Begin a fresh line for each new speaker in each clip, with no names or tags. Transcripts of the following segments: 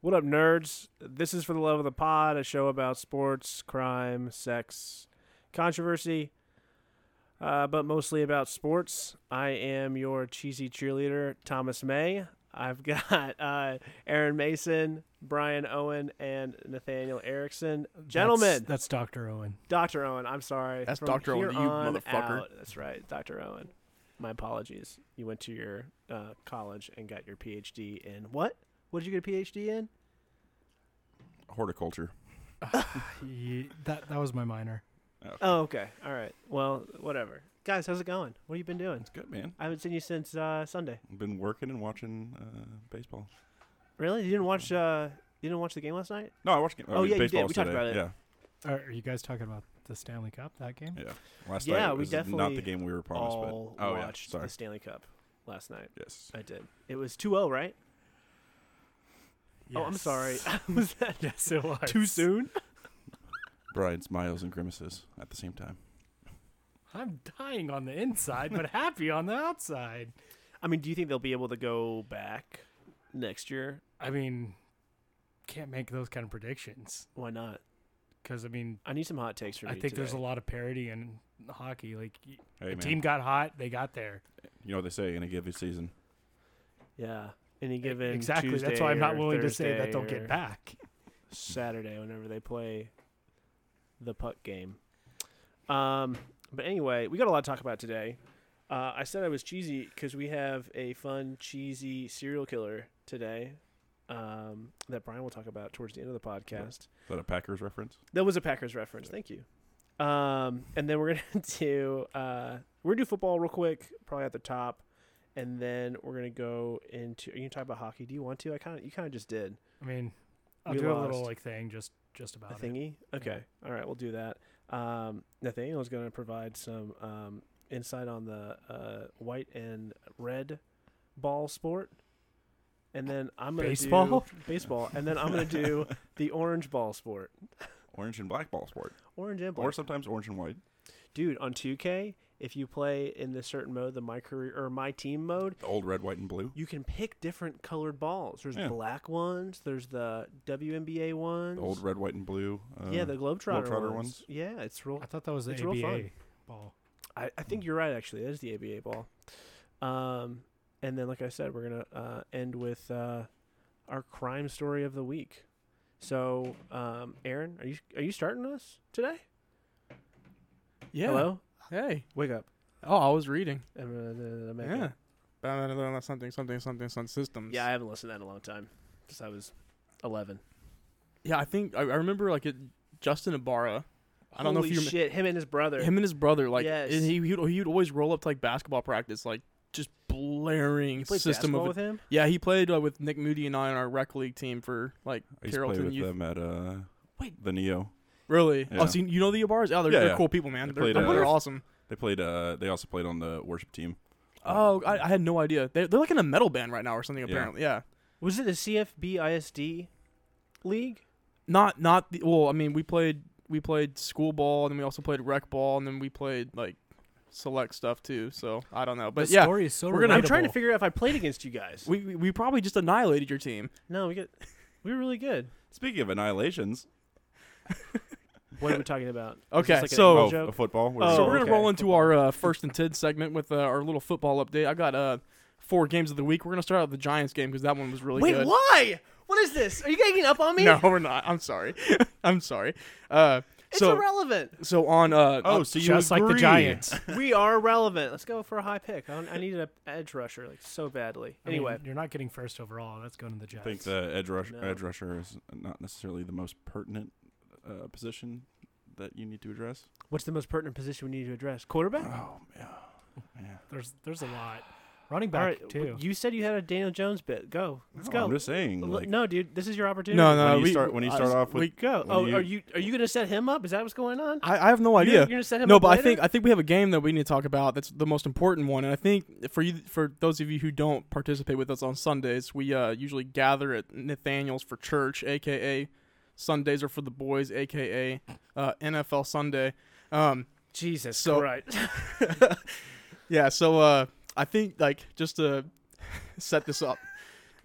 What up, nerds? This is For the Love of the Pod, a show about sports, crime, sex, controversy, uh, but mostly about sports. I am your cheesy cheerleader, Thomas May. I've got uh, Aaron Mason, Brian Owen, and Nathaniel Erickson. Gentlemen,
That's, that's Dr. Owen.
Dr. Owen, I'm sorry.
That's
From
Dr. Owen,
here
you
on
motherfucker.
out- that's right, Dr. Owen. My apologies. You went to your uh, college and got your PhD in what? What did you get a PhD in?
Horticulture.
Ye- that that was my minor.
Oh, okay. All right. Well, whatever. Guys, how's it going? What have you been doing?
It's good, man.
I haven't seen you since uh, Sunday.
Been working and watching uh, baseball.
Really? You didn't watch? Uh, you didn't watch the game last night?
No, I watched. Game,
Oh, yeah, you did.
baseball
We talked
today.
about
Are, are you guys talking about the Stanley Cup that game?
Yeah, yeah. Last
Yeah,
night
we
was not
definitely
the game we were promised,
All
but oh yeah,
watched
sorry.
the Stanley Cup last night.
Yes,
I did. It was 2-0, right? Oh, I'm
Yes.
sorry. was that
yes, it was.
too soon?
Brian smiles and grimaces at the same time.
I'm dying on the inside, but happy on the outside.
I mean, do you think they'll be able to go back next year?
I mean, can't make those kind of predictions
Why not?
because I mean,
I need some hot takes from
I
you.
think there's a
today.
lot of parity in hockey. Like y
Hey
a
man,
team got hot, they got there.
you know what they say in a given season.
Yeah. Any given
exactly. That's
Tuesday
why I'm not
or
willing to say
Thursday
that they'll
or
get back.
Saturday whenever they play the puck game. Um, but anyway, we got a lot to talk about today. Uh, I said I was cheesy because we have a fun cheesy serial killer today um, that Brian will talk about towards the end of the podcast.
Is that a Packers reference?
That was a Packers reference. Thank you. Um, and then we're gonna do uh, we're gonna do football real quick, probably at the top, and then we're gonna go into. Are you gonna talk about hockey? Do you want to? I kind of you kind of just did
I mean, I'll
We
do a little
lost.
like thing just just about
a
it.
thingy. Okay, all right, we'll do that. Um, Nathaniel's gonna provide some um, insight on the uh, white and red ball sport, and then I'm gonna
Baseball?
do baseball, and then I'm gonna do the orange ball sport,
Orange and black ball sport,
orange and black.
or sometimes orange and white.
dude on 2k if you play in this certain mode the my career or my team mode
The old red, white, and blue.
you can pick different colored balls there's
Yeah.
black ones there's the WNBA ones
The old red, white, and blue. Uh,
yeah the globetrotter, ones.
Globetrotter ones.
yeah it's real
I thought that was the
It's real fun.
ABA ball.
I, I think you're right actually that is the ABA ball um and then like I said we're gonna uh, end with uh, our crime story of the week so um Aaron are you are you starting us today
Yeah.
hello
Hey.
wake up
Oh, I was reading.
yeah
Yeah. But I'm gonna learn about something, something, something, some systems.
Yeah, I haven't listened to that in a long time since I was 11.
Yeah, I think I, I remember like it, Justin Ibarra, I don't know if
Holy
you rem-
shit, him and his brother.
him and his brother, like
Yes.
and he he'd, he'd always roll up to like basketball practice, like just blaring
You played
system
basketball
of it.
with him.
Yeah, he played uh, with Nick Moody and I on our rec league team for like
I used to play
Carrollton
with
Youth.
them at uh,
Wait.
the Neo.
Really?
Yeah.
Oh, so you, you know the Ibarras? Oh, they're,
Yeah,
they're
yeah.
cool people, man.
They
They are
played,
they're,
uh,
they're awesome.
They played. Uh, they also played on the worship team.
Oh, I, I had no idea. They're, they're like in a metal band right now or something.
Yeah.
Apparently, yeah.
Was it the CFBISD league?
Not not the, well. I mean, we played we played school ball, and then we also played rec ball, and then we played like select stuff too. So I don't know, but
the
yeah,
story is so
we're gonna-
I'm trying to
relatable.
figure out if I played against you guys.
we, we we probably just annihilated your team.
no, we got we were really good.
Speaking of annihilations,
What are we talking about? Is
Okay,
this like an
so-
email
oh,
joke?
f- football. We're
Oh,
so we're gonna
okay.
roll into our uh, first and ten segment with uh, our little football update. I got uh four games of the week. We're gonna start out with the Giants game because that one was really
wait,
good.
why? What is this? Are you getting up on me?
No, we're not. I'm sorry. I'm sorry. Uh,
it's
so
irrelevant.
so on uh
Oh,
on-
so you
Just like the
agree.
Giants.
we are relevant. Let's go for a high pick. I, I need an edge rusher like so badly.
I mean,
Anyway,
you're not getting first overall. That's going to the
I
Giants.
think the edge, rush,
No.
edge rusher is not necessarily the most pertinent uh, position that you need to address.
what's the most pertinent position we need to address? Quarterback.
Oh yeah, yeah.
There's there's a lot. Running
All
back
right,
too.
you said you had a Daniel Jones bit. Go, let's
No,
go.
Oh, I'm just saying.
L-
Like,
no, dude, this is your opportunity.
no no
when you
we
start when you
I-
start off with
we-
Go.
When
Oh,
you-
are you are you gonna set him up? Is that what's going on?
I, I have no idea.
You're, you're gonna set him
no,
up.
but I
later?
think I think we have a game that we need to talk about. That's the most important one, and I think for you, for those of you who don't participate with us on Sundays, we uh, usually gather at Nathaniel's for church, aka Sundays are for the boys, aka uh, NFL Sunday. Um,
Jesus
So-
Christ.
yeah, so uh, I think like just to set this up.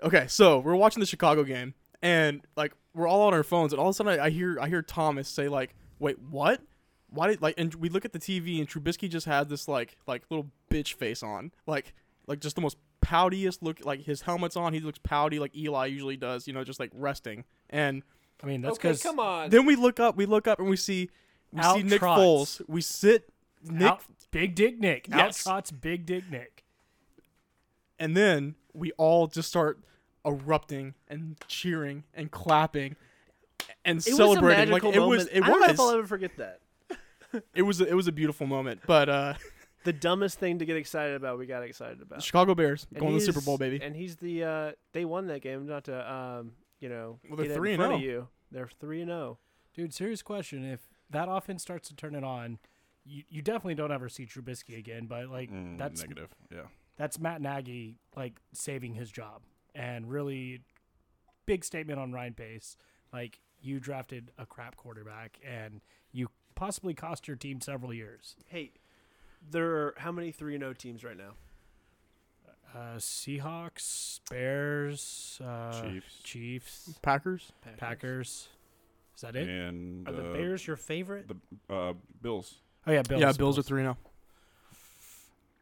Okay, so we're watching the Chicago game, and like we're all on our phones, and all of a sudden I, I hear I hear Thomas say like, "Wait, what? Why did like?" And we look at the TV, and Trubisky just has this like like little bitch face on, like like just the most poutiest look. Like his helmet's on, he looks pouty, like Eli usually does, you know, just like resting. And
I mean, that's
okay,
because
come on.
then we look up, we look up, and we see we see
Out
Nick
trots.
Foles. We sit Nick
out, Big Dick Nick.
Yes.
Out trots Big Dick Nick.
And then we all just start erupting and cheering and clapping and
It was
celebrating.
a
like
magical
it was,
moment.
it
I don't know if I'll
was,
ever forget that.
it was, a, it was a beautiful moment. But uh,
The dumbest thing to get excited about, we got excited about.
Chicago Bears
And
going to the
he's-
Super Bowl, baby.
And he's the uh, they won that game. Not to um, you know,
Well, they're
get in
3 and
front of
0.
you. They're three and oh. zero.
Dude, serious question. If that offense starts to turn it on, you, you definitely don't ever see Trubisky again, but like
Mm,
that's
negative. Yeah.
that's Matt Nagy like saving his job and really big statement on Ryan Pace. Like you drafted a crap quarterback and you possibly cost your team several years.
Hey, there are how many three and zero teams right now?
Uh, Seahawks, Bears, uh,
Chiefs.
Chiefs,
Packers.
Packers. Is that it?
And
Are the
uh,
Bears your favorite?
the uh, Bills.
Oh yeah, Bills.
yeah, Bills are three now.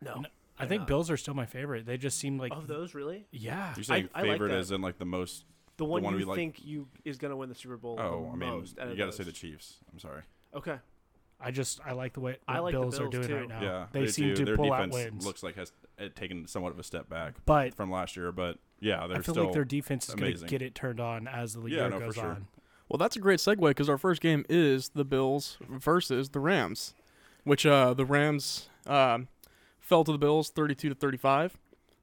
no.
No, I
They're
think
not.
Bills are still my favorite. They just seem like
of those, really,
yeah.
You're saying
I like
favorite
that.
as in like the most.
the one
one
you
we like-
think you is going to win the Super Bowl.
Oh, I
the
mean,
most out
you
of
got to say the
those?
Chiefs. I'm sorry.
Okay,
I just I like the way
I like
what
the
Bills, are
Bills,
doing
too.
right now.
yeah,
Oh, they, seem
do.
to
Their
pull out
defense
wins.
Looks like has uh, taken somewhat of a step back
but
from last year, but yeah, they're
I feel
still.
like their defense is going to
amazing.
get it turned on as the
Yeah,
year
no, for
goes
sure.
on.
Well, that's a great segue because our first game is the Bills versus the Rams, which uh, the Rams um, fell to the Bills 32 to 35.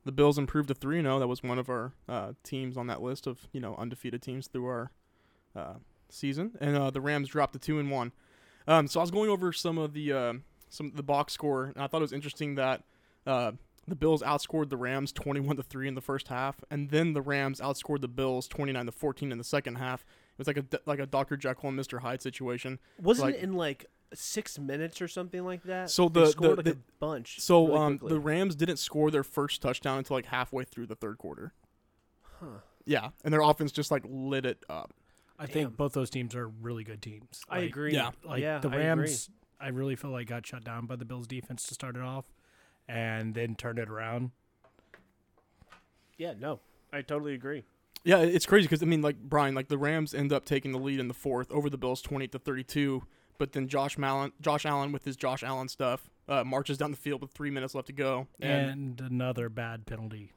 The Bills improved to 3 0. That was one of our uh, teams on that list of you know undefeated teams through our uh, season, and uh, the Rams dropped to 2 and 1. Um, so I was going over some of the uh, some the box score, and I thought it was interesting that uh, the Bills outscored the Rams 21 to 3 in the first half, and then the Rams outscored the Bills 29 to 14 in the second half. It was like a like a Dr. Jekyll and Mr. Hyde situation.
wasn't
Like-
it in like six minutes or something like that?
So
They
the- the-
scored like
the-
a bunch.
So
really
um,
quickly.
the Rams didn't score their first touchdown until like halfway through the third quarter.
Huh.
Yeah, and their offense just like lit it up.
I
Damn.
think both those teams are really good teams.
I
Like-
agree.
yeah,
Like
yeah,
the
I agree.
Rams, I, really feel like got shut down by the Bills defense to start it off, and then turned it around.
Yeah, no, I totally agree.
Yeah, it- it's crazy because I mean, like Brian, like the Rams end up taking the lead in the fourth over the Bills, twenty to thirty-two. But then Josh Allen, Josh Allen with his Josh Allen stuff, uh, marches down the field with three minutes left to go. And,
And another bad penalty.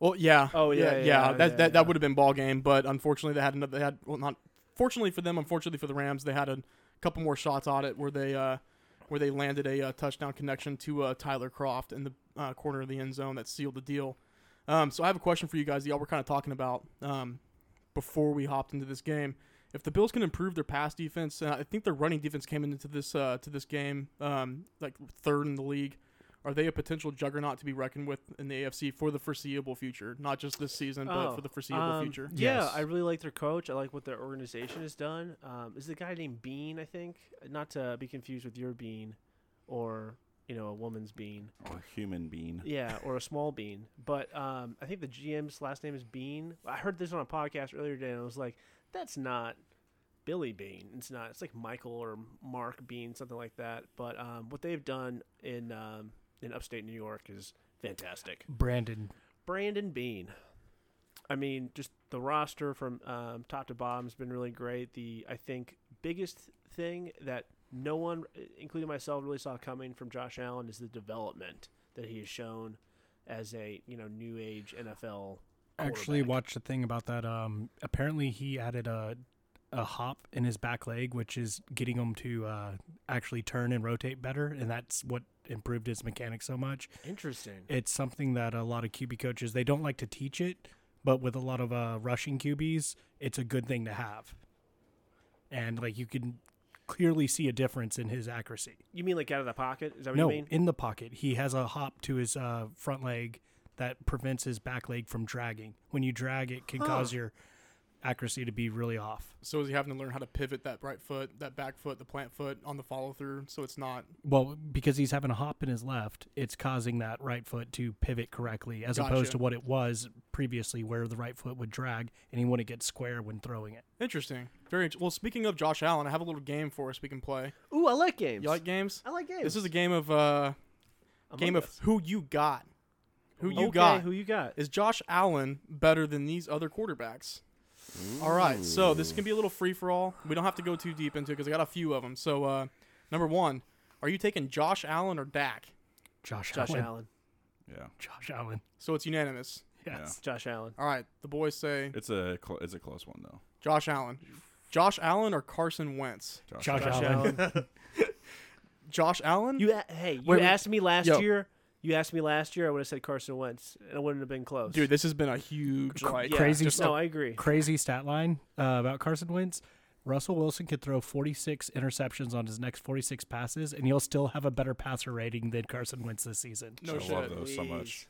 well, yeah,
Oh, yeah,
yeah,
yeah,
that
yeah,
that, that
yeah.
would have been ball game. But unfortunately, they had another. They had well, not fortunately for them, unfortunately for the Rams, they had a couple more shots on it where they uh, where they landed a uh, touchdown connection to uh, Tyler Croft in the uh, corner of the end zone that sealed the deal. Um, so I have a question for you guys. Y'all were kind of talking about um, before we hopped into this game. If the Bills can improve their pass defense, and I think their running defense came into this uh, to this game um, like third in the league. Are they a potential juggernaut to be reckoned with in the AFC for the foreseeable future? Not just this season, but
Oh,
for the foreseeable
um,
future.
Yeah,
Yes.
I really like their coach. I like what their organization has done. Um, is the guy named Bean? I think not to be confused with your Bean, or you know a woman's Bean.
Or human being.
Yeah, or a small Bean. But um, I think the GM's last name is Bean. I heard this on a podcast earlier today, and I was like, that's not Billy Bean. It's not. It's like Michael or Mark Bean, something like that. But um, what they've done in um, in upstate New York is fantastic.
Brandon,
Brandon Bean. I mean, just the roster from um, top to bottom has been really great. The I think biggest thing that no one, including myself, really saw coming from Josh Allen is the development that he has shown as a you know new age NFL.
actually
quarterback.
watched a thing about that. Um, apparently he added a a hop in his back leg, which is getting him to uh, actually turn and rotate better, and that's what improved his mechanics so much.
interesting.
It's something that a lot of QB coaches they don't like to teach it, but with a lot of uh, rushing QBs, it's a good thing to have. And like you can clearly see a difference in his accuracy.
You mean like out of the pocket? Is that what
no,
you mean?
in the pocket, he has a hop to his uh, front leg that prevents his back leg from dragging. When you drag, it can
Huh.
cause your accuracy to be really off.
So is he having to learn how to pivot that right foot, that back foot, the plant foot on the follow through, so it's not
Well, because he's having a hop in his left, it's causing that right foot to pivot correctly as
Gotcha.
opposed to what it was previously, where the right foot would drag and he wouldn't get square when throwing it.
interesting. Very int- well. Speaking of Josh Allen, I have a little game for us we can play.
Ooh, I like games.
You like games?
I like games.
This is a game of uh,
Among
game
Us.
of who you got. Who you
okay,
got?
Who you got?
is Josh Allen better than these other quarterbacks? All right, so this can be a little free for all. We don't have to go too deep into it because I got a few of them. So, uh, number one, are you taking Josh Allen or Dak?
Josh,
Josh
Allen.
Allen.
Yeah,
Josh Allen.
So it's unanimous.
Yes.
Josh Allen.
All right, the boys say
it's a cl- it's a close one though.
Josh Allen. Josh Allen or Carson Wentz?
Josh
Josh
Allen.
Allen.
Josh Allen?
you a- hey, you
Wait, wait.
asked me last
Yo.
year. You asked me last year. I would have said Carson Wentz, and it wouldn't have been close.
Dude, this has been a huge like
Yeah,
crazy
just-
stuff.
No, I agree.
Crazy stat line uh, about Carson Wentz. Russell Wilson could throw 46 interceptions on his next 46 passes, and he'll still have a better passer rating than Carson Wentz this season.
no
I
shit.
love those so much.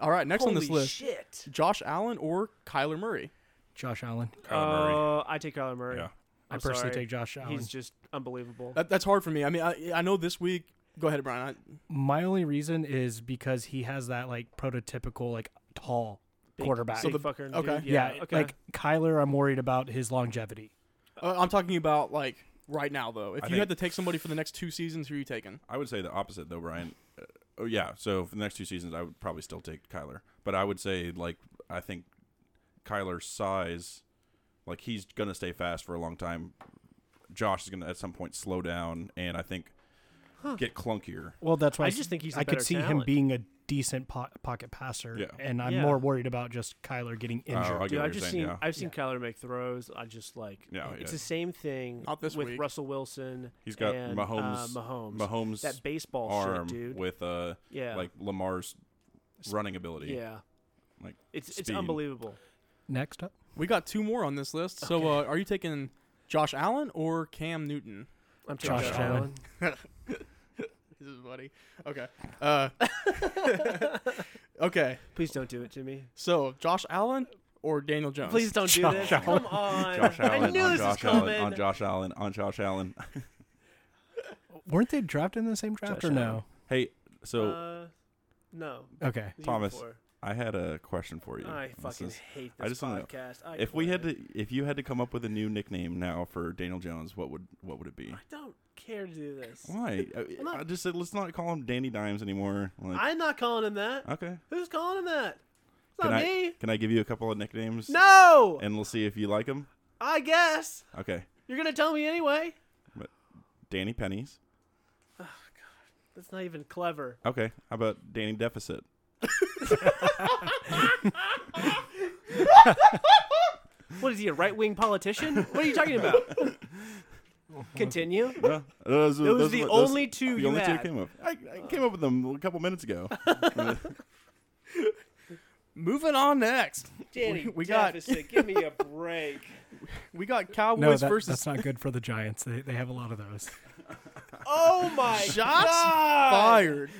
All right, next on this
Holy
list,
shit.
Josh Allen or Kyler Murray.
Josh Allen.
Kyler Murray.
Uh, I take Kyler Murray.
Yeah.
i
I'm
personally
sorry.
take Josh Allen.
He's just unbelievable.
That, that's hard for me. I mean, I, I know this week. Go ahead, Brian. I,
My only reason is because he has that like prototypical like tall
Big-
quarterback.
So
Big
the-
fucking
okay.
dude.
yeah,
Yeah. okay.
like Kyler, I'm worried about his longevity.
Uh, I'm talking about like right now though. If
I
you
think-
had to take somebody for the next two seasons, who are you taking?
I would say the opposite though, Brian. Uh, oh yeah, so for the next two seasons, I would probably still take Kyler, but I would say like I think Kyler's size, like he's gonna stay fast for a long time. Josh is gonna at some point slow down, and I think get clunkier.
Well, that's why
I
s-
just think he's a
I could
better
see him
talent.
being a decent po- pocket passer,
Yeah.
and I'm
Yeah.
more worried about just Kyler getting
Uh, I
injured.
get
Dude,
what
I've
you're
just
saying.
seen
yeah.
I've seen Kyler make throws. I just like
Yeah,
it's
yeah.
the same thing
Not this
with
week.
Russell Wilson.
He's got
and,
Mahomes-
uh, Mahomes.
Mahomes'
That baseball
arm
shit, dude.
with uh
yeah.
like Lamar's running ability.
yeah.
like,
it's it's
speed.
unbelievable.
Next up,
We got two more on this list. So uh, are you taking Josh Allen or Cam Newton?
I'm
Josh
Josh
Allen.
Allen.
This is funny. Okay. Uh, okay.
Please don't do it to me.
So Josh Allen or Daniel Jones?
Please don't do
Josh
this.
Allen.
Come on.
Josh
I
Allen
knew
on
this
Josh
was coming.
Allen on Josh Allen on Josh Allen.
weren't they drafted in the same draft
Josh
or
Allen.
no?
Hey, so
uh, no. The
Okay,
year
Thomas,
before.
I had a question for you.
I
This
fucking
is-
hate
I
this
just wanna know,
podcast. I
if we had
quit.
to, if you had to come up with a new nickname now for Daniel Jones, what would what would it be?
I don't care to do this.
Why? I,
not-
I just said let's not call him Danny Dimes anymore. Like,
I'm not calling him that.
okay,
Who's calling him that? It's
Can
not
I-
me.
can I give you a couple of nicknames?
No.
and we'll see if you like them.
I guess
Okay,
you're gonna tell me anyway.
Danny Pennies.
That's not even clever.
Okay, how about Danny Deficit?
What is he, a right wing politician? What are you talking about? Continue.
Yeah, those,
Those, are
those
the
were- those-
only two
the
you
only two
had. Uh.
that came up. I, I came up with them a couple minutes ago.
Moving on next.
Danny
We- we got-
deficit. Give me a break.
We got Cowboys
no, that,
versus
that's not good for the Giants. They they have a lot of those.
Oh my
Shots
god!
fired.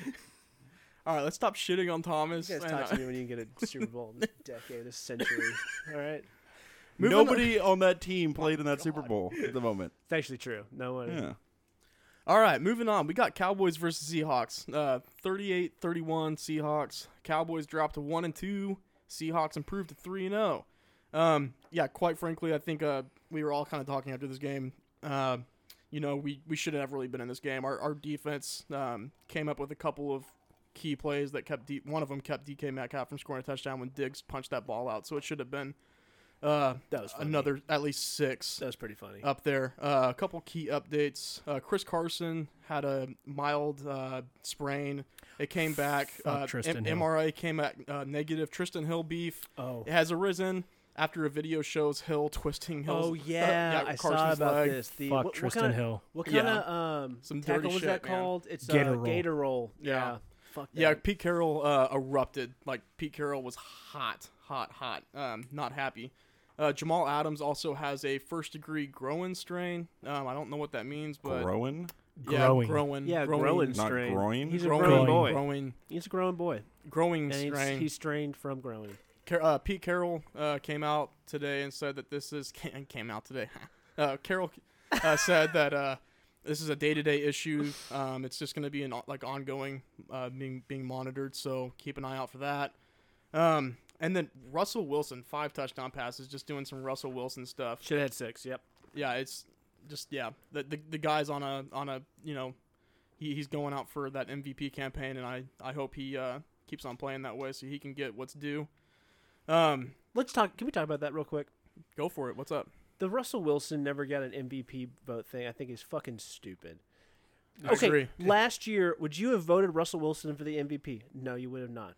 All right, let's stop shitting on Thomas.
You guys
and,
talk
uh,
to me when you get a Super Bowl in this decade, this century. All right.
Moving on-
Nobody on that team played
Oh,
in that Super Bowl at the moment.
It's actually true. No one.
Yeah.
All right, moving on. We got Cowboys versus Seahawks. Uh, 38-31 Seahawks. Cowboys dropped to 1 and 2. Seahawks improved to 3 and 0. Um, yeah, quite frankly, I think uh, we were all kind of talking after this game. Uh, you know, we, we shouldn't have really been in this game. Our, our defense um, came up with a couple of key plays that kept D- one of them kept DK Metcalf from scoring a touchdown when Diggs punched that ball out. So it should have been uh,
That was funny.
another at least six
That was pretty funny.
up there. Uh, a couple key updates. Uh, Chris Carson had a mild uh, sprain. It came back.
Fuck
Uh,
Tristan
M-
Hill.
MRI came back uh, negative. Tristan Hill beef
oh.
It has arisen after a video shows Hill twisting Hill's.
Oh
uh,
yeah, I saw
Carson's
about
leg.
this. The
Fuck
what,
Tristan
what kinda,
Hill.
What
Yeah.
kind of um
Some
tackle
dirty
was that
shit, man.
called? It's
Gator
uh,
roll.
Gator roll.
Yeah.
Fuck that.
Yeah, Pete Carroll uh, erupted. Like Pete Carroll was hot, hot, hot. Um, not happy. Uh, Jamal Adams also has a first degree groin strain. Um, I don't know what that means, but
Groin,
yeah,
Growing.
growing,
Yeah, growing,
not
strain.
groin?
He's a
growing,
growing boy.
growing,
He's a growing boy,
growing
and
strain.
he's, he's strained from growing.
Car- uh, Pete Carroll uh, came out today and said that this is came, came out today. uh, Carroll uh, said that uh, this is a day-to-day issue. Um, it's just going to be an o- like ongoing uh, being being monitored. So keep an eye out for that. Um, and then Russell Wilson, five touchdown passes, just doing some Russell Wilson stuff
Should have had six. Yep.
yeah, it's just yeah. The, the the guy's on a on a you know, he, he's going out for that MVP campaign, and I I hope he uh, keeps on playing that way so he can get what's due. Um,
Let's talk. Can we talk about that real quick?
go for it. What's up?
The Russell Wilson never got an MVP vote thing. I think is fucking stupid.
I
okay,
agree.
last year, would you have voted Russell Wilson for the MVP? No, you would have not.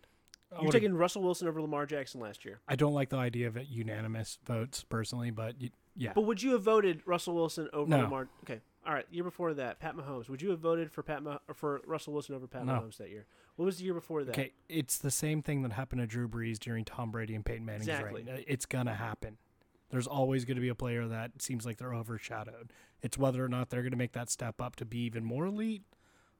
I
You're
would've-
taking Russell Wilson over Lamar Jackson last year.
I don't like the idea of it, unanimous votes personally, but you, yeah,
But would you have voted Russell Wilson over
No.
Lamar? Okay, all right. Year before that, Pat Mahomes. Would you have voted for Pat Mah- or for Russell Wilson over Pat
No.
Mahomes that year? What was the year before that?
okay, it's the same thing that happened to Drew Brees during Tom Brady and Peyton Manning's
Exactly.
reign. Uh, It's gonna happen. There's always going to be a player that seems like they're overshadowed. It's whether or not they're going to make that step up to be even more elite,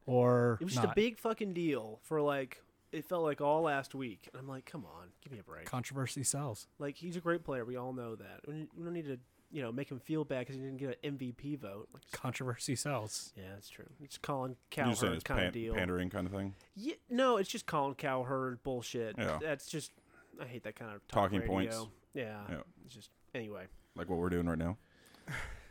or
It was
not.
just a big fucking deal for like it felt like all last week. And I'm like, come on, give me a break.
controversy sells.
Like he's a great player. We all know that. We we don't need to, you know, make him feel bad because he didn't get an MVP vote. Like,
Controversy sells.
yeah, that's true. It's Colin
You saying
Cowherd
it's
kind
pan-
of deal.
pandering kind of thing?
Yeah, no, it's just Colin Cowherd bullshit.
Yeah.
That's just I hate that kind of talk
Talking
radio.
points.
Yeah,
Yeah.
It's just anyway.
Like what we're doing right now?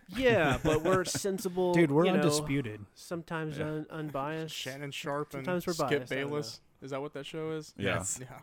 Yeah, but we're sensible,
Dude, we're
you know,
undisputed.
Sometimes
Yeah.
un- unbiased.
Shannon Sharp and
Sometimes we're
Skip
biased, I don't
Bayless. Is that what that show is?
Yeah.
Yes.
Yeah.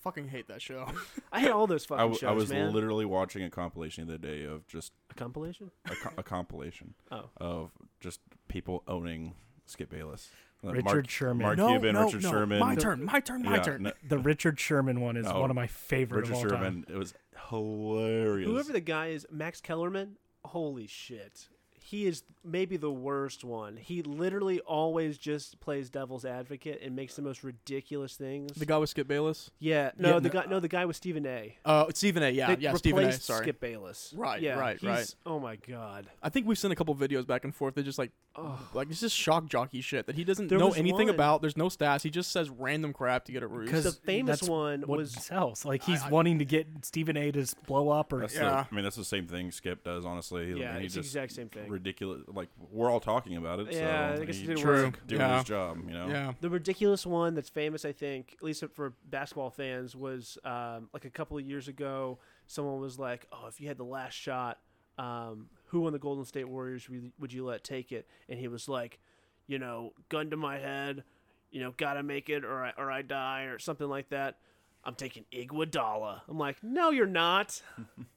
Fucking hate that show.
I hate all those fucking
I, w-
shows,
I was
man.
literally watching a compilation the other day of just
a compilation.
a, co- a compilation
Oh.
of just people owning Skip Bayless. Like
Richard
Mark,
Sherman.
Mark
no,
Cuban,
no,
Richard
no.
Sherman.
My turn. My turn. My
Yeah,
turn.
no,
The Richard Sherman one is
Oh,
one of my favorite
Richard
of all
Sherman.
time.
It was hilarious.
Whoever the guy is, Max Kellerman, holy shit. He is maybe the worst one. He literally always just plays devil's advocate and makes the most ridiculous things.
The guy with Skip Bayless.
yeah, no,
Yeah,
the
no,
guy, no, the guy with Stephen A.
Uh, Stephen A. Yeah,
They
yeah.
replaced
Stephen A. Sorry.
Skip Bayless.
Right,
yeah,
right,
he's-
right.
Oh my god.
I think we've sent a couple videos back and forth. They just like,
Oh.
like it's just shock jockey shit that he doesn't
There
know
was
anything
one-
about. There's no stats. He just says random crap to get a ruse.
The famous
that's
one
what
was
sells. Like he's
I-
wanting to get Stephen A. to s- blow up or
That's the-
Yeah.
I mean, that's the same thing Skip does, honestly.
yeah,
he
it's the
just
exact same thing.
ridiculous. Like we're all talking about it.
Yeah,
so
I guess
he
it did
doing
True.
work.
Yeah.
his job. You know.
Yeah.
The ridiculous one that's famous, I think, at least for basketball fans, was um, like a couple of years ago. Someone was like, "Oh, if you had the last shot, um, who on the Golden State Warriors would you- would you let take it?" And he was like, "You know, gun to my head, you know, gotta make it, or I, or I die, or something like that." I'm taking Iguodala. I'm like, "No, you're not.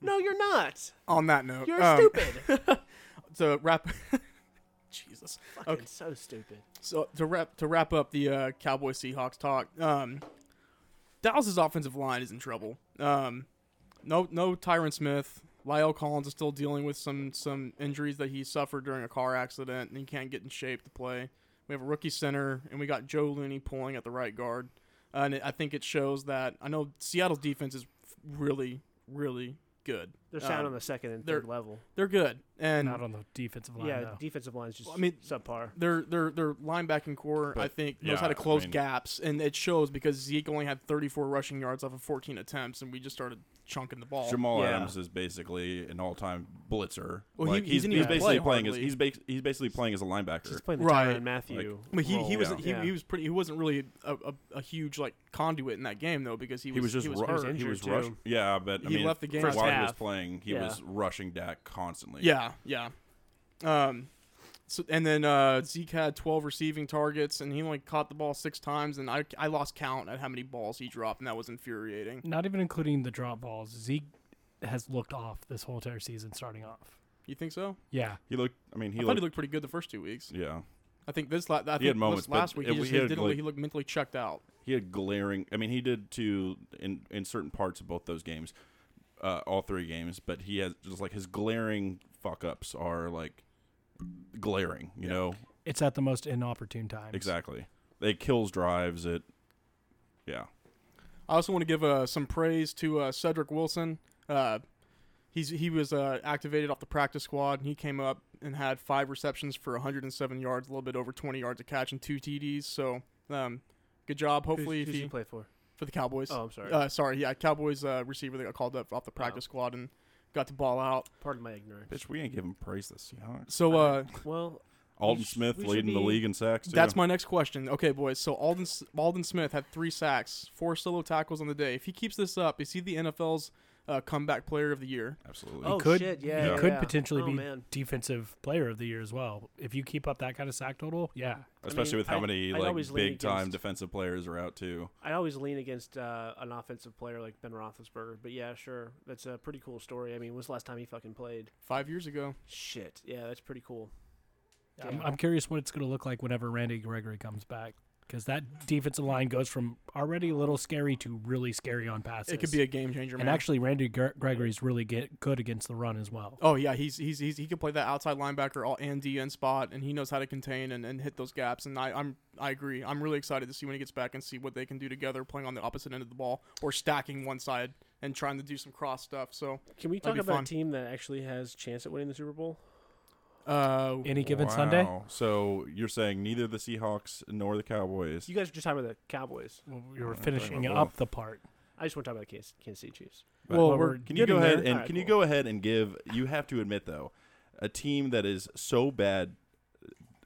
No, you're not.
On that note,
You're
um,
stupid.
To wrap, Jesus.
Fucking
okay.
so stupid."
So to wrap to wrap up the uh, Cowboy Seahawks talk, um, Dallas's offensive line is in trouble. Um, no, no Tyron Smith. Lyle Collins is still dealing with some some injuries that he suffered during a car accident, and he can't get in shape to play. We have a rookie center, and we got Joe Looney pulling at the right guard, Uh, and it, I think it shows that I know Seattle's defense is really, really good.
They're sound
Um,
on the second and
they're-
third level.
They're good, and
not on the defensive line.
Yeah,
though.
defensive line's just
Well, I mean,
subpar.
their their their linebacking core, I
But,
think, knows
yeah,
how to close
I mean-
gaps, and it shows because Zeke only had 34 rushing yards off of 14 attempts, and we just started chunking the ball.
Jamal
Yeah.
Adams is basically an all-time blitzer.
Well, he-
like,
he
he's,
didn't
he's
even
basically
play
playing as
hardly.
he's ba- he's basically playing as a linebacker.
He's playing the
Right.
Tyrann Matthew.
but he, he
role,
was
Oh, yeah.
not he,
Yeah.
he was pretty he wasn't really a, a, a huge like conduit in that game though because he was
He was just
he was
ru-
hurt.
injured.
he was
too.
rushing. Yeah, but I
He
mean,
left the game
for
first
while he was
half.
playing, he
Yeah.
was rushing Dak constantly.
Yeah, yeah. Um, so and then uh, Zeke had 12 receiving targets, and he only caught the ball six times, and I I lost count at how many balls he dropped, and that was infuriating.
not even including the drop balls. Zeke has looked off this whole entire season, starting off.
You think so?
Yeah,
he looked. I mean, he
I thought
looked.
he looked pretty good the first two weeks.
yeah,
I think this la- I think
had moments,
this last
but
week
it
he,
was-
just
he
he
had,
didn't
like-
he looked mentally checked out.
he had glaring. I mean, he did too in in certain parts of both those games, uh, all three games. But he has just like his glaring fuck ups are like glaring. You know
it's at the most inopportune time.
exactly. It kills drives. It. Yeah.
I also want to give uh, some praise to uh, Cedric Wilson. Uh, he's he was uh, activated off the practice squad and he came up and had five receptions for 107 yards, a little bit over 20 yards a catch and two TDs. So um, good job. Hopefully
who's,
if
who's
he,
he play for?
for the Cowboys.
Oh, I'm sorry. Oh.
Uh, sorry, yeah, Cowboys uh, receiver that got called up off the practice squad and got the ball out.
Pardon my ignorance.
Bitch, we ain't giving praise to Seahawks.
So uh,
Well,
Alden
We sh-
Smith
we should
leading the
be-
league in sacks. Too.
that's my next question. Okay, boys. So Alden S- Alden Smith had three sacks, four solo tackles on the day. If he keeps this up, is he the NFL's uh, comeback player of the year?
absolutely.
oh
could-
shit, yeah,
he
yeah,
could
yeah.
potentially
Oh,
be
man.
defensive player of the year as well. If you keep up that kind of sack total, yeah.
Especially
mean,
with how
I-
many
I'd always
like
lean
big time
against-
defensive players are out too.
I always lean against uh, an offensive player like Ben Roethlisberger, but yeah, sure, that's a pretty cool story. I mean, when's the last time he fucking played?
Five years ago.
Shit, yeah, that's pretty cool.
I'm,
Yeah.
I'm curious what it's going to look like whenever Randy Gregory comes back because that defensive line goes from already a little scary to really scary on passes.
It could be a game changer, man.
and actually, Randy Gre- Gregory's really get good against the run as well.
oh yeah, he's, he's he's he can play that outside linebacker all and DN spot, and he knows how to contain and, and hit those gaps. And I I'm I agree. I'm really excited to see when he gets back and see what they can do together, playing on the opposite end of the ball or stacking one side and trying to do some cross stuff. So
Can we
That'd
talk
be
about
fun.
a team that actually has chance at winning the Super Bowl?
uh,
Any given Sunday,
Wow. So you're saying neither the Seahawks nor the Cowboys.
You guys were just talking about the Cowboys.
Well, we were
talking
finishing
about
up
both.
the part.
I just want to talk about the Kansas, Kansas City Chiefs.
well,
Well,
we're,
we're-
Can you go
Getting
ahead
there.
and
Alright,
can you
cool.
go ahead and give? You have to admit though, a team that is so bad,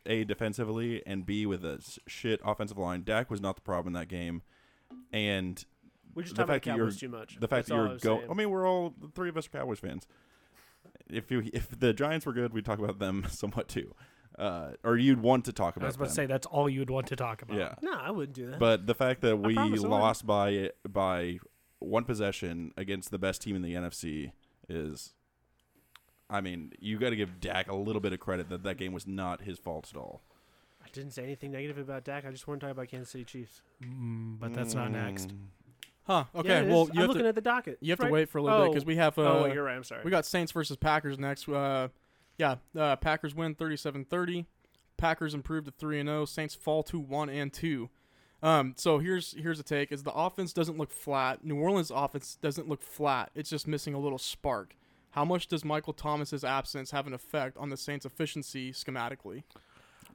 a defensively and b with a s- shit offensive line. Dak was not the problem in that game, and
We just
The
talked about
fact
the
that you're-
Cowboys too much.
the fact
That's
that
all I
you're
was
going.
saying.
I mean, we're all the three of us are Cowboys fans. If you if the Giants were good, we'd talk about them somewhat too, uh, or you'd want to talk
I was
about
about to
them.
say that's all you'd want to talk about.
yeah,
no, I wouldn't do that.
but the fact that we
promise I won't.
lost by by one possession against the best team in the NFC is, I mean, you got to give Dak a little bit of credit that that game was not his fault at all.
I didn't say anything negative about Dak. I just want to talk about Kansas City Chiefs.
Mm, but that's not next.
huh?
Yeah,
Okay,
it
well
is.
you
I'm
have
looking
to
at the docket.
you have
Right?
to wait for a little bit 'cause bit because we have uh,
oh, wait, you're right. I'm sorry.
We got Saints versus Packers next. Uh, yeah, uh, Packers win 37-30. Packers improve to 3 and 0. Saints fall to 1 and 2. Um, so here's here's the take is the offense doesn't look flat. New Orleans offense doesn't look flat. It's just missing a little spark. How much does Michael Thomas's absence have an effect on the Saints' efficiency schematically?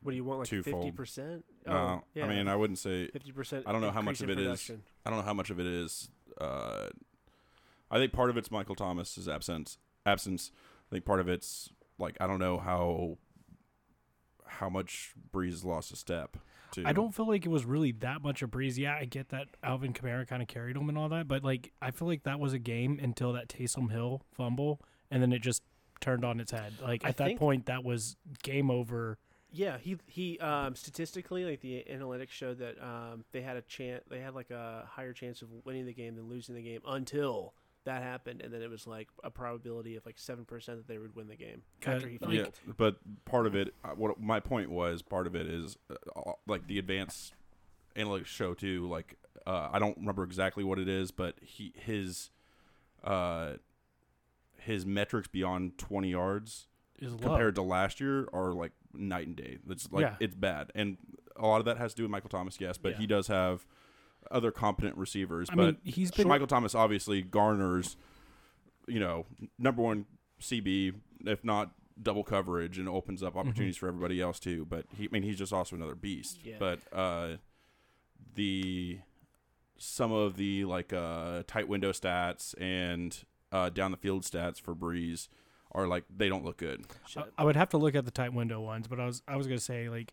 what do you want? Like
Twofold.
fifty percent? Oh,
No, I mean, I wouldn't say
fifty percent.
I don't know how much of it is. I don't know how much of it is. Uh, I think part of it's Michael Thomas's absence. Absence. I think part of it's like I don't know how how much Breeze lost a step. To
I don't feel like it was really that much of breeze. Yeah, I get that Alvin Kamara kind of carried him and all that, but like I feel like that was a game until that Taysom Hill fumble, and then it just turned on its head. Like
I
at that
think-
point, that was game over.
Yeah, he he um, statistically, like the analytics showed that um, they had a chance. They had like a higher chance of winning the game than losing the game until that happened, and then it was like a probability of like seven percent that they would win the game
Uh,
after he.
like-
yeah,
fumbled.
but part of it, uh, what my point was, part of it is uh, all- like the advanced analytics show too. Like uh, I don't remember exactly what it is, but he his uh his metrics beyond twenty yards
Is low.
compared to last year are like night and day. It's like
Yeah.
it's bad, and a lot of that has to do with Michael Thomas, yes, but
Yeah.
he does have other competent receivers.
I
but
mean, he's been
Michael Thomas obviously garners, you know, number one CB, if not double coverage, and opens
Mm-hmm.
up opportunities for everybody else too. But he, I mean, he's just also another beast.
Yeah.
But uh, the some of the like uh, tight window stats and uh, down the field stats for Breeze are like they don't look good.
I,
Shit.
I would have to look at the tight window ones, but I was I was gonna say like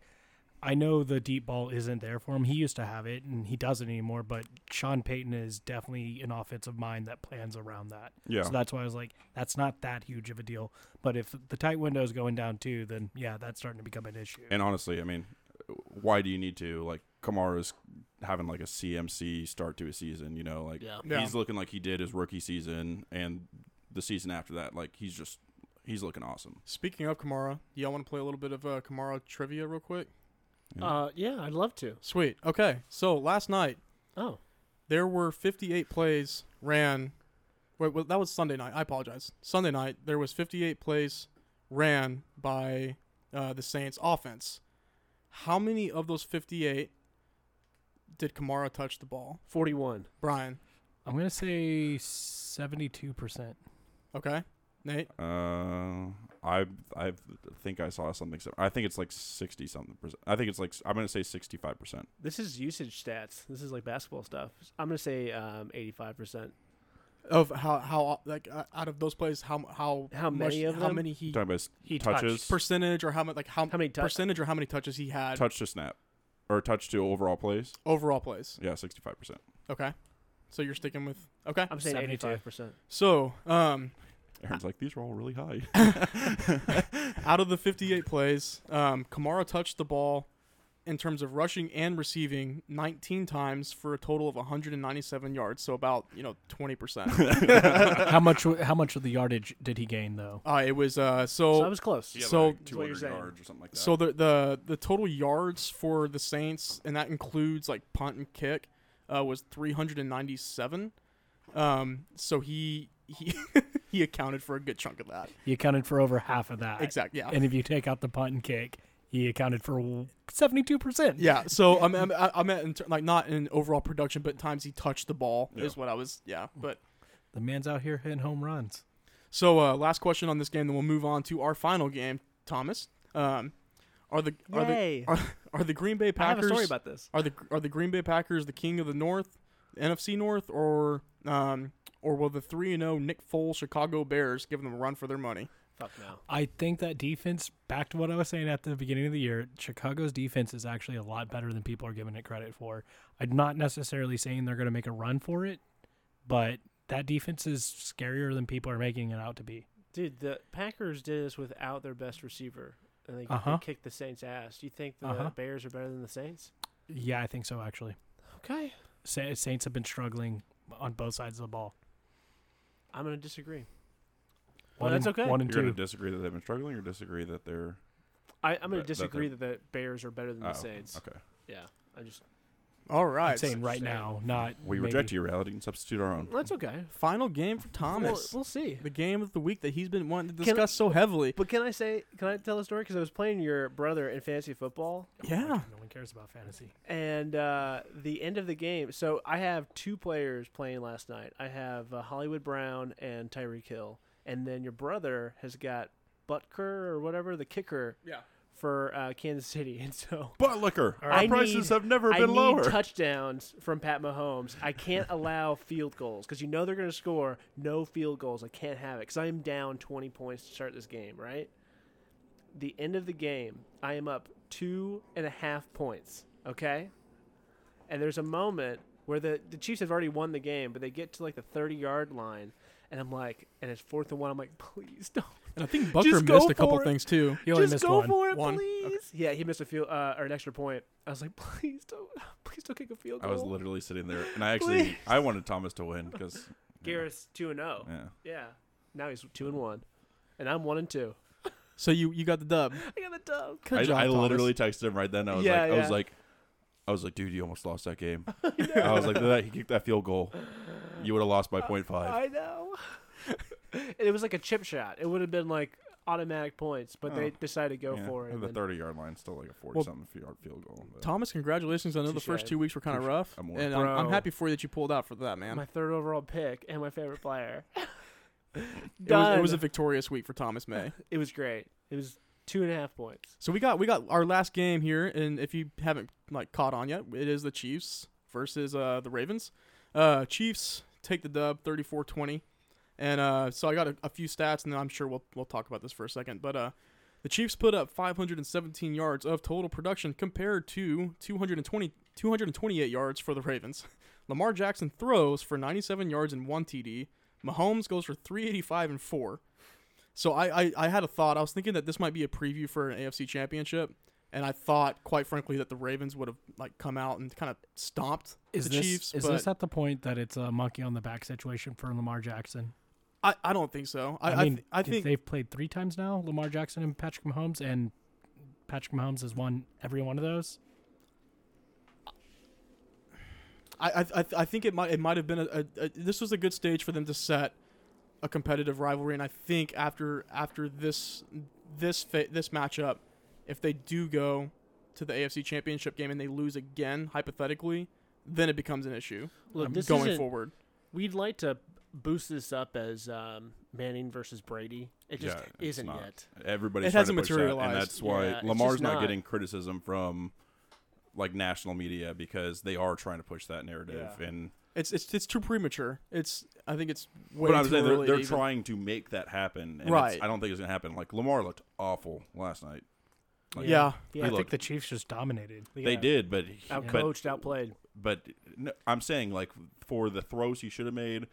I know the deep ball isn't there for him. He used to have it, and he doesn't anymore. But Sean Payton is definitely an offensive mind that plans around that.
Yeah.
So that's why I was like, that's not that huge of a deal. But if the tight window is going down too, then yeah, that's starting to become an issue.
And honestly, I mean, why do you need to like Kamara's having like a CMC start to a season? You know, like
Yeah.
Yeah.
he's looking like he did his rookie season and the season after that. Like he's just he's looking awesome.
Speaking of Kamara, do y'all want to play a little bit of uh, Kamara trivia real quick?
Uh, yeah, I'd love to.
Sweet. Okay, so last night
Oh,
there were 58 plays ran. Wait, well, that was Sunday night. I apologize. Sunday night there was 58 plays ran by uh, the Saints offense. How many of those 58 did Kamara touch the ball?
41.
Brian.
I'm gonna say seventy two percent.
Okay. Nate.
Uh, I I think I saw something. sim- I think it's like sixty something percent. I think it's like I'm gonna say sixty five percent.
This is usage stats. This is like basketball stuff. I'm gonna say um, 85%.
Of how how like uh, out of those plays how how
How
much-
many of
how
them?
many he
Talking about s-
He
touches,
percentage or how much like how,
How many touch?
percentage or how many touches he had
touch to snap, or touch to overall plays.
overall plays.
Yeah, sixty five percent.
Okay, so you're sticking with okay.
I'm saying
72.
85%.
So um,
Aaron's like these are all really high.
out of the 58 plays, um, Kamara touched the ball in terms of rushing and receiving 19 times for a total of 197 yards, so about you know 20 percent.
how much? w- How much of the yardage did he gain though?
uh, it was uh,
So
so
I was close.
Yeah. So-
like
That's what you're
200
saying.
yards or something like that.
so the the the total yards for the Saints, and that includes like punt and kick, uh, was 397. Um, so he he he accounted for a good chunk of that.
He accounted for over half of that.
Exactly. Yeah.
And if you take out the punt and kick, he accounted for seventy-two percent.
Yeah, so I'm I'm, I'm at in ter- like not in overall production, but times he touched the ball
Yeah.
is what I was. Yeah, but
The man's out here hitting home runs.
so uh, last question on this game, then we'll move on to our final game. Thomas, um, are the are
Yay.
the are, are the Green Bay
I have
Packers
a story about this.
are the are the Green Bay Packers the king of the North, the NFC North, or um or will the three and zero Nick Foles Chicago Bears give them a run for their money?
Fuck no.
I think that defense, back to what I was saying at the beginning of the year, Chicago's defense is actually a lot better than people are giving it credit for. I'm not necessarily saying they're going to make a run for it, but that defense is scarier than people are making it out to be.
Dude, the Packers did this without their best receiver, and they, they
Uh-huh.
kicked the Saints' ass. Do you think the
Uh-huh.
Bears are better than the Saints?
Yeah, I think so, actually.
Okay,
Sa- Saints have been struggling on both sides of the ball.
I'm gonna disagree. Well,
One
that's
and-
okay.
One and
you're gonna
two.
disagree that they've been struggling, or disagree that they're
I, I'm gonna
That- that
disagree
they're-
that, the Bears are better than
Oh,
the Saints.
okay.
Yeah, I just
All
I'm
right,
saying right
saying.
now, not.
We
maybe.
reject your reality and substitute our own.
that's okay.
final game for
We'll,
Thomas,
we'll see.
the game of the week that he's been wanting to
Can-
discuss so heavily.
But can I say? Can I tell a story? Because I was playing your brother in fantasy football,
Yeah.
No one cares about fantasy.
and uh, the end of the game. So I have two players playing last night. I have uh, Hollywood Brown and Tyreek Hill, and then your brother has got Butker or whatever the kicker
Yeah.
for uh, Kansas City, and so.
But liquor,
All
our
right. I
prices
need-
have never
I
been
need
lower.
touchdowns from Pat Mahomes. I can't allow field goals because you know they're going to score no field goals. I can't have it because I am down 20 points to start this game, right? The end of the game, I am up two and a half points, okay? And there's a moment where the, the Chiefs have already won the game, but they get to like the 30 yard line, and I'm like, and it's fourth and one. I'm like, please don't.
And I think Bucker
Just go
missed a couple
for it.
things too.
He only
Just
missed
go
one.
for it,
One.
please.
Okay.
Yeah, he missed a field uh, or an extra point. I was like, please don't, please don't kick a field
I
goal.
was literally sitting there, and I actually I wanted Thomas to win because
Garrett's two and zero.
yeah.
Yeah. Now he's two and one, and I'm one and two.
So you you got the dub.
I got the dub.
Good
I,
job,
I
Thomas.
literally texted him right then. I was
Yeah,
like, I was
yeah.
like, I was like, dude, you almost lost that game. I was like, that, he kicked that field goal. You would have lost by point five.
Uh, I know. And it was like a chip shot. It would have been like automatic points, but they
Oh.
decided to go
Yeah,
for it.
and the
and-
thirty yard line, still like a forty
Well,
something yard field goal. but-
Thomas, congratulations. I know the
Touche.
first two weeks were kind of rough,
I'm
and I'm, I'm
Bro.
happy for you that you pulled out for that, man.
my third overall pick and my favorite player.
It was,
Done.
it was a victorious week for Thomas May.
great. It was two and a half points.
So we got we got our last game here, and if you haven't like caught on yet, it is the Chiefs versus uh, the Ravens. Uh, Chiefs take the dub, 34-20. And uh, so I got a, a few stats, and then I'm sure we'll we'll talk about this for a second. But uh, the Chiefs put up 517 yards of total production compared to 220 228 yards for the Ravens. Lamar Jackson throws for 97 yards and one TD. Mahomes goes for 385 and four. So I, I, I had a thought. I was thinking that this might be a preview for an AFC championship. And I thought, quite frankly, that the Ravens would have like come out and kind of stomped
Is,
the
this,
Chiefs.
is
but
this at the point that it's a monkey on the back situation for Lamar Jackson?
I, I don't think so. I, I,
I mean,
th- I
did-
think
they've played three times now, Lamar Jackson and Patrick Mahomes, and Patrick Mahomes has won every one of those.
I, I, I- I think it might it might have been a, a, a this was a good stage for them to set a competitive rivalry, and I think after after this this fa- this matchup, if they do go to the AFC Championship game and they lose again hypothetically, then it becomes an issue
Look,
um,
this
going
isn't-
forward.
We'd like to boost this up as um, Manning versus Brady. It just
Yeah, it's
isn't
not.
yet.
Everybody's
It
trying
hasn't
to push that,
materialized.
and that's why
Yeah, it's
Lamar's
just
not,
not.
getting criticism from like national media because they are trying to push that narrative.
Yeah.
And
It's it's it's too premature. It's I think it's way
but I'm
too
saying they're,
early. to
they're
even-
trying to make that happen. And
Right.
it's- I don't think it's gonna happen. Like Lamar looked awful last night. Like,
Yeah,
Yeah,
I
He
think
looked-
the Chiefs just dominated.
they did, but he-
Out
but
coached, outplayed.
but no, I'm saying like for the throws he should have made,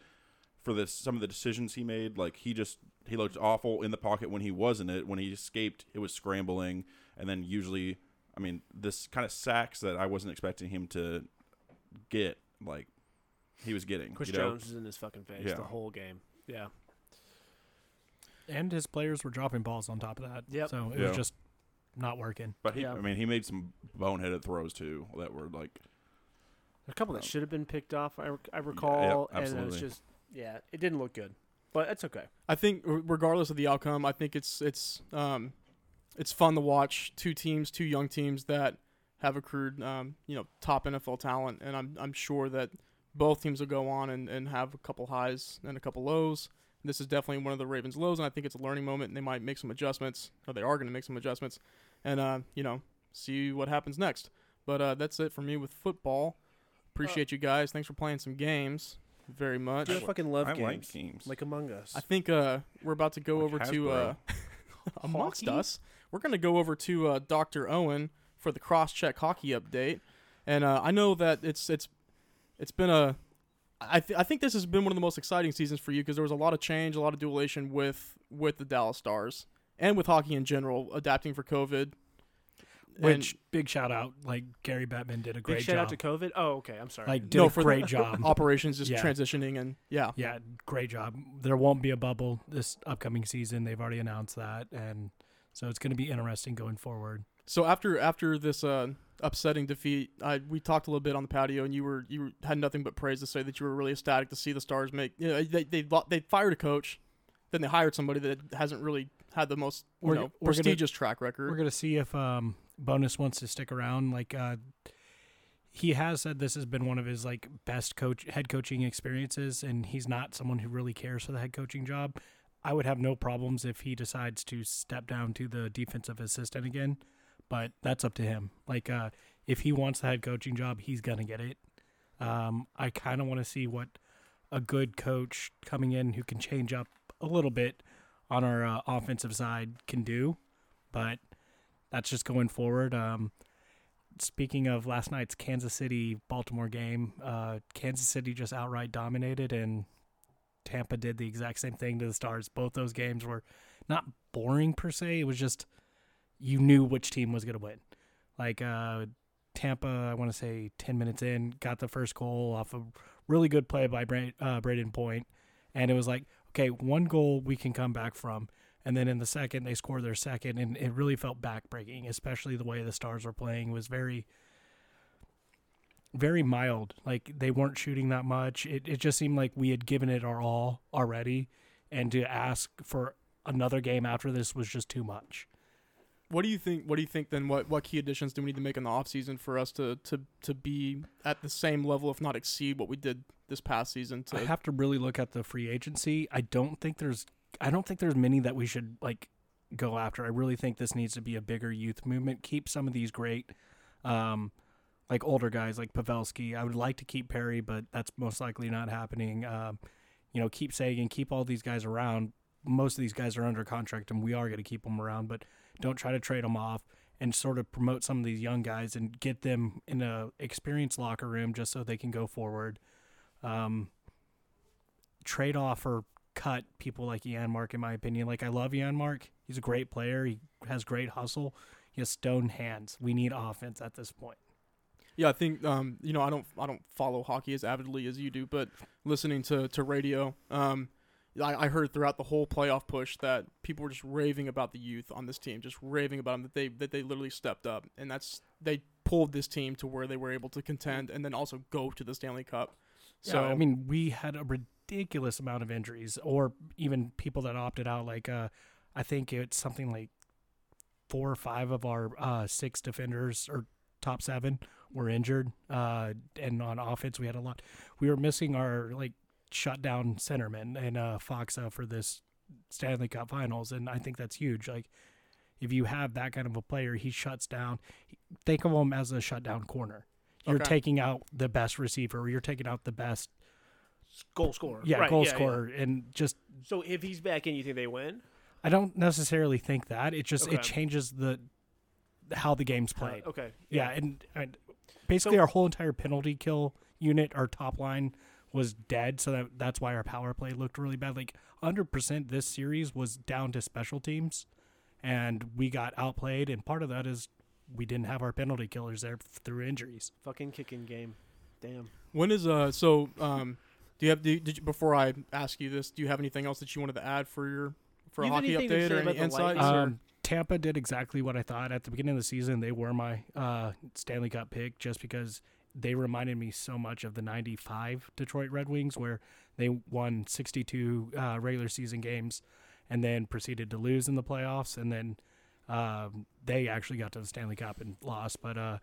for the some of the decisions he made, like he just he looked awful in the pocket when he was in it. When he escaped, it was scrambling, and then usually, I mean, this kind of sacks that I wasn't expecting him to get, like he was getting.
Chris
you know?
Jones is in his fucking face
Yeah.
the whole game. Yeah.
And his players were dropping balls on top of that.
Yep.
So it
Yeah.
was just not working.
but he,
Yeah.
I mean, he made some boneheaded throws too that were like,
A couple that
Um,
should have been picked off, I, rec- I recall. and it was
absolutely.
just, yeah, it didn't look good. But it's okay.
I think r- regardless of the outcome, I think it's it's um it's fun to watch two teams, two young teams that have accrued um, you know top NFL talent, and I'm I'm sure that both teams will go on and, and have a couple highs and a couple lows. This is definitely one of the Ravens' lows, and I think it's a learning moment, and they might make some adjustments, or they are going to make some adjustments, and uh, you know see what happens next. But uh, that's it for me with football. Appreciate you guys. Thanks for playing some games, very much.
Dude, I fucking love
I
games. Like,
like games.
Among Us.
I think uh, we're about to go
Like
over to uh,
Hasbro.
amongst
Hockey?
us. We're going to go over to uh, Doctor Owen for the cross check hockey update, and uh, I know that it's it's it's been a I, th- I think this has been one of the most exciting seasons for you because there was a lot of change, a lot of duelation with with the Dallas Stars and with hockey in general, adapting for COVID.
Which big shout out, like Gary Bettman did a
Big
great
shout
job.
out to COVID. Oh, okay. I'm sorry.
like did
No,
a
for the-
great job.
and operations just
Yeah.
transitioning and yeah,
Yeah, great job. There won't be a bubble this upcoming season. They've already announced that, and so it's going to be interesting going forward.
So after after this uh, upsetting defeat, I we talked a little bit on the patio, and you were you were- had nothing but praise to say that you were really ecstatic to see the Stars make. You know, they they lo- they fired a coach, then they hired somebody that hasn't really had the most you
We're-
know
we're gonna-
prestigious track
We're
record.
going to see if um, Bonus wants to stick around. Like uh, he has said, this has been one of his like best coach head coaching experiences, and he's not someone who really cares for the head coaching job. I would have no problems if he decides to step down to the defensive assistant again, but that's up to him. Like uh, if he wants the head coaching job, he's going to get it. Um, I kind of want to see what a good coach coming in who can change up a little bit on our uh, offensive side can do, but that's just going forward. Um, speaking of last night's Kansas City Baltimore game, uh, Kansas City just outright dominated, and Tampa did the exact same thing to the Stars. Both those games were not boring per se. It was just you knew which team was going to win. Like uh, Tampa, I want to say ten minutes in, got the first goal off a really good play by Bra- uh, Braden Point, and it was like, okay, one goal we can come back from. And then in the second, they scored their second, and it really felt backbreaking, especially the way the Stars were playing was very, very mild. Like they weren't shooting that much. It it just seemed like we had given it our all already, and to ask for another game after this was just too much.
What do you think? What do you think? Then what what key additions do we need to make in the offseason for us to to to be at the same level, if not exceed what we did this past season? To
I have to really look at the free agency. I don't think there's I don't think there's many that we should like go after. I really think this needs to be a bigger youth movement. Keep some of these great um like older guys like Pavelski. I would like to keep Perry, but that's most likely not happening. Um, you know, keep Sagan, keep all these guys around. Most of these guys are under contract, and we are going to keep them around, but don't try to trade them off and sort of promote some of these young guys and get them in a experienced locker room just so they can go forward. Um, trade off or cut people like Ian Mark, in my opinion. Like I love Ian Mark. He's a great player. He has great hustle. He has stone hands. We need offense at this point.
Yeah, I think um, you know I don't I don't follow hockey as avidly as you do, but listening to to radio, um, I, I heard throughout the whole playoff push that people were just raving about the youth on this team, just raving about them that they that they literally stepped up, and that's they pulled this team to where they were able to contend and then also go to the Stanley Cup. So
So I mean, we had a ridiculous amount of injuries, or even people that opted out. Like uh, I think it's something like four or five of our uh, six defenders or top seven were injured. Uh, and on offense, we had a lot. We were missing our like shut down centerman and uh, Foxa for this Stanley Cup Finals, and I think that's huge. Like, if you have that kind of a player, he shuts down. Think of him as a shutdown corner. You're
Okay.
taking out the best receiver. or You're taking out the best,
Goal scorer.
yeah,
Right,
goal
yeah, yeah.
scorer, and just
So if he's back in, you think they win?
I don't necessarily think that. It just
Okay.
it changes the how the game's played.
Okay.
Yeah, and, and basically our whole entire penalty kill unit, our top line was dead, so that that's why our power play looked really bad. Like 100% this series was down to special teams and we got outplayed and part of that is we didn't have our penalty killers there f- through injuries.
Fucking kicking game. Damn.
When is uh so um do you have do, did you, before I ask you this do you have anything else that you wanted to add for your for
You
a
have
hockey
anything to
update
say
or
about
any
the
insights?
Lightning?
or-
Um, Tampa did exactly what I thought at the beginning of the season. They were my uh, Stanley Cup pick just because they reminded me so much of the '95 Detroit Red Wings, where they won 62 uh, regular season games and then proceeded to lose in the playoffs, and then um, they actually got to the Stanley Cup and lost. But uh,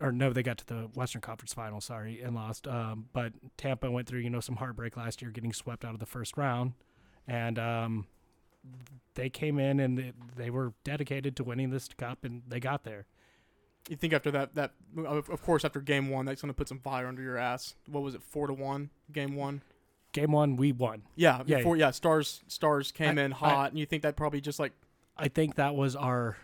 or no, they got to the Western Conference Final, sorry, and lost. Um, but Tampa went through, you know, some heartbreak last year, getting swept out of the first round, and um, they came in and they, they were dedicated to winning this cup, and they got there.
you think after that that of of course after game 1 that's going to put some fire under your ass. What was it 4 to 1 game 1?
Game one, we won.
Yeah,
Yeah,
before yeah, Stars Stars came
I-
in
I-
hot and you think that probably just like
I think that was our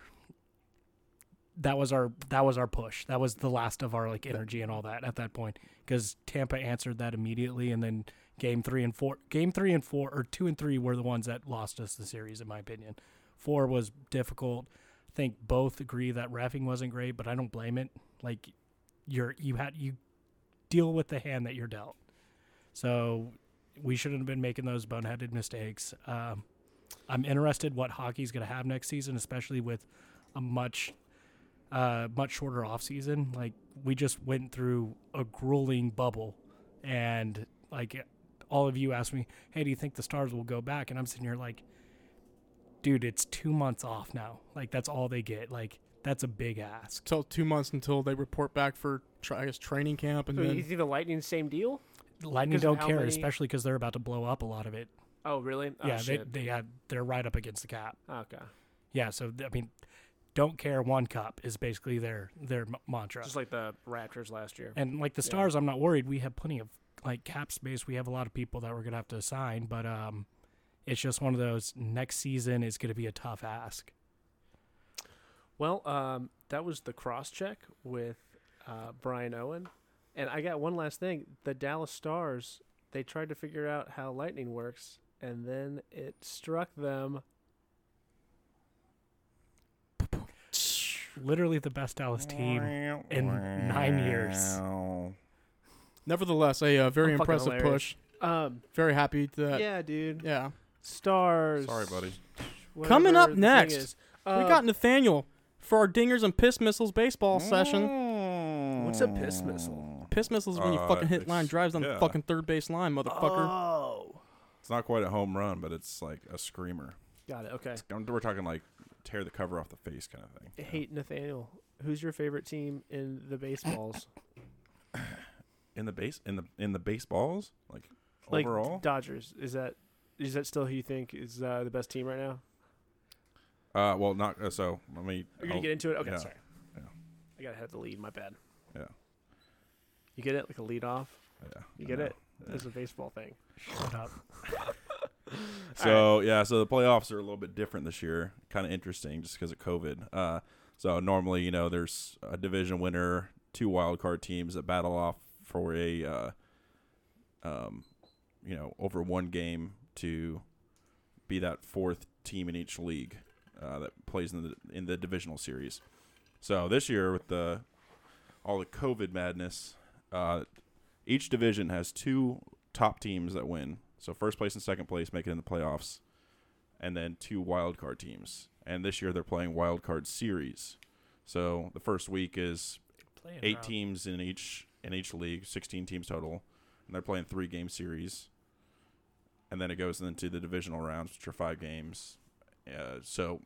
that was our that was our push. That was the last of our like energy and all that at that point because Tampa answered that immediately, and then game three and four, game three and four or two and three were the ones that lost us the series in my opinion. Four was difficult. I think both agree that refing wasn't great, but I don't blame it. Like you're you had you deal with the hand that you're dealt. So we shouldn't have been making those boneheaded mistakes. Um, I'm interested what hockey's going to have next season, especially with a much uh, much shorter off season. Like we just went through a grueling bubble, and like all of you asked me, "Hey, do you think the Stars will go back?" And I'm sitting here like, "Dude, it's two months off now. Like that's all they get. Like that's a big ask."
till 2 months until they report back for tra- I guess training camp and
So you
then
think the Oh, Lightning same deal?
Lightning
Because of
don't
how
care,
many-
especially because they're about to blow up a lot of it.
Oh, really? Oh,
yeah, they
shit.
they had they're right up against the cap.
okay.
Yeah, so th- I mean, don't care one cup is basically their their m- mantra.
Just like the Raptors last year.
and like the
yeah.
stars, I'm not worried. We have plenty of like cap space. We have a lot of people that we're gonna have to sign, but um, it's just one of those. Next season is gonna be a tough ask.
Well, um, that was the cross check with uh, Brian Owen. And I got one last thing. The Dallas Stars, they tried to figure out how lightning works, and then it struck them.
Literally the best Dallas team. in nine years.
nevertheless a uh, very
I'm fucking
impressive
hilarious.
push.
Um,
Very happy that
yeah, dude.
Uh, yeah.
Stars.
Sorry, budty.
Coming up
whatever the thing
next,
is.
we
Um,
got Nathaniel for our dingers and piss missiles baseball session.
Mm.
What's a piss missile?
Piss missiles when you
Uh,
fucking hit
it's-
line drives on the
yeah.
fucking third base line, motherfucker.
Oh.
It's not quite a home run, but it's like a screamer.
Got it. Okay.
I'm- We're talking like tear the cover off the face kind of thing.
Hey, Nathaniel, who's your favorite team in the baseballs?
In the base, in the in the baseballs, like,
like
overall.
Dodgers. Is that is that still who you think is uh, the best team right now?
uh, well, not uh, so. Let me.
Are you gonna
I'll-
get into it? Okay,
yeah,
sorry.
yeah.
I gotta have the lead. My bad.
Yeah.
You get it, like a lead off.
yeah,
You
I
get
know.
it. That's a baseball thing.
Shut up.
So yeah, so the playoffs are a little bit different this year. Kind of interesting, just because of COVID. Uh, so normally, you know, there's a division winner, two wild card teams that battle off for a, uh, um, you know, over one game to be that fourth team in each league uh, that plays in the in the divisional series. So this year with the all the COVID madness, uh, each division has two top teams that win. So first place and second place make it in the playoffs, and then two wild card teams. And this year they're playing wild card series. So the first week is eight
uh,
teams in each in each league, sixteen teams total, and they're playing three game series. And then it goes into the divisional rounds, which are five games. Uh, so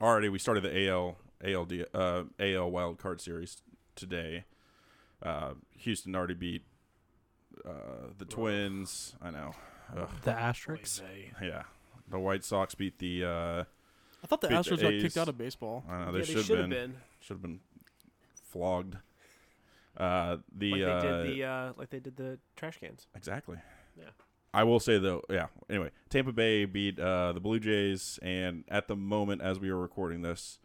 already we started the AL ALD uh, AL wild card series today. Uh, Houston already beat uh, the Twins. I know. Ugh,
The asterisks.
yeah, the White Sox beat the. Uh,
I thought the
Beat the
Astros got
A's.
kicked out of baseball.
I know
yeah,
they
they
should
should
have Uh, been should have been flogged. Uh, the
like they
uh,
did the uh, like they did the trash cans.
Exactly.
Yeah.
I will say though, yeah. Anyway, Tampa Bay beat uh, the Blue Jays, and at the moment, as we are recording this,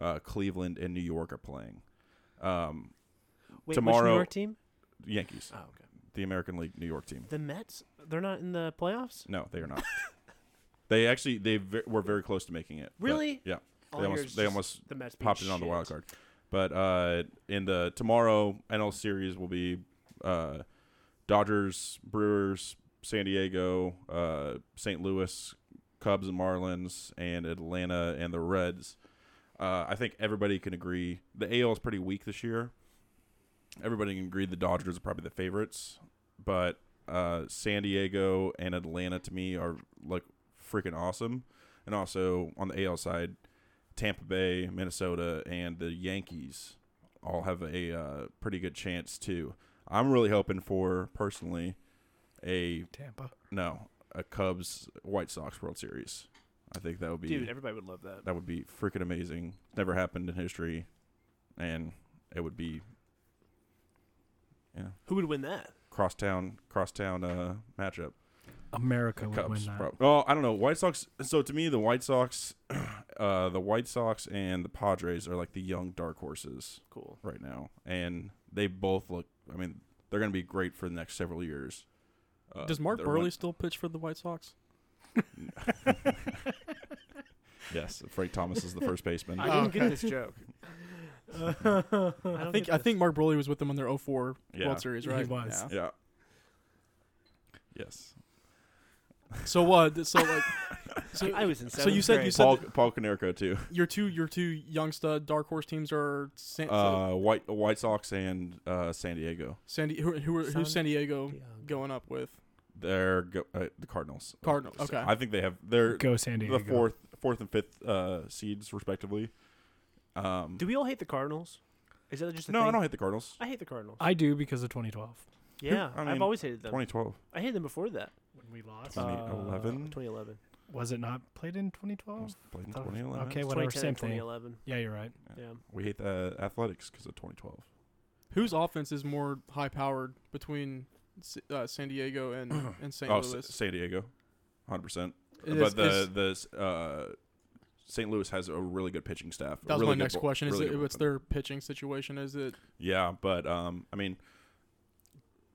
uh, Cleveland and New York are playing. Um,
Wait, which
Tomorrow-
New York team?
Yankees,
Oh, okay.
the American League New York team.
The Mets? They're not in the playoffs.
No, they are not. they actually they ve- were very close to making it. but
Really?
yeah.
All
they
I hear
almost
is
they
just
almost
the Mets being
popped it on the
shit.
wild card. But uh, in the tomorrow NL series will be uh, Dodgers, Brewers, San Diego, uh, St. Louis, Cubs and Marlins, and Atlanta and the Reds. Uh, I think everybody can agree the AL is pretty weak this year. Everybody can agree the Dodgers are probably the favorites, but uh, San Diego and Atlanta to me are like freaking awesome. And also on the AL side, Tampa Bay, Minnesota, and the Yankees all have a uh, pretty good chance too. I'm really hoping for personally a
Tampa.
no a Cubs White Sox World Series. I think that would be
Dude, everybody would love that.
that would be freaking amazing. Never happened in history, and it would be yeah
Who would win that?
crosstown crosstown uh, matchup.
America would win
Cubs.
that.
Bro. Well, I don't know. White Sox. So to me, the White Sox, uh, the White Sox and the Padres are like the young dark horses
Cool.
right now, and they both look. I mean, they're going to be great for the next several years. Uh,
Does Mark
they're
Burley
win-
still pitch for the White Sox?
yes, Frank Thomas is the first baseman.
I didn't get this joke.
I think I think Mark Burley was with them on their 04
Yeah.
World Series,
He
right?
was.
Yeah.
yeah. Yes.
So what? so like, so
I was in
so you
seventh
said you
grade.
said
Paul
that
Paul Konerko too.
your two your two young stud dark horse teams are San,
Uh, White White Sox and uh, San Diego.
San Di- who, who are,
San
who's San Diego
Diego.
going up with?
They're go- uh, the Cardinals.
Cardinals,
Oh, So
okay.
I think they have. They're
Go San Diego.
the fourth, fourth and fifth uh, seeds respectively. Um,
Do we all hate the Cardinals? Is that just a
no,
thing?
I don't hate the Cardinals.
I hate the Cardinals.
I do because of 2012
yeah, I
I mean,
have always hated them.
2012.
Oh.
I hated them before that.
when we lost.
Uh, 2011?
2011.
was it not played in 2012?
Was uh, played in
Oh,
Thought-
2011.
okay, whatever.
2010
Same
and
thing.
2011.
Yeah, you're right.
Yeah.
We hate the Athletics because of 2012.
Whose offense is more high powered between S- uh, San Diego and and St.
oh, S-
Louis?
San Diego, 100. percent
It
But
is-
the
is-
the s- uh, St. Louis has a really good pitching staff. a
that was
really
my next
good, bo-
question. Is
really
it
good
what's
bullpen.
their pitching situation? Is it
Yeah, but um, I mean,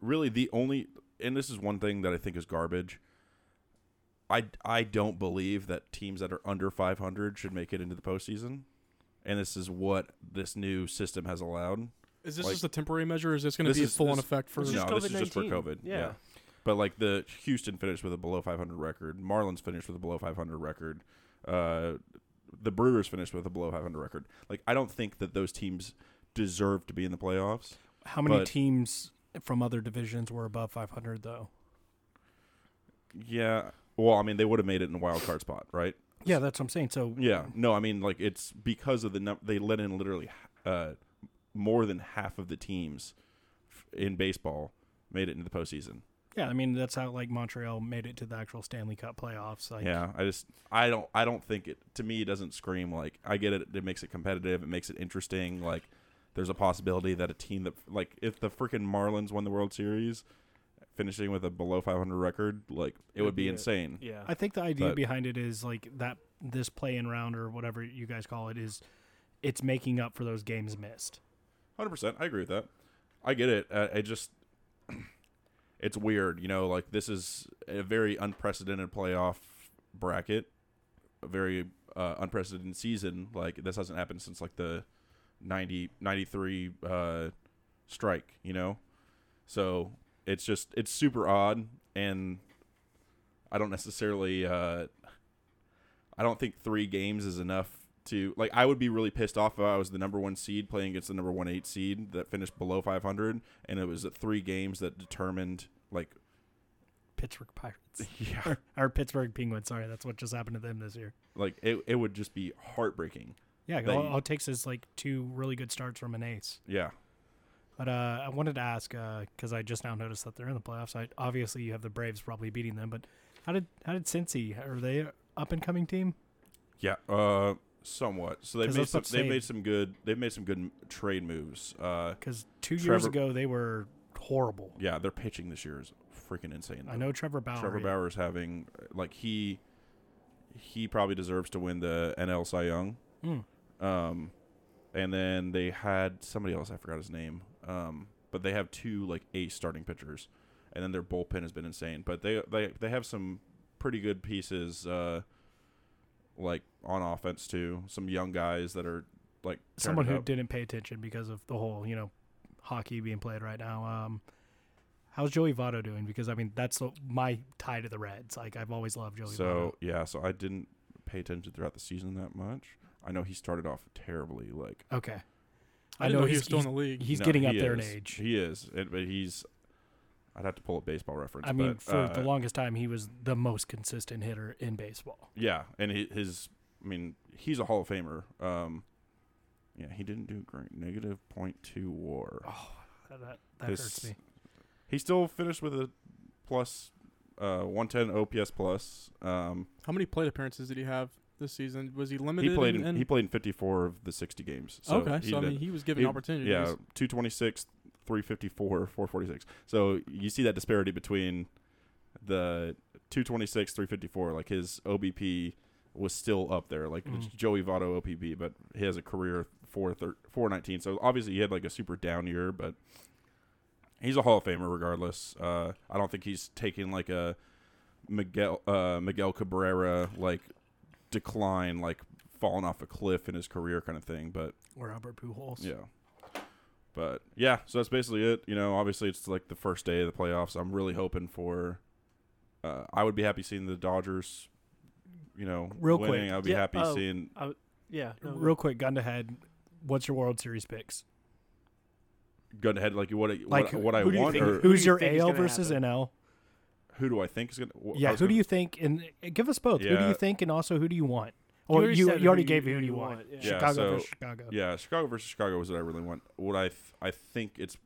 really, the only and this is one thing that I think is garbage. I I don't believe that teams that are under 500 should make it into the postseason, and this is what this new system has allowed.
is this
Like-
just a temporary measure? or Is this going to
This
be
is-
full on
this-
effect for?
It's just
no, this is just for
COVID-19.
COVID.
Yeah.
But like the Houston finished with a below 500 record. Marlins finished with a below 500 record. Uh, the Brewers finished with a below 500 record. Like I don't think that those teams deserve to be in the playoffs.
How many
But-
teams from other divisions were above 500 though?
Yeah. Well, I mean, they would have made it in a wild card spot, right?
Yeah, that's what I'm saying. So
Yeah. No, I mean, like it's because of the num- they let in literally uh, more than half of the teams f- in baseball made it into the postseason.
yeah, I mean that's how like Montreal made it to the actual Stanley Cup playoffs. Like,
yeah, I just I don't I don't think it to me it doesn't scream like I get it. It makes it competitive. It makes it interesting. Like there's a possibility that a team that like if the freaking Marlins won the World Series, finishing with a below 500 record, like it would be
be a-
insane.
Yeah.
I think the idea
But-
behind it is like that this play in round or whatever you guys call it is it's making up for those games missed.
Hundred percent, I agree with that. I get it. Uh, I just, it's weird, you know. Like this is a very unprecedented playoff bracket, a very uh, unprecedented season. Like this hasn't happened since like the 90, 93 uh, strike, you know. So it's just it's super odd, and I don't necessarily. Uh, I don't think three games is enough to like. I would be really pissed off if I was the number one seed playing against the number one eight seed that finished below five hundred, and it was the three games that determined like
Pittsburgh Pirates
yeah,
or, or Pittsburgh Penguins. Sorry, that's what just happened to them this year.
like it it would just be heartbreaking.
Yeah,
They-
all, all it takes is like two really good starts from an ace.
Yeah,
But uh, I wanted to ask because I just now noticed that they're in the playoffs. I, obviously, you have the Braves probably beating them, but how did how did Cincy? Are they a up and coming team?
Yeah, uh, somewhat. So they've
'Cause
made
that's
some,
what's
they've
saying.
made some good they've made some good m- trade moves. Uh,
Because two years
Trevor-
ago they were horrible.
yeah, their pitching this year is freaking insane.
I know Trevor Bauer.
Trevor Bauer is having like he he probably deserves to win the NL Cy Young.
Mm.
Um, and then they had somebody else I forgot his name. Um, but they have two like ace starting pitchers, and then their bullpen has been insane. But they they they have some pretty good pieces, uh, like on offense too. Some young guys that are like tearing
someone
it
who
up.
didn't pay attention because of the whole you know hockey being played right now um how's joey Votto doing because i mean that's the, my tie to the reds like i've always loved joey
So yeah, so I didn't pay attention throughout the season that much. I know he started off terribly, like
Votto. okay
I, didn't know he was still in the league.
he's
No,
getting up
he
there in
is.
age
He is, It- but he's. I'd have to pull up baseball reference.
i mean
but,
for
uh,
the longest time he was the most consistent hitter in baseball
yeah, and he, his. I mean, he's a Hall of Famer. Um, yeah, he didn't do great. Negative point two WAR.
oh that, that, that
This-
hurts me
He still finished with a plus, uh, one ten OPS plus. Um,
How many plate appearances did he have this season? Was he limited?
he played.
in-
In,
in-
he played in fifty four of the sixty games. So
okay,
he
so I
did-
mean, he was given
he-
opportunities.
Yeah, 226, 354, 446. So you see that disparity between the 226, 354. Like his OBP was still up there. Like it's
Mm.
Joey Votto OPB, but he has a career 4 thir- 419. So obviously he had like a super down year, but he's a Hall of Famer regardless. Uh, I don't think he's taking like a Miguel uh, Miguel Cabrera like decline, like falling off a cliff in his career kind of thing, but
or albert pujols
yeah. But yeah, so that's basically it. You know, obviously it's like the first day of the playoffs. I'm really hoping for. Uh, I would be happy seeing the Dodgers. You know,
Real
winning.
quick.
I'd be
Yeah,
happy
oh.
seeing.
Yeah. no,
real quick gun to head what's your world series picks
Gun ahead, like what? I- what-
Like,
what, I
who do you
want,
think-
or
who-
who's
do you
your
think is
al
gonna
versus
happen?
nl
who do I think is gonna? wh- I
Yeah,
was
who do
gonna-
you think? And uh, give us both. Who do
Yeah.
you think, and also who do you want? Or you you, already gave who, you want.
Yeah,
Chicago
so-
versus Chicago.
Yeah, Chicago versus Chicago was what I really want. What I th- I think it's.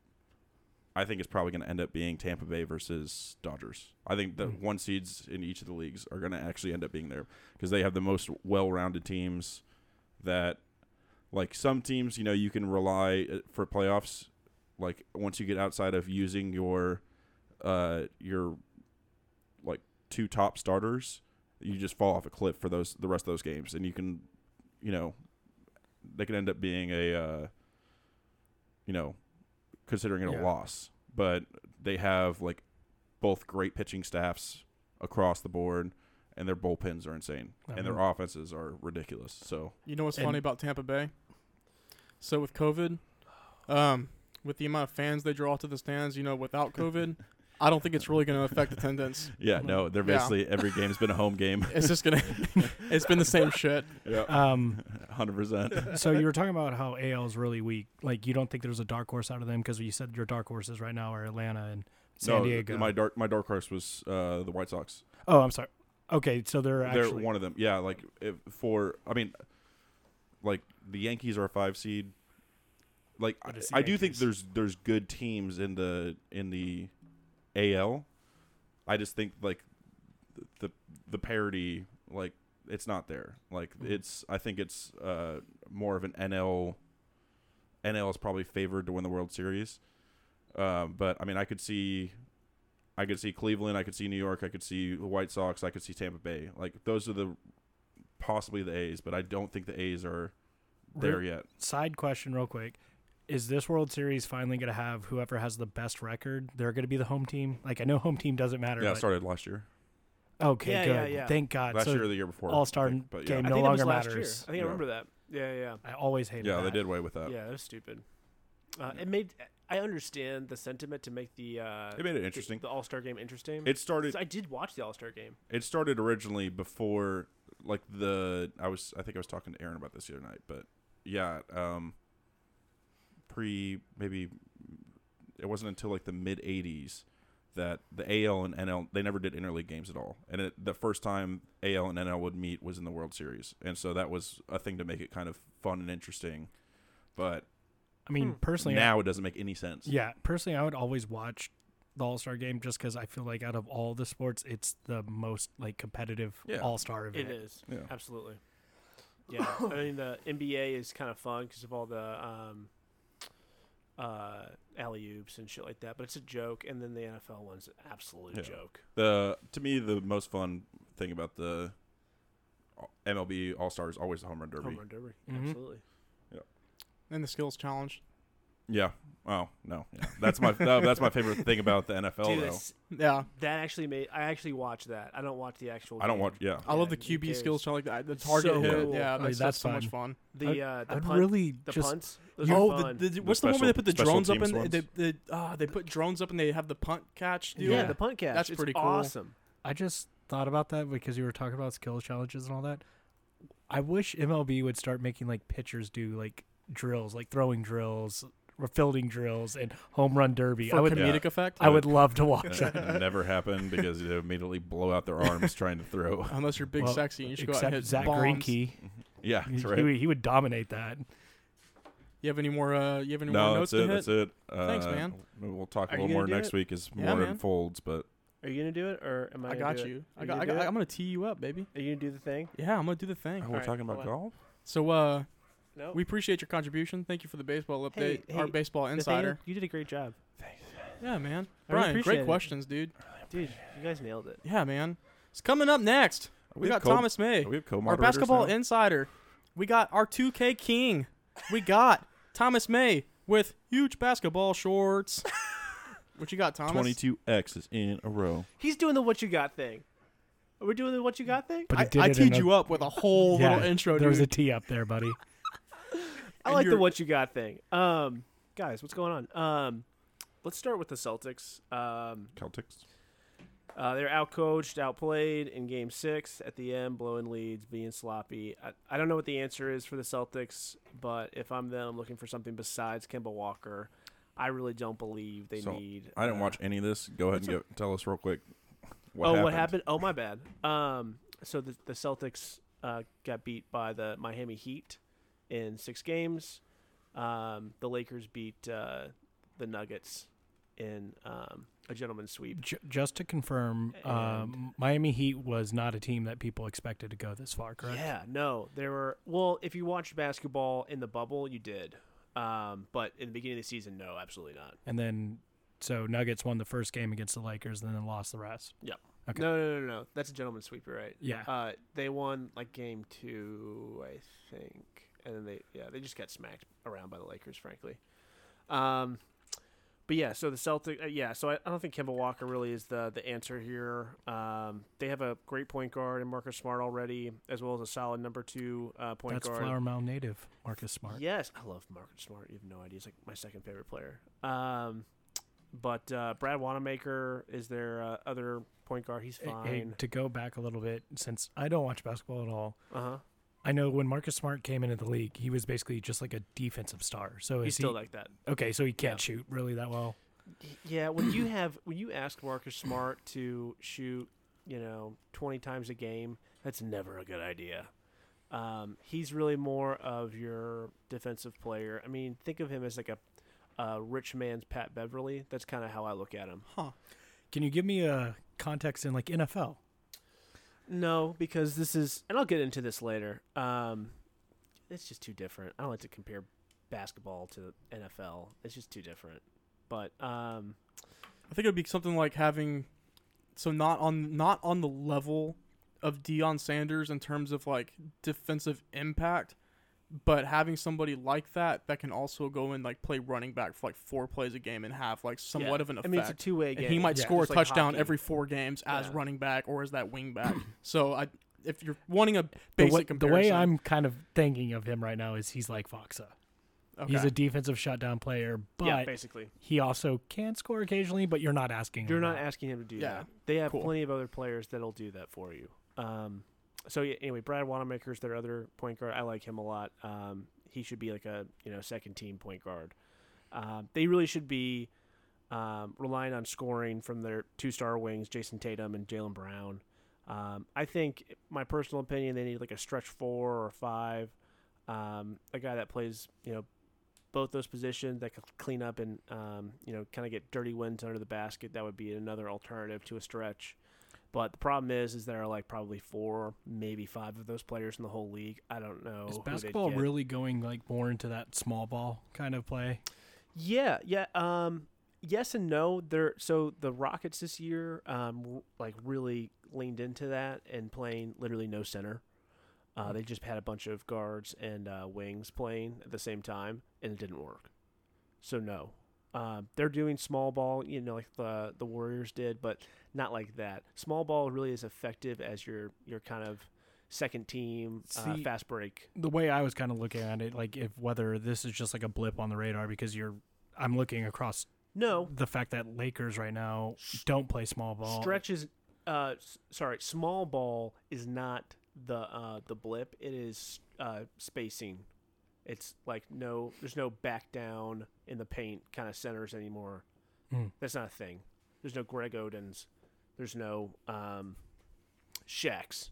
I think it's probably going to end up being Tampa Bay versus Dodgers. I think the
Mm.
one seeds in each of the leagues are going to actually end up being there because they have the most well-rounded teams. That, like some teams, you know, you can rely uh, for playoffs. Like once you get outside of using your, uh, your, like two top starters, you just fall off a cliff for those the rest of those games, and you can, you know, they can end up being a uh, you know considering it
Yeah.
a loss but they have like both great pitching staffs across the board and their bullpens are insane
I
and their
mean-
offenses are ridiculous so
You know what's
And-
funny about Tampa Bay? So with COVID, um, with the amount of fans they draw to the stands, you know, without COVID, I don't think it's really going to affect attendance.
yeah
Mhm.
no they're
Yeah.
basically every game's been a home game
It's just gonna. it's been the same shit.
yeah
Um,
100%
so you were talking about how AL's really weak. Like you don't think there's a dark horse out of them because you said your dark horses right now are Atlanta and San
no,
Diego.
my dark my dark horse was uh, the white sox
oh, I'm sorry. Okay, so they're
they're
actually
one of them. Yeah, like if for I mean, like the Yankees are a five seed. Like I,
But it's the
I do think
Yankees.
there's there's good teams in the in the AL. I just think like the the parity like it's not there. Like
Mhm.
it's I think it's uh more of an NL. NL is probably favored to win the World Series. Um, but I mean, I could see, I could see Cleveland, I could see New York, I could see the White Sox, I could see Tampa Bay. Like those are the possibly the A's, but I don't think the A's are there
Re-
yet.
Side question, real quick: Is this World Series finally going to have whoever has the best record? They're going to be the home team. Like I know home team doesn't matter.
Yeah,
but-
started last year,
Okay,
Yeah,
good.
yeah, yeah.
Thank God.
last
So
year or the year before. I
all-star
think, but
I
game.
Yeah,
no
think
longer
that was last year.
matters.
I think
Yeah.
I remember that. Yeah, yeah.
I always hated.
yeah, they
that.
did away with that.
Yeah, that was stupid. Uh, It made. I understand the sentiment to make the uh,
It made it interesting.
The, All Star game interesting.
It started.
So I did watch the All Star game.
It started originally before, like the I was. I think I was talking to Aaron about this the other night, but yeah, um, pre maybe it wasn't until like the mid '80s that the AL and NL they never did interleague games at all, and it, the first time AL and NL would meet was in the World Series, and so that was a thing to make it kind of fun and interesting. But
I I mean,
Hmm.
personally, I-
now it doesn't make any sense.
yeah, personally, I would always watch the All Star game just because I feel like out of all the sports, it's the most like competitive
Yeah.
All Star event.
It is
Yeah.
absolutely. Yeah, I mean the NBA is kind of fun because of all the um, uh, alley oops and shit like that. But it's a joke, and then the NFL one's an absolute
Yeah.
joke.
The to me the most fun thing about the uh, MLB All Star is always the home run derby.
Home run derby,
Mhm.
absolutely.
And the skills challenge.
Yeah. Oh no. Yeah. That's my that, that's my favorite thing about the NFL
Dude,
though.
that's-
Yeah,
that actually made I actually watched that. I don't watch the actual.
I don't
game.
watch. Yeah.
I love the
Yeah, who
QB
cares?
skills challenge. Like the, the target
so
hit.
cool.
Yeah,
I mean,
that's,
that's
so much
fun.
fun.
the uh, the
I'd
punt,
really
the
just
punts. Those are
oh,
fun.
the, the, what's the, one
special-
where they put the
special
drones up
teams
and
ones.
they they, uh, they put drones up and they have the punt catch. Dude.
yeah,
Yeah.
the punt catch.
That's
It's
pretty cool.
Awesome.
I just thought about that because you were talking about skills challenges and all that. I wish MLB would start making like pitchers do like drills, like throwing drills, or fielding drills, and home run derby.
for
I would,
com-
comedic effect.
I would love to watch that.
That never happened because they immediately blow out their arms trying to throw.
Unless you're big
Well,
sexy and you should go out and
Except Zach
hit bombs.
Greinke,
Yeah,
he,
that's right.
would- he would dominate that.
You have any more? Uh, you have any
No,
more notes
that's
to
it.
hit?
That's it. Uh,
Thanks, man.
Maybe we'll talk
Are
a
you
little
gonna
more
do
next
it?
week as
Yeah,
more
man.
unfolds. But
Are you gonna do it or am I?
I
gonna
got
do it?
you. I
You
got,
gonna
I got.
do it?
I'm gonna tee you up, baby.
Are you gonna do the thing?
Yeah, I'm gonna do the
oh,
thing.
we're
right,
talking about
well,
golf.
So, uh,
No.
we appreciate your contribution. Thank you for the baseball
Hey,
update. Our
hey,
baseball
Nathaniel,
insider.
you did a great job,
Yeah, man.
I really
Brian,
appreciate
great
it.
questions, dude.
dude. You guys nailed it.
Yeah, man. It's coming up next. We, got Thomas May,
We have
our
co-moderators
basketball
now?
insider. We got our 2K king. We got Thomas May with huge basketball shorts. what you got, Thomas?
22 X's in a row.
He's doing the what you got thing. Are we doing the what you got thing?
But
I, I teed you up with a whole little intro,
There was a
dude.
tee up there, buddy.
I
And
like the
you're-
what you got thing. Um, guys, what's going on? Um, let's start with the Celtics. Um,
Celtics.
uh, they're outcoached, outplayed in Game Six at the end, blowing leads, being sloppy. I, I don't know what the answer is for the Celtics, but if I'm them, I'm looking for something besides Kemba Walker. I really don't believe they
So,
need.
I didn't
uh,
watch any of this. Go ahead and get, tell us real quick. What
oh,
happened.
what happened? Oh, my bad. Um, so the the Celtics uh, got beat by the Miami Heat in six games. Um, the Lakers beat uh, the Nuggets in um, a gentleman's sweep.
J- just to confirm, um, Miami Heat was not a team that people expected to go this far, correct?
Yeah, no, there were. Well, if you watched basketball in the bubble, you did. Um, but in the beginning of the season, no, absolutely not.
And then, so Nuggets won the first game against the Lakers, and then lost the rest. Okay.
No, no, no, no. That's a gentleman's sweep. You're right.
Yeah.
Uh, they won like game two, I think, and then they yeah they just got smacked around by the Lakers, frankly. Um, but yeah, so the Celtic, uh, yeah, so I, I don't think Kemba Walker really is the the answer here. Um, they have a great point guard and Marcus Smart already, as well as a solid number two uh, point
That's
guard.
Flower Mound native Marcus Smart.
Yes, I love Marcus Smart. You have no idea. He's like my second favorite player. Um, but uh, Brad Wanamaker is their uh, other point guard. He's
Hey- hey,
fine.
to go back a little bit, since I don't watch basketball at all,
Uh huh.
I know when Marcus Smart came into the league, he was basically just like a defensive star. So
He's
is
still
he,
like that.
okay? So he can't
Yeah.
shoot really that well.
Yeah, when you have when you ask Marcus Smart to shoot, you know, twenty times a game, that's never a good idea. Um, he's really more of your defensive player. I mean, think of him as like a, a rich man's Pat Beverly. That's kind of how I look at him.
Can you give me a context in like NFL?
No, because this is, and I'll get into this later. Um, it's just too different. I don't like to compare basketball to NFL. It's just too different. But um,
I think it would be something like having so not on not on the level of Deion Sanders in terms of like defensive impact, but having somebody like that that can also go and like play running back for like four plays a game and have like somewhat
yeah.
of an effect.
I mean, it's a two-way game.
and he might
yeah,
score a
just like
touchdown
hockey.
every four games as
Yeah.
running back or as that wing back. so I, if you're wanting a
The,
basic
wa- the
comparison,
way I'm kind of thinking of him right now is he's like Foxa.
okay.
He's a defensive shutdown player, but
yeah, basically.
he also can score occasionally. But you're not asking.
You're
him
not
that.
asking him to do
Yeah,
that. They have
cool.
plenty of other players that'll do that for you. Um, so yeah, anyway, Brad Wanamaker's their other point guard. I like him a lot. Um, he should be like a you know second team point guard. Um, they really should be um, relying on scoring from their two star wings, Jason Tatum and Jalen Brown. Um, I think my personal opinion, they need like a stretch four or five, um, a guy that plays you know both those positions that could clean up and um, you know kind of get dirty wins under the basket. That would be another alternative to a stretch. But the problem is, is there are like probably four, maybe five of those players in the whole league. I don't know.
Is
who they'd
basketball
get.
really going like more into that small ball kind of play?
Yeah, yeah. Um, yes and no. They're so the Rockets this year, um, w- like really leaned into that and playing literally no center. Uh, they just had a bunch of guards and uh, wings playing at the same time, and it didn't work. So no, um, they're doing small ball, you know, like the the Warriors did, but not like that. Small ball really is effective as your your kind of second team uh,
See-
fast break.
The way I was kind of looking at it, like if whether this is just like a blip on the radar because you're, I'm looking across
No,
the fact that Lakers right now don't play small ball.
stretches uh s- sorry small ball is not the uh the blip it is uh spacing it's like no there's no back down in the paint kind of centers anymore
Mm.
that's not a thing there's no greg odens there's no um shacks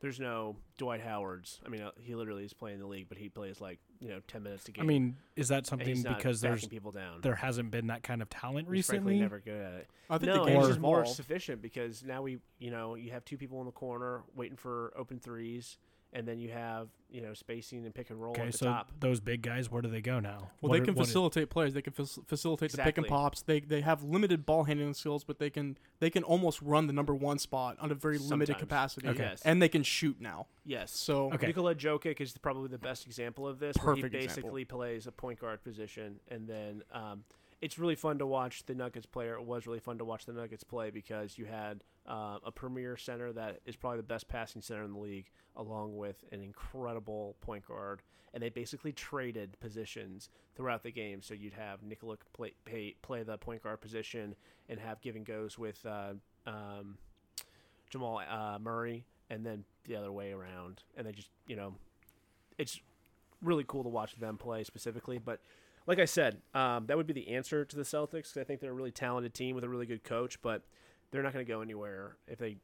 there's no dwight howards i mean uh, he literally is playing the league but he plays like you know 10 minutes a game
I mean, is that
and
something
he's not
because there's
backing people down
there hasn't been that kind of talent
He's frankly
recently?
never good at it
I think
no,
the game
it's
is
just more
more.
sufficient because now we, you know, you have two people in the corner waiting for open threes, and then you have, you know, spacing and pick and roll
Okay,
at the
so
top.
those big guys, where do they go now?
Well,
What
they
are-
can
what is-
facilitate plays. They can fac- facilitate the pick and
Exactly.
pops. They they have limited ball handling skills, but they can they can almost run the number one spot on a very limited
Sometimes.
capacity.
Okay. Yes.
And they can shoot now.
Yes.
So
Okay.
Nikola Jokic is probably the best example of this. where he
Perfect example.
basically plays a point guard position, and then um, it's really fun to watch the Nuggets player. It was really fun to watch the Nuggets play because you had uh, a premier center that is probably the best passing center in the league, along with an incredible point guard, and they basically traded positions throughout the game. So you'd have Nikola play pay, play the point guard position and have give and goes with. Uh, um, Jamal uh, Murray, and then the other way around. And they just, you know, it's really cool to watch them play specifically. But like I said, um, that would be the answer to the Celtics. 'cause I think they're a really talented team with a really good coach, but they're not going to go anywhere if they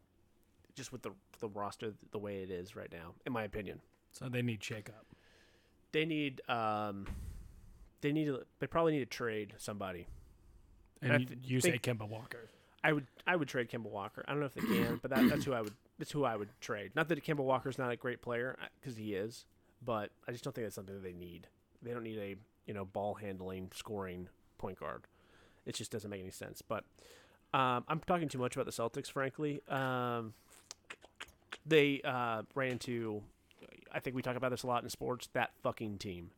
just with the the roster the way it is right now, in my opinion.
So they need shake up.
They need um, they need to, they probably need to trade somebody. I
And you,
th-
you say
think-
Kemba Walker.
I would I would trade Kimball Walker. I don't know if they can, but that, that's who I would that's who I would trade. Not that Kimball Walker's not a great player because he is, but I just don't think that's something that they need. They don't need a you know ball handling scoring point guard. It just doesn't make any sense. But um, I'm talking too much about the Celtics, frankly. Um, they uh, ran into I think we talk about this a lot in sports. That fucking team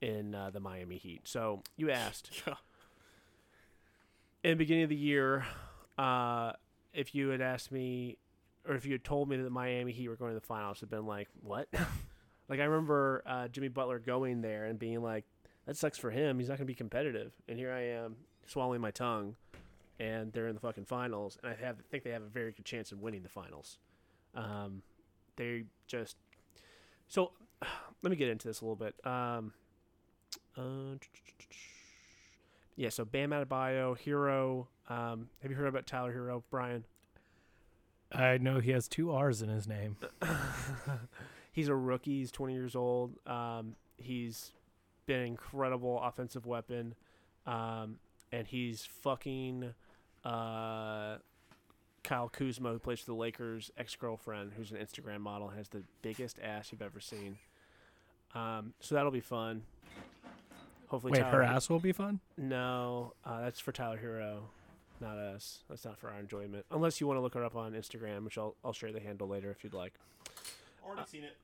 in uh, the Miami Heat. So you asked in the beginning of the year, uh, if you had asked me, or if you had told me that the Miami Heat were going to the finals, I'd been like, what? like I remember uh, Jimmy Butler going there and being like, that sucks for him. He's not going to be competitive. And here I am swallowing my tongue, and they're in the fucking finals. And I have think they have a very good chance of winning the finals. Um, they just so. Let me get into this a little bit. Um, uh, yeah, so Bam Adebayo, Hero. Um, have you heard about Tyler Hero, Brian?
I know he has two R's in his name.
he's a rookie. He's 20 years old. Um, he's been an incredible offensive weapon, um, and he's fucking uh, Kyle Kuzma, who plays for the Lakers, ex-girlfriend, who's an Instagram model, has the biggest ass you've ever seen. Um, so that'll be fun. Hopefully,
Wait,
Tyler,
her ass will be fun.
No, uh, that's for Tyler Hero, not us. That's not for our enjoyment. Unless you want to look her up on Instagram, which I'll I'll share the handle later if you'd like.
Already seen it.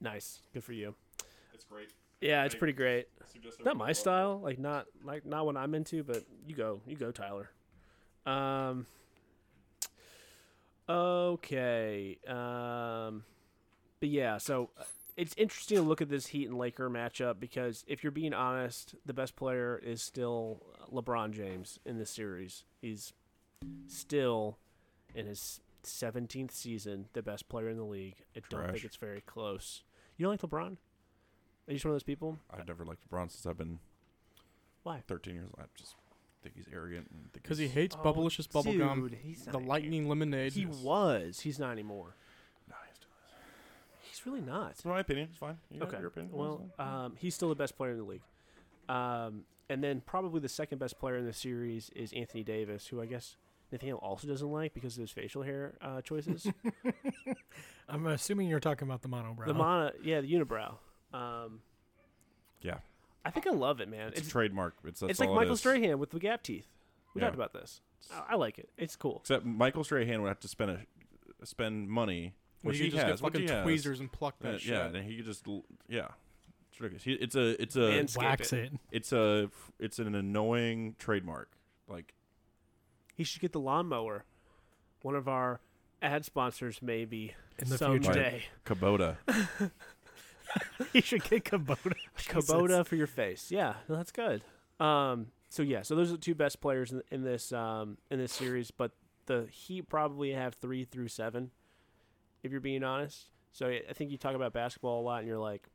Nice, good for you.
It's great.
Yeah, it's
Right.
pretty great.
Suggest
Not my style, like not like not what I'm into, but you go, you go, Tyler. Um. Okay. Um. But yeah, so uh, it's interesting to look at this Heat and Laker matchup because if you're being honest, the best player is still LeBron James in this series. He's still in his 17th season, the best player in the league. I don't
Trash.
think it's very close. You don't like LeBron? Are you just one of those people?
I've never liked LeBron since I've been.
Why?
Thirteen years old. I just think he's arrogant and think
because he
he's-
hates
Oh,
bubblicious bubblegum,
Dude, he's
the
not-
lightning lemonade.
He was. He's not anymore.
Nah, he's doing this.
He's really not.
It's my opinion. It's fine. You got
Okay.
Your opinion.
uh,
Well, um, he's still the best player in the league. Um, and then probably the second best player in the series is Anthony Davis, who I guess Nathaniel also doesn't like because of his facial hair uh, choices.
I'm assuming you're talking about the monobrow.
the mono, yeah, the unibrow. Um,
Yeah.
I think I love it, man.
It's,
It's
a
it's,
trademark. It's that's
like
all it
Michael
is.
Strahan with the gap teeth. We
Yeah.
talked about this. I, I like it. It's cool.
Except Michael Strahan would have to spend a spend money,
When
which
you
he
just
has.
get
which he
fucking
has.
tweezers and pluck
Uh,
that shit.
yeah, then he could just l- yeah. It's ridiculous. He, it's a it's a
And-
Wax it.
it's a it's an annoying trademark. Like
He should get the lawnmower. One of our ad sponsors, maybe
In the future.
someday.
Kubota.
you should get Kubota.
Kubota for your face. Yeah, no, that's good. Um, so yeah, so those are the two best players in, in this um, in this series, but the Heat probably have three through seven, if you're being honest. So I I think you talk about basketball a lot, and you're like,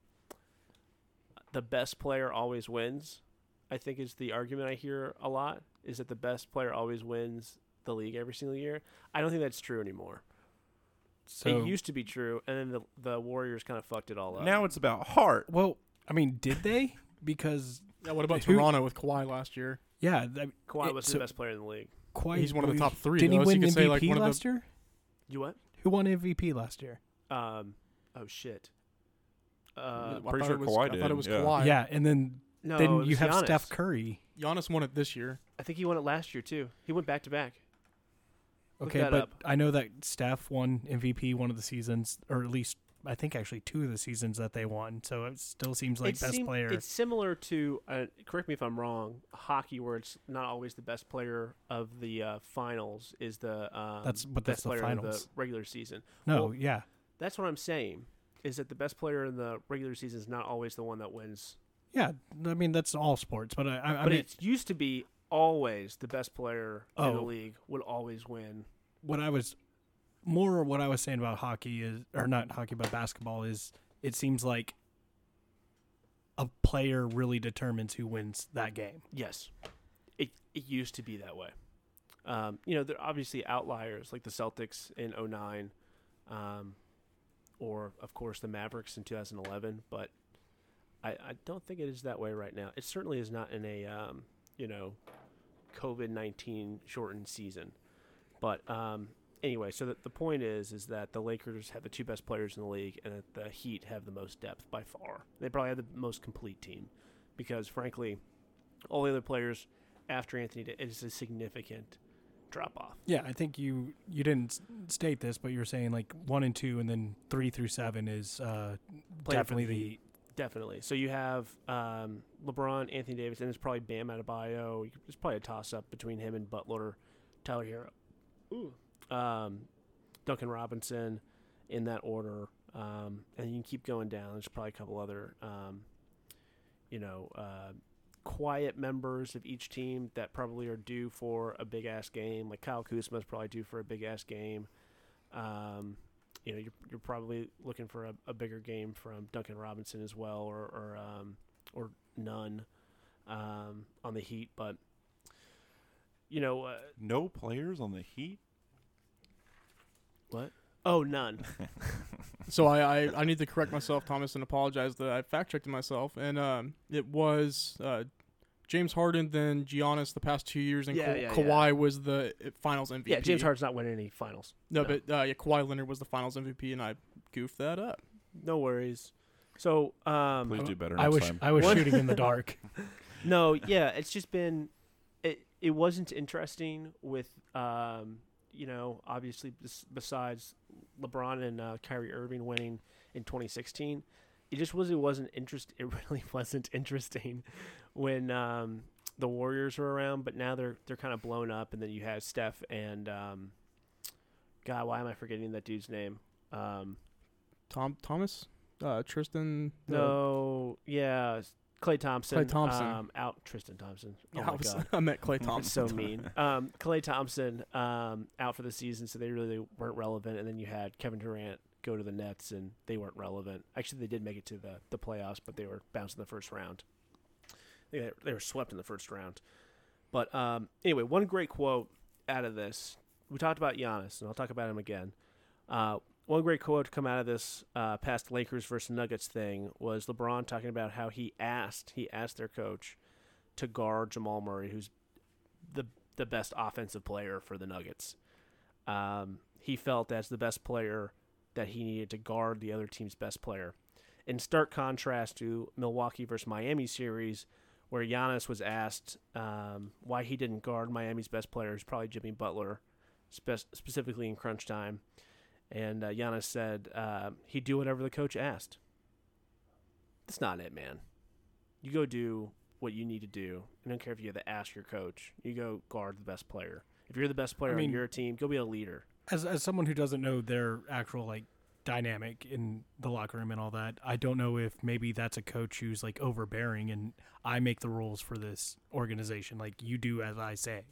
the best player always wins. I think is the argument I hear a lot is that the best player always wins the league every single year. I don't think that's true anymore.
So
it used to be true, and then the the Warriors kind of fucked it all up.
now it's about heart.
well, I mean, did they? Because
Yeah, what about
Who-
Toronto with Kawhi last year?
yeah, that,
Kawhi
it-
was
so-
the best player in the league.
quite.
He's one of the top three,
Didn't
though,
he
so you
win
could
MVP
say, like, one of the-
last year?
You what?
Who won MVP last year?
Um, oh shit. Uh,
I
pretty
thought
sure
it was,
Kawhi
I thought
did,
it was
yeah.
Kawhi.
yeah, and then
no, it
then you
was
have
Giannis.
Steph Curry.
Giannis won it this year.
I think he won it last year too. He went back to back. Look
Okay,
that
but
up.
I know that Steph won MVP one of the seasons, or at least I think actually two of the seasons that they won. So it still seems like
It
best
seem-
player.
It's similar to uh, correct me if I'm wrong. Hockey, where it's not always the best player of the uh, finals is the um,
That's- but that's
best
the
player of
finals.
the regular season.
No,
well-
yeah,
That's what I'm saying. Is that the best player in the regular season is not always the one that wins?
yeah. I mean that's all sports, but I, I, I
but
mean
it used to be always the best player in the
Oh.
league would always win.
what I was more what I was saying about hockey is or not hockey but basketball is it seems like a player really determines who wins that game.
Yes, it it used to be that way. Um, you know, they're obviously outliers like the Celtics in 09, um, or of course the Mavericks in 2011. But I, I don't think it is that way right now. It certainly is not in a um, you know COVID 19 shortened season. But um, anyway, so the, the point is is that the Lakers have the two best players in the league, and that the Heat have the most depth by far. They probably have the most complete team because, frankly, all the other players after Anthony Da- it is a significant drop off.
Yeah, I think you you didn't s- state this, but you were saying like one and two, and then three through seven is uh,
for
definitely
the
the
Definitely. So you have um, LeBron, Anthony Davis, and it's probably Bam Adebayo. You could- It's probably a toss up between him and Butler, Tyler Hero, Ooh. Um, Duncan Robinson, in that order. Um, and you can keep going down. There's probably a couple other, um, you know, uh, quiet members of each team that probably are due for a big ass game. Like Kyle Kuzma's probably due for a big ass game. Um, you know, you're, you're probably looking for a, a bigger game from Duncan Robinson as well, or or um, or none um, on the Heat. But you know uh,
No players on the Heat.
what? Oh, none.
So I, I, I need to correct myself, Thomas, and apologize that I fact checked myself. And um, it was uh, James Harden, then Giannis the past two years, and
Yeah,
Ka-
yeah,
Kawhi was the uh, Finals MVP.
yeah, James Harden's not winning any finals.
No,
no.
but uh, yeah, Kawhi Leonard was the Finals MVP, and I goofed that up.
No worries. So um,
Please do better.
I
next
was
time.
I was
What?
shooting in the dark.
no, yeah, it's just been it. It wasn't interesting with um, you know, obviously bes- besides LeBron and uh, Kyrie Irving winning in 2016, it just was it wasn't interest. It really wasn't interesting when um the Warriors were around, but now they're they're kind of blown up, and then you have Steph and um, God, why am I forgetting that dude's name? Um,
Tom Thomas, uh, Tristan. uh,
no, yeah, Clay Thompson.
Thompson.
Um, out Tristan Thompson. Oh
yeah,
my
I, was-
God.
I met Clay
It's
Thompson.
so mean. Um, Clay Thompson um, out for the season, so they really weren't relevant. And then you had Kevin Durant go to the Nets, and they weren't relevant. Actually, they did make it to the, the playoffs, but they were bounced in the first round. They, they were swept in the first round. But um, anyway, one great quote out of this. We talked about Giannis, and I'll talk about him again. Uh, one great quote to come out of this uh, past Lakers versus Nuggets thing was LeBron talking about how he asked, he asked their coach – to guard Jamal Murray, who's the the best offensive player for the Nuggets. Um, he felt as the best player that he needed to guard the other team's best player. In stark contrast to Milwaukee versus Miami series, where Giannis was asked um, why he didn't guard Miami's best player, who's probably Jimmy Butler, spe- specifically in crunch time, and uh, Giannis said uh, he'd do whatever the coach asked. That's not it, man. You go do what you need to do. I don't care if you have to ask your coach. You go guard the best player. If you're the best player
mean-
on your team, go be a leader.
as as someone who doesn't know their actual like dynamic in the locker room and all that, I don't know if maybe that's a coach who's like overbearing and I make the rules for this organization. Like you do as I say.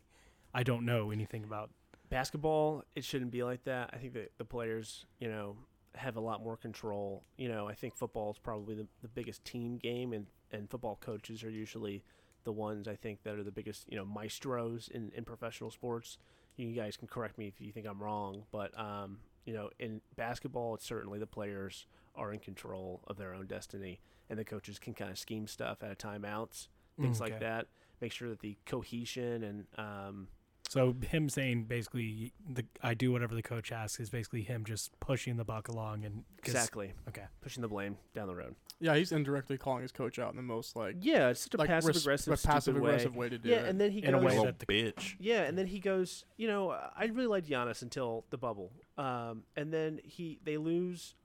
I don't know anything about
basketball it shouldn't be like that i think that the players you know have a lot more control you know i think football is probably the, the biggest team game and and football coaches are usually the ones i think that are the biggest you know maestros in in professional sports you guys can correct me if you think i'm wrong but um you know in basketball it's certainly the players are in control of their own destiny and the coaches can kind of scheme stuff out of timeouts things like
Mm, Okay.
that make sure that the cohesion and um
So him saying basically the I do whatever the coach asks is basically him just pushing the buck along and 'cause-
exactly
okay.
pushing the blame down the road
Yeah, he's indirectly calling his coach out in the most like
Yeah, it's such a
like
passive aggressive,
passive aggressive
way.
way. to do
Yeah,
it.
and then he
In a
goes.
way
Little
that the-
bitch.
yeah, and then he goes. You know, I really liked Giannis until the bubble, um, and then he they lose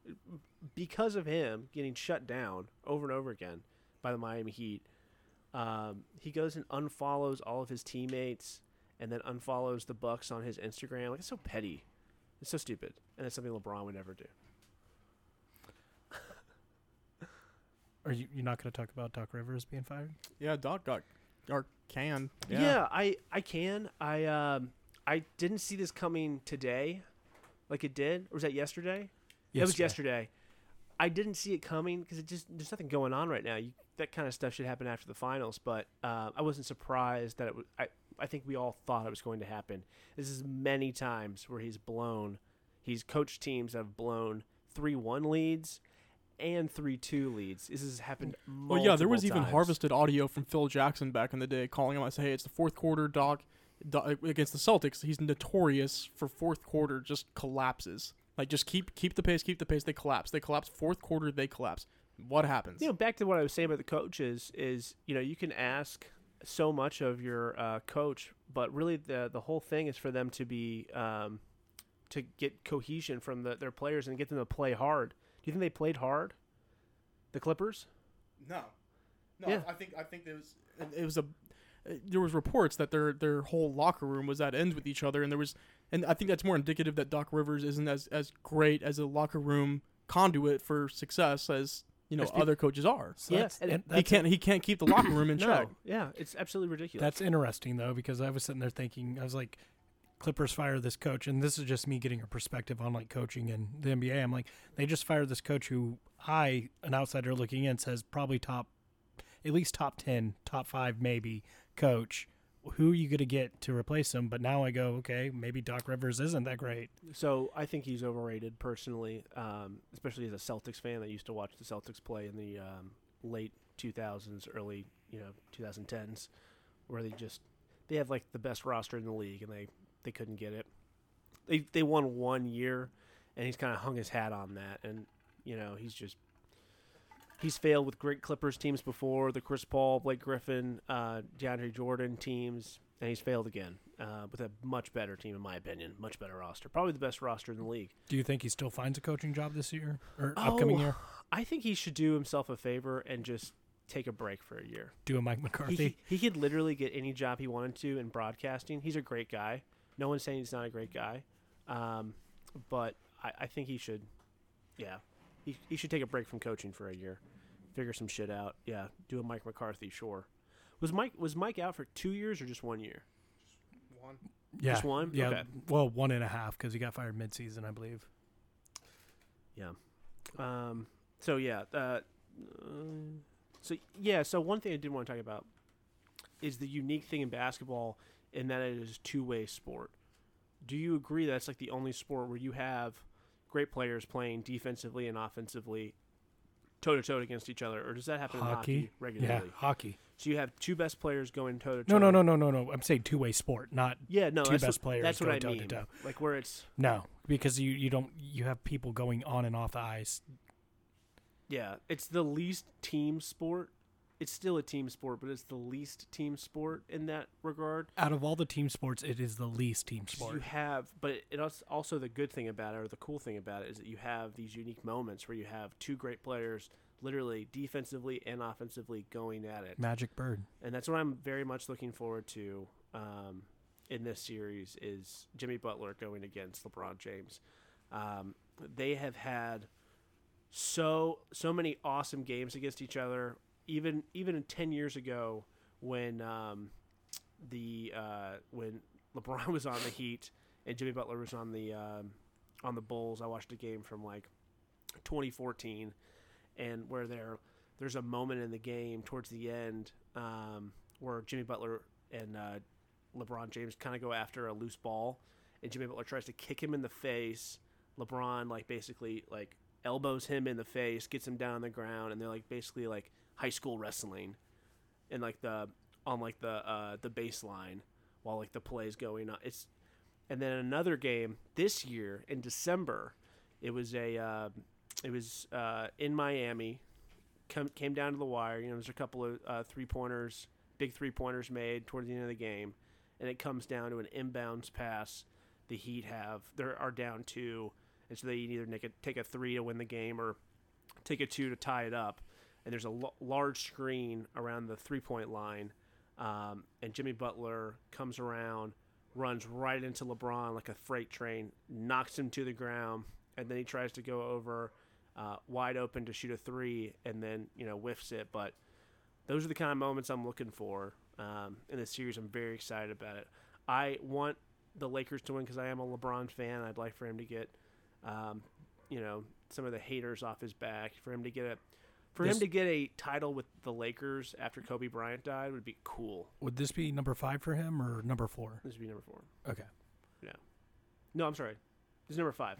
because of him getting shut down over and over again by the Miami Heat. Um, he goes and unfollows all of his teammates, and then unfollows the Bucks on his Instagram. Like it's so petty, it's so stupid, and it's something LeBron would never do.
Are you you're not gonna talk about Doc Rivers being fired?
yeah, Doc got or can.
Yeah. I I can. I um I didn't see this coming today, like it did, or was that yesterday? That was yesterday. I didn't see it coming because it just there's nothing going on right now. You, that kind of stuff should happen after the finals, but uh, I wasn't surprised that it was. I I think we all thought it was going to happen. This is many times where he's blown. He's coached teams that have blown three one leads and three two leads. This has happened.
Well, yeah, there
multiple
was even
times.
harvested audio from Phil Jackson back in the day calling him. I say, hey, it's the fourth quarter, Doc, Doc uh, against the Celtics. He's notorious for fourth quarter just collapses. Like just keep keep the pace, keep the pace. They collapse. They collapse. Fourth quarter, they collapse. What happens?
you know back to what i was saying about the coaches is you know you can ask so much of your uh, coach but really the the whole thing is for them to be um, to get cohesion from the, their players and get them to play hard do you think they played hard the clippers
No,
No, Yeah.
I think I think there was it was a uh, there was reports that their their whole locker room was at ends with each other, and there was and I think that's more indicative that Doc Rivers isn't as as great as a locker room conduit for success as you know
As peop-
other coaches are.
So
Yeah,
that's-
and
and
he
that's-
can't he can't keep the locker room in
no
check.
yeah it's absolutely ridiculous
That's interesting though, because I was sitting there thinking, I was like, Clippers fire this coach, and this is just me getting a perspective on like coaching and the NBA. I'm like, they just fired this coach who I, an outsider looking in, says probably top, at least top ten, top five maybe coach. Who are you going to get to replace him? But now I go, okay, maybe Doc Rivers isn't that great.
so i think he's overrated personally um, especially as a celtics fan that used to watch the celtics play in the um, late 2000s early you know 2010s where they just they have like the best roster in the league and they they couldn't get it. They they won one year and he's kind of hung his hat on that and you know, he's just he's failed with great Clippers teams before, the Chris Paul, Blake Griffin, uh DeAndre Jordan teams and he's failed again uh, with a much better team in my opinion, much better roster. Probably the best roster in the league.
Do you think he still finds a coaching job this year or upcoming
Oh,
year?
I think he should do himself a favor and just take a break for a year.
Do a Mike
He-
McCarthy?
He, he could literally get any job he wanted to in broadcasting. He's a great guy. No one's saying he's not a great guy, um, but I, I think he should. Yeah, he, he should take a break from coaching for a year, figure some shit out. Yeah, do a Mike McCarthy. Sure. Was Mike was Mike out for two years or just one year?
yeah,
just one?
Yeah,
Okay.
well, one and a half because he got fired midseason, I believe.
Um. So yeah. Uh, uh, so yeah. So one thing I did want to talk about is the unique thing in basketball in that it is a two-way sport. Do you agree that's like the only sport where you have great players playing defensively and offensively toe to toe against each other, or does that happen in hockey
Hockey? Yeah,
regularly?
hockey.
So you have two best players going toe to toe.
No, no, no, no, no, no. I'm saying two way sport, not
Yeah, no,
Two
that's
best
what,
players
That's what
go
I mean.
toe-to-toe.
Like where it's
no, because you you don't you have people going on and off the ice.
yeah, it's the least team sport. It's still a team sport, but it's the least team sport in that regard.
Out of all the team sports, it is the least team
'Cause You
sport.
have, but it als- also the good thing about it, or the cool thing about it, is that you have these unique moments where you have two great players, literally defensively and offensively, going at it,
Magic Bird.
and that's what I'm very much looking forward to um, in this series is Jimmy Butler going against LeBron James. Um, they have had so so many awesome games against each other. Even even ten years ago, when um, the uh, when LeBron was on the Heat and Jimmy Butler was on the um, on the Bulls, I watched a game from like 2014, and where there there's a moment in the game towards the end um, where Jimmy Butler and uh, LeBron James kind of go after a loose ball, and Jimmy Butler tries to kick him in the face. LeBron like basically like elbows him in the face, gets him down on the ground, and they're like basically like high school wrestling, and like the on like the uh, the baseline while like the play's going on. It's and then another game this year in December. It was a uh, it was uh, in Miami. Come, came down to the wire. You know, there's a couple of uh, three pointers, big three pointers made toward the end of the game, and it comes down to an inbounds pass. The Heat have they are down two, and so they either make a, take a three to win the game or take a two to tie it up. And there's a l- large screen around the three point line, um, and Jimmy Butler comes around, runs right into LeBron like a freight train, knocks him to the ground, and then he tries to go over uh, wide open to shoot a three, and then you know whiffs it. But those are the kind of moments I'm looking for um, in this series. I'm very excited about it. I want the Lakers to win because I am a LeBron fan. I'd like for him to get, um, you know, some of the haters off his back. For him to get a, for
This-
him to get a title with the Lakers after Kobe Bryant died would be cool.
Would this be number five for him or number four?
This would be number four.
Okay.
No, I'm sorry. This is number five.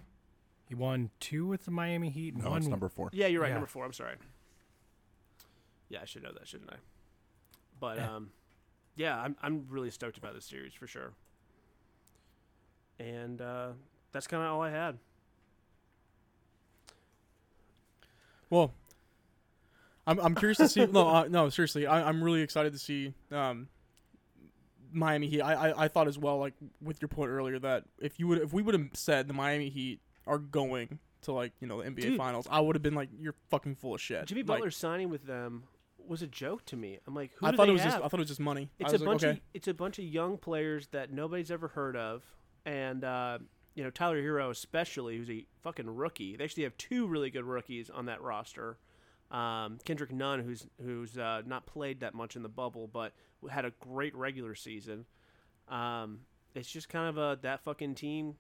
He won two with the Miami Heat. and
No,
one
it's number four.
Yeah, you're right.
Yeah.
Number four. I'm sorry. Yeah, I should know that, shouldn't I? But
Yeah.
um, yeah, I'm I'm really stoked about this series for sure. And uh, that's kind of all I had.
Well, I'm I'm curious to see. no, uh, no, seriously, I, I'm really excited to see um, Miami Heat. I, I I thought as well, like with your point earlier, that if you would if we would have said the Miami Heat are going to like you know the NBA
Dude.
Finals, I would have been like, you're fucking full of shit.
Uh, Jimmy
Like,
Butler signing with them was a joke to me. I'm like, who
I
do
thought
they
it was
have?
just I thought it was just money. I
it's a
was like,
bunch
okay.
of it's a bunch of young players that nobody's ever heard of, and uh, you know Tyler Hero especially, who's a fucking rookie. They actually have two really good rookies on that roster. Um, Kendrick Nunn, who's who's uh, not played that much in the bubble, but had a great regular season. Um, it's just kind of a that fucking team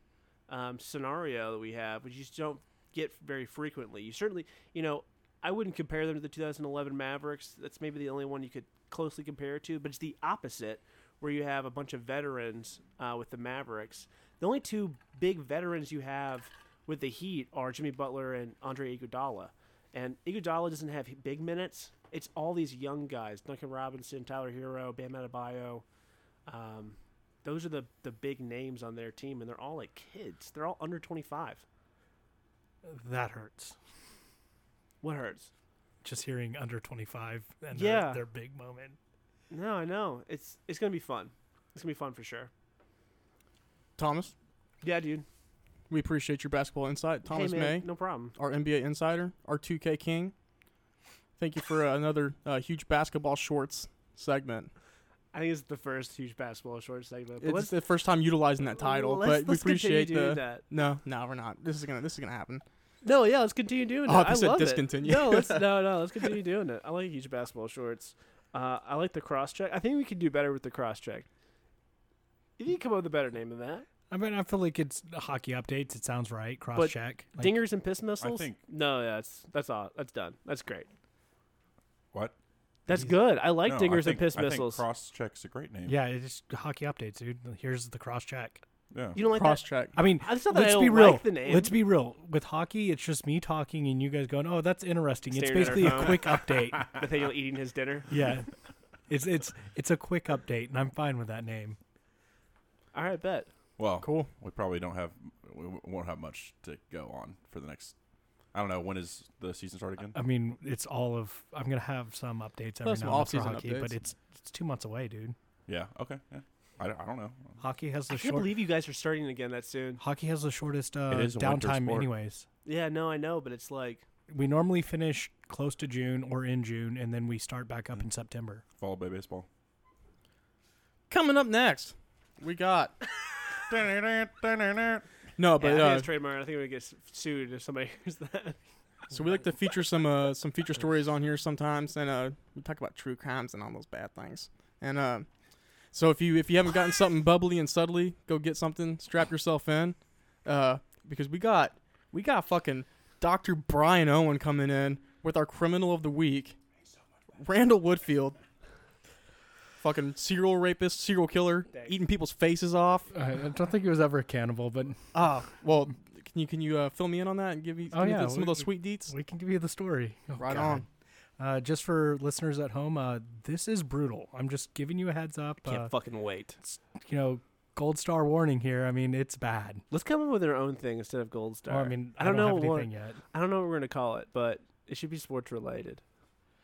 um, scenario that we have, which you just don't get very frequently. You certainly, you know, I wouldn't compare them to the 2011 Mavericks. That's maybe the only one you could closely compare it to, but it's the opposite, where you have a bunch of veterans uh, with the Mavericks. The only two big veterans you have with the Heat are Jimmy Butler and Andre Iguodala. And Iguodala doesn't have big minutes. It's all these young guys: Duncan Robinson, Tyler Hero, Bam Adebayo. Um, those are the the big names on their team, and they're all like kids. They're all under 25.
That hurts.
What hurts?
Just hearing under twenty five and
Yeah.
their, their big moment.
No, I know. It's it's gonna be fun. It's gonna be fun for sure.
Thomas.
Yeah, dude.
We appreciate your basketball insight, Thomas
hey, man,
May,
No problem.
our NBA insider, our 2K king. Thank you for uh, another uh, huge basketball shorts segment.
I think it's the first huge basketball short segment. But
It's
let's,
the first time utilizing that title,
let's-
but we
let's continue
appreciate
doing
the.
that.
No, no, we're not. This is gonna, this is gonna happen.
No, yeah, let's continue doing
Oh, I
it.
thought you said
love
discontinue.
It. No, let's no, no, let's continue doing it. I like huge basketball shorts. Uh, I like the cross check. I think we could do better with the cross check. If you come up with a better name than that,
I mean, I feel like it's hockey updates. It sounds right. Cross
But
check.
dingers and piss missiles.
think-
No, yeah, that's that's all. That's done. That's great.
What?
That's
Jeez.
good. I like
No,
dingers
I think,
and piss
I
missiles.
Cross check's a great name.
yeah, it's just hockey updates, dude. Here's the cross check.
Yeah.
You don't like
Cross
that?
track.
I mean,
It's not that I
let's
don't
be
like
real.
the name.
Let's be real. With hockey, it's just me talking and you guys going, "Oh, that's interesting."
Staring at
it's
our
basically
phone.
a quick update.
Nathaniel eating his dinner.
yeah, it's it's it's a quick update, and I'm fine with that name.
All right, bet.
Well,
Cool.
we probably don't have we w- won't have much to go on for the next. I don't know when is the season start again.
Uh,
I mean, it's all of. I'm gonna have some updates every
Plus some
now and then for
off-season
hockey,
updates.
but it's it's two months away, dude.
yeah. Okay. Yeah. I don't, I don't know.
Hockey has the
I can't
short.
believe you guys are starting again that soon.
Hockey has the shortest uh,
It is a winter
downtime,
sport.
anyways.
Yeah, no, I know, but it's like
We normally finish close to June or in June, and then we start back
Mm.
up in September.
Followed by baseball.
Coming up next, we got no,
yeah,
but
I think
uh,
it's trademark. I think we get s- sued if somebody hears that.
so we like to feature some uh, some feature stories on here sometimes, and uh, we talk about true crimes and all those bad things. And uh, so if you if you haven't gotten something bubbly and subtly, go get something. Strap yourself in, uh, because we got we got fucking Dr. Brian Owen coming in with our criminal of the week, Randall Woodfield. Fucking serial rapist, serial killer,
Dang.
eating people's faces off.
I don't think he was ever a cannibal, but
Ah, well, can you can you uh, fill me in on that and give me,
Oh,
give me
yeah,
th- some of
we-
those sweet deets?
we can give you the story. Oh,
Right
God.
on.
Uh, just for listeners at home, uh, this is brutal. I'm just giving you a heads up. Uh,
fucking wait.
you know, gold star warning here. I mean, it's bad.
Let's come up with our own thing instead of Gold
Or,
Star.
I mean,
I don't,
have
know. What,
anything yet.
I don't know what we're gonna call it, but it should be sports related.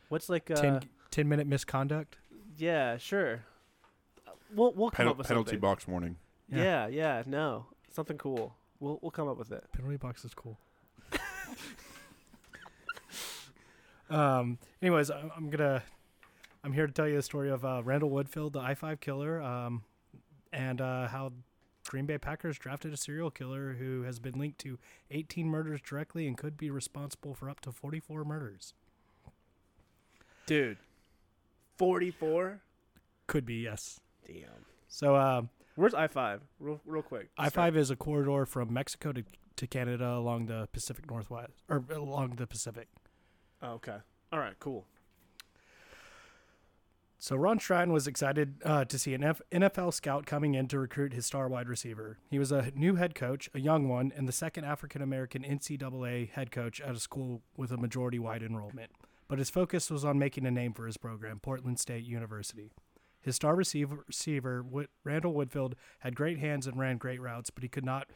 What's like? Uh,
Ten ten minute misconduct.
Yeah, sure. Uh, We'll we'll come
Penal-
up with
penalty
something.
box warning.
Yeah.
Yeah.
yeah, no, something cool. We'll we'll come up with it.
Penalty box is cool. um. Anyways, I- I'm gonna. I'm here to tell you the story of uh, Randall Woodfield, the I-5 killer, um, and uh, how Green Bay Packers drafted a serial killer who has been linked to 18 murders directly and could be responsible for up to 44 murders.
Dude, forty-four.
Could be, yes.
Damn.
So um,
Where's I five? Real real quick.
I five is a corridor from Mexico to, to Canada along the Pacific Northwest or along the Pacific.
Oh, okay. All right. Cool.
So Ron Schrein was excited uh, to see an F- NFL scout coming in to recruit his star wide receiver. He was a new head coach, a young one, and the second African American NCAA head coach at a school with a majority white enrollment. But his focus was on making a name for his program, Portland State University. His star receiver, receiver Wo- Randall Woodfield, had great hands and ran great routes, but he could not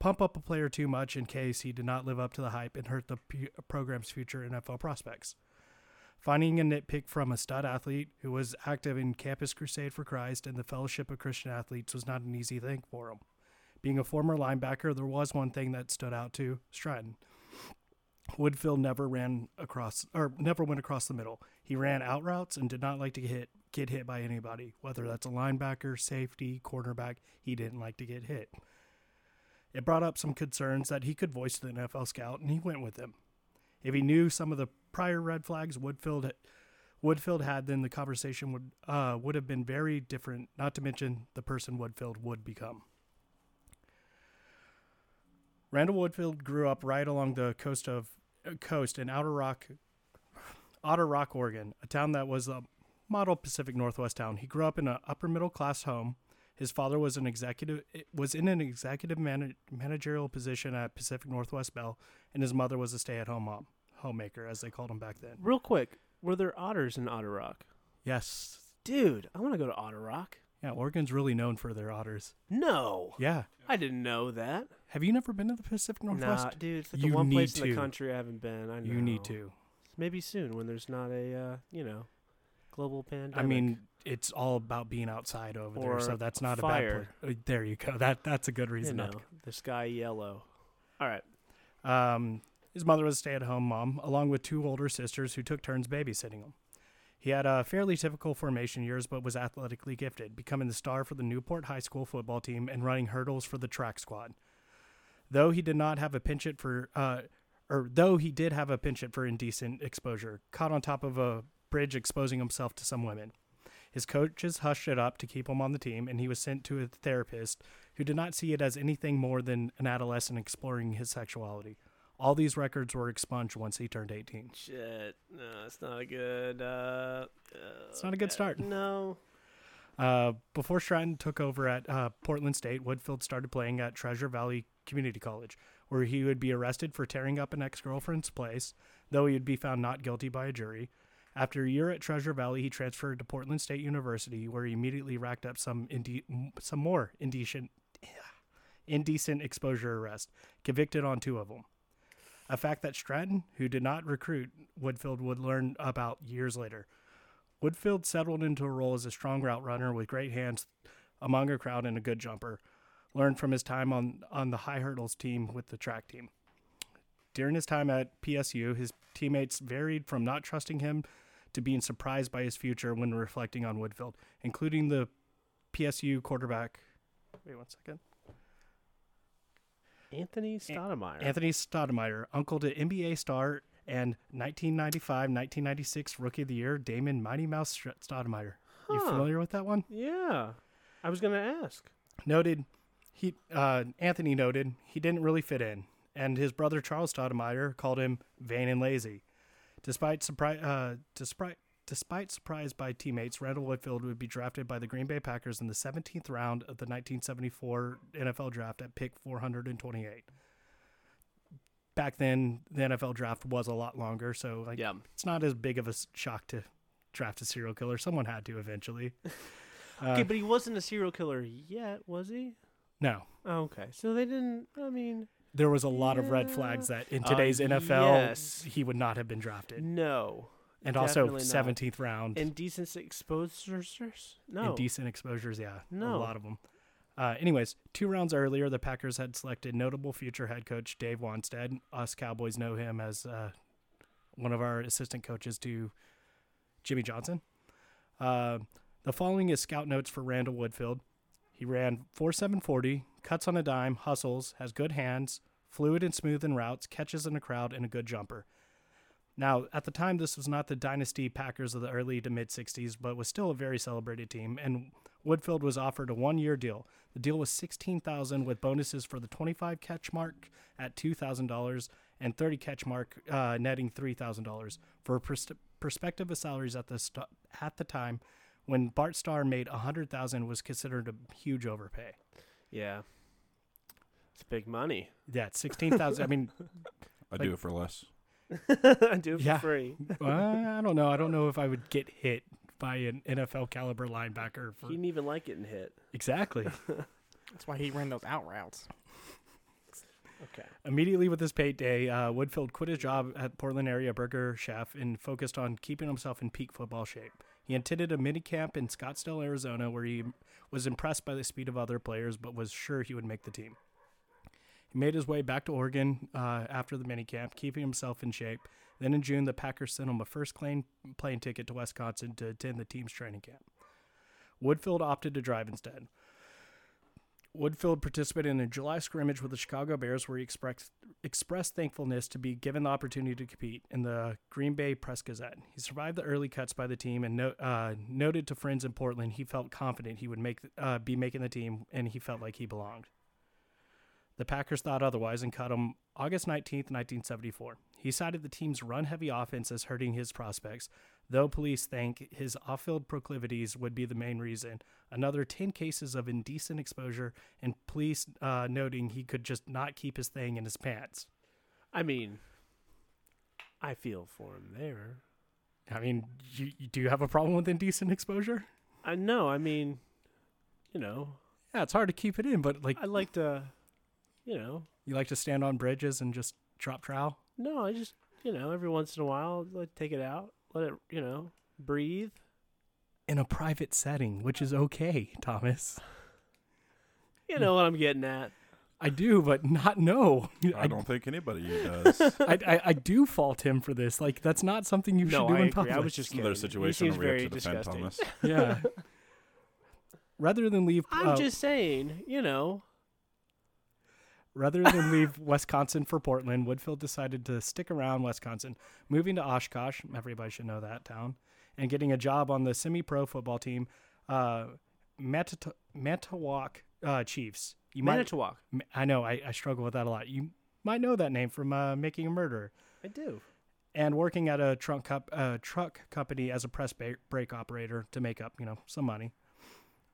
pump up a player too much in case he did not live up to the hype and hurt the p- program's future NFL prospects finding a nitpick from a stud athlete who was active in Campus Crusade for Christ and the Fellowship of Christian Athletes was not an easy thing for him. Being a former linebacker, there was one thing that stood out to Stratton. Woodfield never ran across or never went across the middle. He ran out routes and did not like to get hit, get hit by anybody, whether that's a linebacker, safety, cornerback, he didn't like to get hit. It brought up some concerns that he could voice to the NFL scout and he went with him. If he knew some of the prior red flags Woodfield Woodfield had, then the conversation would uh, would have been very different. Not to mention the person Woodfield would become. Randall Woodfield grew up right along the coast of uh, coast in Outer Rock, Otter Rock, Oregon, a town that was a model Pacific Northwest town. He grew up in an upper middle class home. His father was an executive eh, was in an executive mana- managerial position at Pacific Northwest Bell, and his mother was a stay at home mom, homemaker as they called him back then.
Real quick. Were there otters in Otter Rock?
Yes.
Dude, I want to go to Otter Rock.
Yeah, Oregon's really known for their otters.
No,
Yeah.
I didn't know that.
Have you never been to the Pacific Northwest?
Nah, dude, it's like the
You
one place
need
in the
to.
country I haven't been. I know.
You need to.
Maybe soon when there's not a uh, you know global pandemic.
I mean, it's all about being outside over
Or
there, so that's not a
fire.
bad place. Uh, There you go. That that's a good
you
reason.
know,
not to
the sky yellow. All right.
Um, his mother was a stay at home mom, along with two older sisters who took turns babysitting him. He had a fairly typical formation years, but was athletically gifted, becoming the star for the Newport High School football team and running hurdles for the track squad. Though he did not have a penchant for, uh, or though he did have a penchant for indecent exposure, caught on top of a bridge exposing himself to some women. His coaches hushed it up to keep him on the team, and he was sent to a therapist who did not see it as anything more than an adolescent exploring his sexuality. All these records were expunged once he turned 18.
Shit. No, it's not a good. Uh,
It's not a good start.
No.
Uh, before Stratton took over at uh, Portland State, Woodfield started playing at Treasure Valley Community College, where he would be arrested for tearing up an ex girlfriend's place, though he would be found not guilty by a jury. After a year at Treasure Valley, he transferred to Portland State University, where he immediately racked up some inde- m- some more indecent indecent exposure arrest, convicted on two of them. A fact that Stratton, who did not recruit Woodfield, would learn about years later. Woodfield settled into a role as a strong route runner with great hands among a crowd and a good jumper, learned from his time on, on the high hurdles team with the track team. During his time at PSU, his teammates varied from not trusting him to being surprised by his future when reflecting on Woodfield, including the PSU quarterback. Wait one second.
Anthony Stoudemire.
Anthony Stoudemire, uncle to NBA star and 1995-1996 Rookie of the Year Damon Mighty Mouse Str- Stoudemire. You
Huh.
familiar with that one?
yeah, I was gonna ask.
Noted. He uh, Anthony noted he didn't really fit in, and his brother Charles Stoudemire called him vain and lazy. Despite surprise, uh, despite despite surprise by teammates, Randall Whitfield would be drafted by the Green Bay Packers in the 17th round of the 1974 NFL Draft at pick 428. Back then, the NFL draft was a lot longer, so like uh,
Yeah.
it's not as big of a s- shock to draft a serial killer. Someone had to eventually.
Okay, but he wasn't a serial killer yet, was he?
No,
Oh, okay, so they didn't. I mean,
there was a lot of red
Yeah.
flags that in
Uh,
today's NFL
yes.
he would not have been drafted,
no.
and also
definitely not.
seventeenth round
Indecent exposures? No.
indecent exposures. Yeah, a
No.
lot of them. Uh, anyways, two rounds earlier, the Packers had selected notable future head coach Dave Wanstead. Us Cowboys know him as uh, one of our assistant coaches to Jimmy Johnson. Uh, the following is scout notes for Randall Woodfield. He ran 4740, cuts on a dime, hustles, has good hands, fluid and smooth in routes, catches in a crowd, and a good jumper. Now, at the time, this was not the dynasty Packers of the early to mid 60s, but was still a very celebrated team, and Woodfield was offered a one year deal. The deal was 16000 with bonuses for the 25 catch mark at $2,000 and 30 catch mark uh, netting $3,000 for a pers- perspective of salaries at the, st- at the time when Bart Starr made 100000 was considered a huge overpay.
Yeah. It's big money.
Yeah, 16000 I mean,
I do it for less.
I do it for
Yeah.
free.
uh, I don't know. I don't know if I would get hit by an NFL caliber linebacker
He
for
didn't even like getting hit.
Exactly.
That's why he ran those out routes.
Okay.
Immediately with his payday, uh, Woodfield quit his job at Portland area burger chef and focused on keeping himself in peak football shape. He attended a mini camp in Scottsdale, Arizona, where he was impressed by the speed of other players, but was sure he would make the team. He made his way back to Oregon uh, after the minicamp, keeping himself in shape. Then in June, the Packers sent him a first plane, plane ticket to Wisconsin to attend the team's training camp. Woodfield opted to drive instead. Woodfield participated in a July scrimmage with the Chicago Bears where he expressed, expressed thankfulness to be given the opportunity to compete in the Green Bay Press Gazette. He survived the early cuts by the team and no, uh, noted to friends in Portland he felt confident he would make uh, be making the team and he felt like he belonged. The Packers thought otherwise and cut him August 19th, 1974. He cited the team's run heavy offense as hurting his prospects, though police think his off field proclivities would be the main reason. Another 10 cases of indecent exposure, and police uh, noting he could just not keep his thing in his pants.
I mean, I feel for him there.
I mean, you, you, do you have a problem with indecent exposure?
I know. I mean, you know,
Yeah, it's hard to keep it in, but like,
I like to, you know,
you like to stand on bridges and just drop trowel?
no, I just, you know, every once in a while, like take it out, let it, you know, breathe.
In a private setting, which is okay, Thomas.
You know what I'm getting at.
I do, but not no.
I don't think anybody does.
I, I, I do fault him for this. Like that's not something you
no,
should do
I
in
agree.
public.
I was just
It's another
kidding. He
situation
seems
where we have
very
to defend
disgusting.
Thomas.
yeah. rather than leave,
I'm
uh,
just saying, you know,
rather than leave Wisconsin for Portland, Woodfield decided to stick around Wisconsin, moving to Oshkosh. Everybody should know that town, and getting a job on the semi-pro football team, uh, Matat- Manitowoc uh, Chiefs. You might,
Manitowoc.
I know, I, I struggle with that a lot. You might know that name from uh, Making a Murderer.
I do.
and working at a truck cup, uh, truck company as a press ba- brake operator to make up, you know, some money.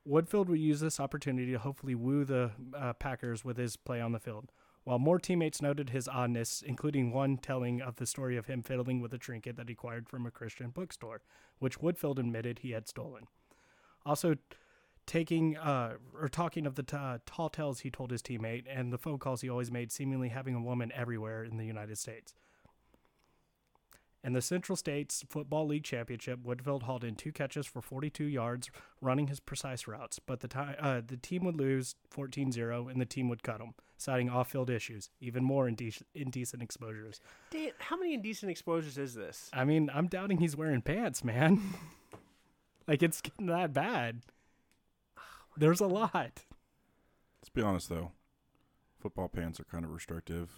Woodfield will use this opportunity to hopefully woo the uh, Packers with his play on the field. While more teammates noted his oddness, including one telling of the story of him fiddling with a trinket that he acquired from a Christian bookstore, which Woodfield admitted he had stolen. Also, taking uh, or talking of the t- uh, tall tales he told his teammate and the phone calls he always made, seemingly having a woman everywhere in the United States. In the Central States Football League Championship, Woodfield hauled in two catches for 42 yards, running his precise routes, but the, ti uh, the team would lose 14 0 and the team would cut him, citing off field issues, even more indec- indecent exposures.
Dan, how many indecent exposures is this?
I mean, I'm doubting he's wearing pants, man. like, it's getting that bad. There's a lot.
Let's be honest though, football pants are kind of restrictive.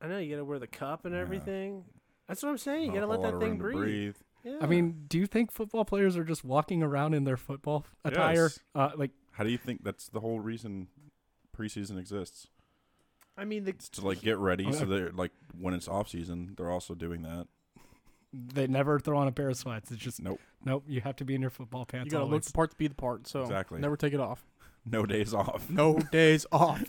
I know you gotta wear the cup and
Yeah.
everything. That's what I'm saying. You
Not a
gotta let
whole lot
that
of
thing
room to
breathe. Yeah.
I mean, do you think football players are just walking around in their football attire?
Yes.
Uh, like,
How do you think that's the whole reason preseason exists?
I mean the
It's to like get
Oh,
ready, so
Okay.
they're like when it's off season, they're also doing that.
they never throw on a pair of sweats. It's just
Nope.
Nope, you have to be in your football pants.
you gotta look
always.
the part to be the part. So
Exactly.
never take it off.
No days off.
No days off.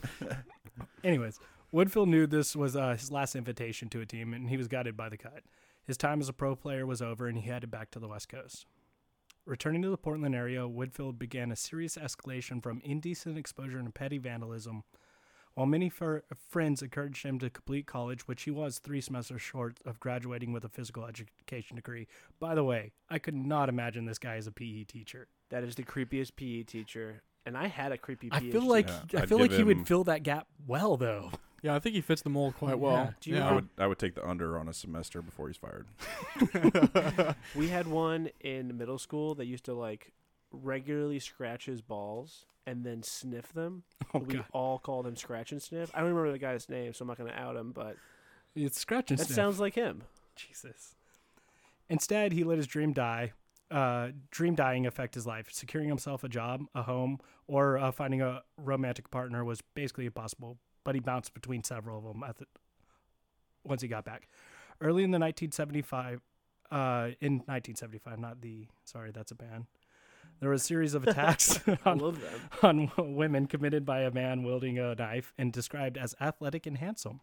Anyways, Woodfield knew this was uh, his last invitation to a team, and he was guided by the cut. His time as a pro player was over, and he headed back to the West Coast. Returning to the Portland area, Woodfield began a serious escalation from indecent exposure and petty vandalism. While many fir- friends encouraged him to complete college, which he was three semesters short of graduating with a physical education degree. By the way, I could not imagine this guy as a PE teacher.
that is the creepiest PE teacher. And I had a creepy E PE
I feel like
E Yeah,
I
I'd
feel like
give
he would
him-
fill that gap well, though. Oh,
Yeah, I think he fits the mold quite well.
Yeah.
Do you
I would I would take the under on a semester before he's fired.
We had one in middle school that used to like regularly scratch his balls and then sniff them.
Oh,
we
God.
all called him Scratch and Sniff. I don't remember the guy's name, so I'm not going to out him, but
It's scratch and
that
sniff.
sounds like him.
Jesus. Instead, he let his dream die. Uh, dream dying affect his life. Securing himself a job, a home, or uh, finding a romantic partner was basically impossible. But he bounced between several of them at the, once he got back. Early in the 1975, uh, in 1975, not the sorry, that's a band. There was a series of attacks
I
on
love them.
on women committed by a man wielding a knife and described as athletic and handsome,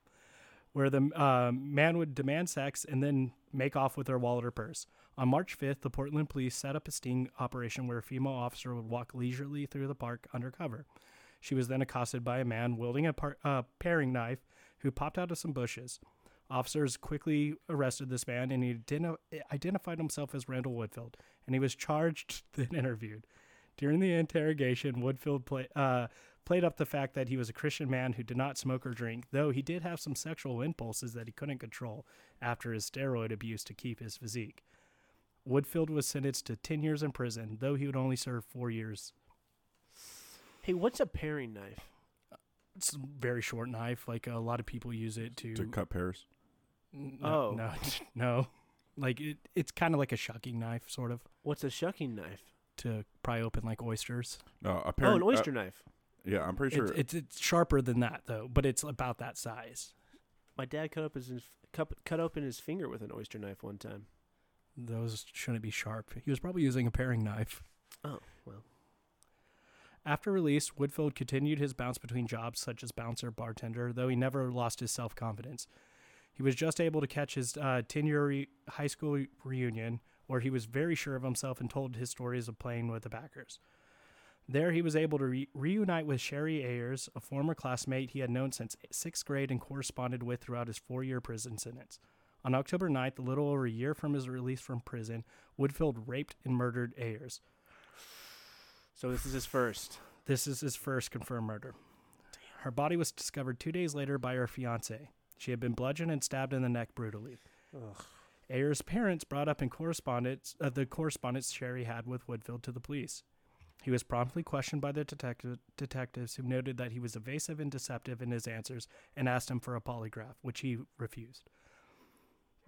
where the uh, man would demand sex and then make off with their wallet or purse. On March 5th, the Portland police set up a sting operation where a female officer would walk leisurely through the park undercover. She was then accosted by a man wielding a par- uh, paring knife who popped out of some bushes. Officers quickly arrested this man and he identi- identified himself as Randall Woodfield, and he was charged then interviewed. During the interrogation, Woodfield play, uh, played up the fact that he was a Christian man who did not smoke or drink, though he did have some sexual impulses that he couldn't control after his steroid abuse to keep his physique. Woodfield was sentenced to 10 years in prison, though he would only serve four years.
Hey, what's a paring knife?
It's a very short knife. Like a lot of people use it to.
To cut pairs.
N-
Oh.
No, no. Like it, it's kind of like a shucking knife, sort of,
What's a shucking knife?
to pry open like oysters.
No, Uh, a pair.
Oh, an
uh,
oyster knife.
yeah, I'm pretty sure.
It's, it's, it's sharper than that, though, but it's about that size.
My dad cut up his cut, cut open his finger with an oyster knife one time.
Those shouldn't be sharp. He was probably using a paring knife.
Oh, well.
After release, Woodfield continued his bounce between jobs such as bouncer, bartender, though he never lost his self confidence. He was just able to catch his 10 year re- high school re- reunion, where he was very sure of himself and told his stories of playing with the Packers. There, he was able to re- reunite with Sherry Ayers, a former classmate he had known since sixth grade and corresponded with throughout his four year prison sentence. On October 9th, a little over a year from his release from prison, Woodfield raped and murdered Ayers.
So this is his first.
This is his first confirmed murder. Her body was discovered two days later by her fiance. She had been bludgeoned and stabbed in the neck brutally. Ayer's parents brought up in correspondence uh, the correspondence Sherry had with Woodfield to the police. He was promptly questioned by the detective, detectives, who noted that he was evasive and deceptive in his answers and asked him for a polygraph, which he refused.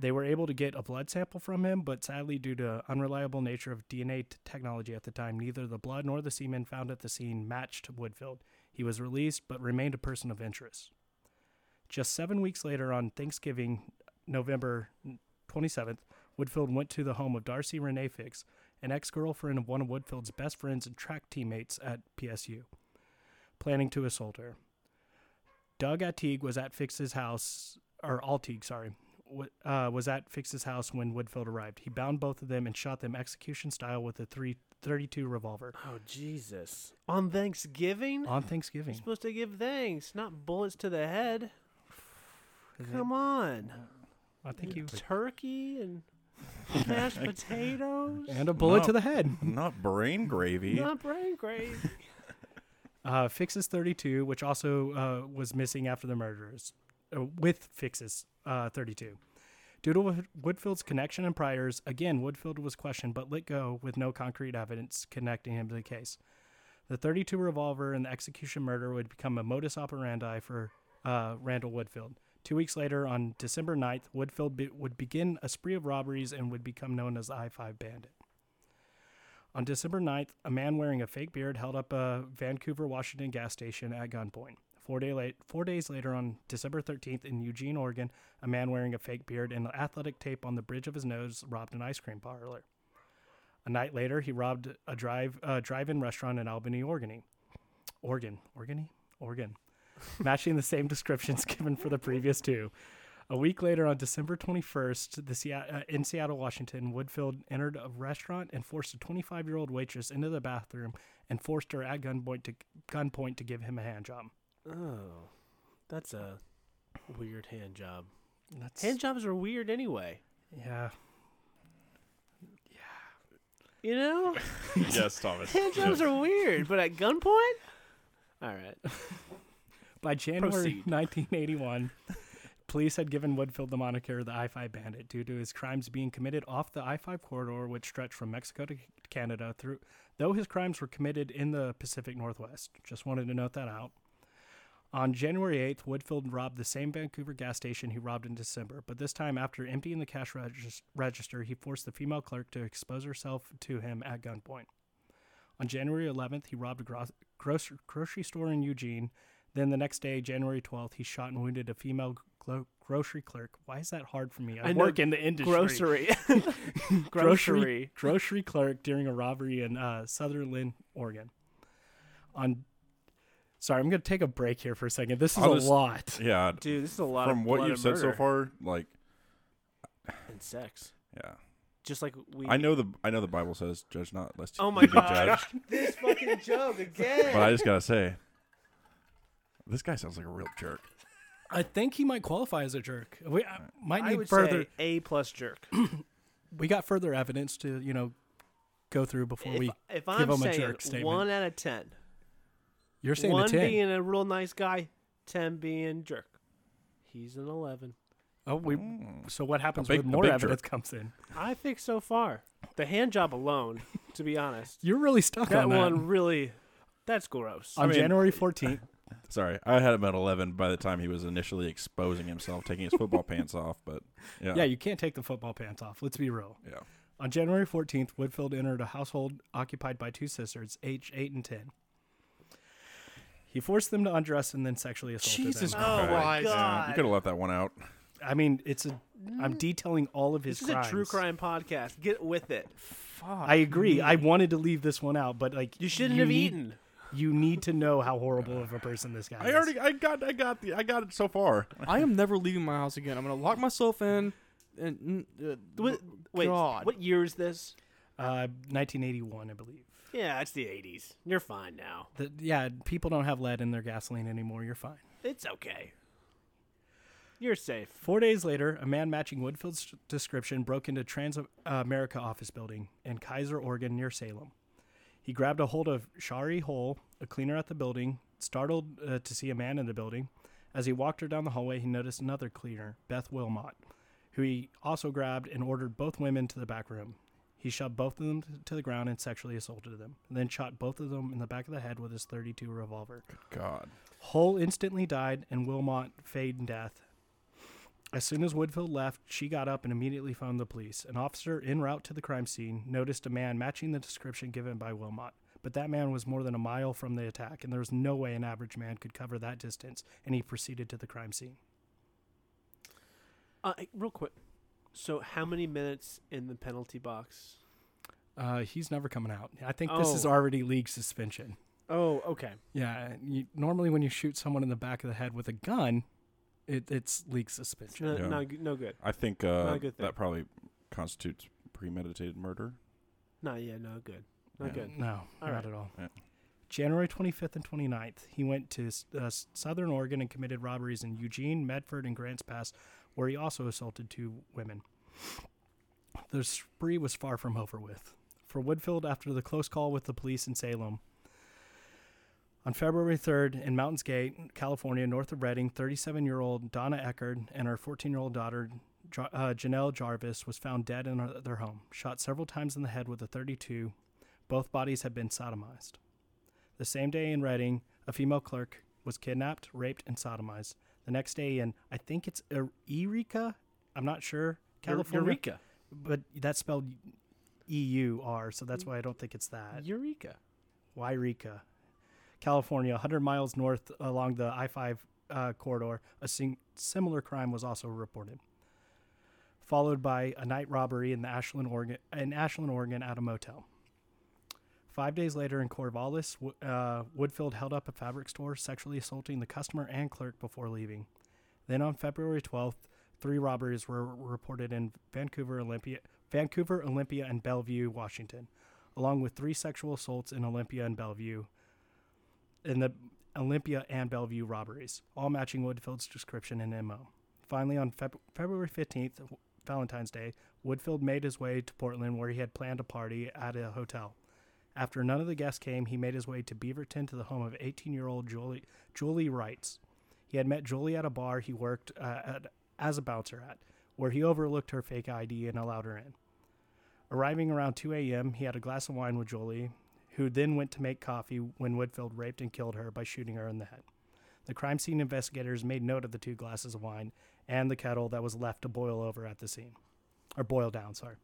They were able to get a blood sample from him, but sadly, due to unreliable nature of DNA t- technology at the time, neither the blood nor the semen found at the scene matched Woodfield. He was released, but remained a person of interest. Just seven weeks later, on Thanksgiving, November 27th, Woodfield went to the home of Darcy Renee Fix, an ex girlfriend of one of Woodfield's best friends and track teammates at PSU, planning to assault her. Doug Attig was at Fix's house, or Altig, sorry, wa- uh, was at Fix's house when Woodfield arrived. He bound both of them and shot them execution style with a three thirty-two revolver
Oh Jesus! On Thanksgiving,
on Thanksgiving.
you're supposed to give thanks, not bullets to the head. Come on,
I think you.
turkey and mashed potatoes.
And a bullet
No.
to the head.
Not brain gravy.
Not brain great.
Uh, Fixes 32, which also uh, was missing after the murderers, uh, with Fixes uh, 32. Due to Wo- Woodfield's connection and priors, again, Woodfield was questioned but let go with no concrete evidence connecting him to the case. The 32 revolver and the execution murder would become a modus operandi for uh, Randall Woodfield. Two weeks later, on December 9th, Woodfield be- would begin a spree of robberies and would become known as the I 5 Bandit. On December 9th, a man wearing a fake beard held up a Vancouver, Washington gas station at gunpoint. Four, day late, four days later, on December 13th, in Eugene, Oregon, a man wearing a fake beard and athletic tape on the bridge of his nose robbed an ice cream parlor. A night later, he robbed a drive uh, drive-in restaurant in Albany, Oregon. Oregon, Oregon, Oregon, matching the same descriptions given for the previous two. A week later, on December 21st, the Seat uh, in Seattle, Washington, Woodfield entered a restaurant and forced a 25-year-old waitress into the bathroom and forced her at gunpoint to gunpoint to give him a hand job.
Oh, that's a weird hand job.
That's,
Hand jobs are weird anyway.
yeah,
You know,
yes, Thomas.
hand jobs are weird, but at gunpoint. All right.
By January
Proceed.
1981, police had given Woodfield the moniker the I 5 Bandit due to his crimes being committed off the I 5 corridor, which stretched from Mexico to Canada, through, though his crimes were committed in the Pacific Northwest. Just wanted to note that out. On January 8th, Woodfield robbed the same Vancouver gas station he robbed in December, but this time, after emptying the cash regis- register, he forced the female clerk to expose herself to him at gunpoint. On January 11th, he robbed a gro- grocer- grocery store in Eugene. Then the next day, January 12th, he shot and wounded a female glo- grocery clerk. Why is that hard for me? I,
I know,
work in the industry.
Grocery.
grocery
Grocery.
grocery clerk during a robbery in uh, Sutherland, Oregon. On, sorry, I'm going to take a break here for a second. This is
I'll
a
just-
lot.
Yeah,
Dude, this is a lot
from
of
what
blood
you've
and
said so
murder
far, like
and sex.
yeah,
Just like we.
I know the I know the Bible says judge not lest
Oh
you
my
be
God.
judged.
this fucking joke again.
But I just gotta say, this guy sounds like a real jerk.
I think he might qualify as a jerk. We I might
I
need
would
further.
say a plus jerk.
We got further evidence to you know go through before
if,
we.
if
give
I'm
him a
saying
jerk statement.
one out of ten,
You're saying
one
a ten.
being a real nice guy, ten being jerk. He's an eleven.
oh, we. So what happens
big-
when
a
more
big
evidence
jerk.
comes in?
I think so far, the hand job alone, to be honest,
You're really stuck
that
on that.
one really, that's gross.
on
mean-
January 14th,
Sorry, I had him at eleven by the time he was initially exposing himself, taking his football pants off. But yeah,
yeah, you can't take the football pants off. Let's be real.
yeah.
On January 14th, Woodfield entered a household occupied by two sisters, aged 8 and 10. He forced them to undress and then sexually assaulted
Jesus
them.
oh my
Christ. Yeah,
god!
you could have left that one out.
I mean, it's a. I'm detailing all of his
Mm. this is a true
crimes.
crime podcast. Get with it.
I agree. I wanted to leave this one out, but like
You shouldn't have
need-
eaten.
You need to know how horrible of a person this guy
I
is.
already, I got, I got the, I got it so far.
I am never leaving my house again. I'm gonna lock myself in. And mm, uh,
What, wait,
God.
what year is this?
uh, 1981, I believe.
Yeah, it's the '80s. You're fine now.
The, yeah, people don't have lead in their gasoline anymore. You're fine.
It's okay. You're safe.
Four days later, a man matching Woodfield's description broke into Transamerica office building in Kaiser, Oregon, near Salem. He grabbed a hold of Shari Hole, a cleaner at the building, startled uh, to see a man in the building. As he walked her down the hallway, he noticed another cleaner, Beth Wilmot, who he also grabbed and ordered both women to the back room. He shoved both of them t- to the ground and sexually assaulted them, then shot both of them in the back of the head with his 32 revolver.
God,
Hull instantly died, and Wilmot feigned death. As soon as Woodfield left, she got up and immediately phoned the police. An officer en route to the crime scene noticed a man matching the description given by Wilmot, but that man was more than a mile from the attack, and there was no way an average man could cover that distance, and he proceeded to the crime scene.
Uh, real quick. So, how many minutes in the penalty box?
Uh, he's never coming out. I think this is
Oh.
already league suspension.
Oh, okay.
Yeah, you, normally when you shoot someone in the back of the head with a gun, it, it's league
It's
suspension.
not,
Yeah.
not g- no good.
I think uh,
Not a good thing.
that probably constitutes premeditated murder.
Not yeah, no good. Not
Yeah.
good.
No,
All
not
right.
at all.
Yeah.
January 25th and 29th, he went to s- uh, s- Southern Oregon and committed robberies in Eugene, Medford, and Grants Pass, where he also assaulted two women. The spree was far from over with. For Woodfield, after the close call with the police in Salem, on February 3rd in Mountains Gate, California, north of Redding, 37 year old Donna Eckerd and her 14 year old daughter, Ja- uh, Janelle Jarvis, was found dead in her- their home, shot several times in the head with a 32 both bodies had been sodomized. The same day in Reading, a female clerk was kidnapped, raped, and sodomized. The next day in, I think it's Er- Eureka, I'm not sure, California.
Eureka.
But that's spelled E U R, so that's why I don't think it's that.
Eureka.
Wairika, California, 100 miles north along the I 5 uh, corridor. A sing- similar crime was also reported. Followed by a night robbery in the Ashland, Oregon, in Ashland, Oregon, at a motel. Five days later, in Corvallis, Wo- uh, Woodfield held up a fabric store, sexually assaulting the customer and clerk before leaving. Then, on February 12th, three robberies were reported in Vancouver, Olympia, Vancouver, Olympia, and Bellevue, Washington along with three sexual assaults in Olympia and Bellevue, in the Olympia and Bellevue robberies, all matching Woodfield's description and MO. Finally, on Feb- February 15th, w- Valentine's Day, Woodfield made his way to Portland where he had planned a party at a hotel. After none of the guests came, he made his way to Beaverton to the home of 18 year old Julie, Julie Wrights. He had met Julie at a bar he worked uh, at, as a bouncer at, where he overlooked her fake ID and allowed her in. Arriving around 2 a.m., he had a glass of wine with Jolie, who then went to make coffee when Woodfield raped and killed her by shooting her in the head. The crime scene investigators made note of the two glasses of wine and the kettle that was left to boil over at the scene, or boil down, sorry.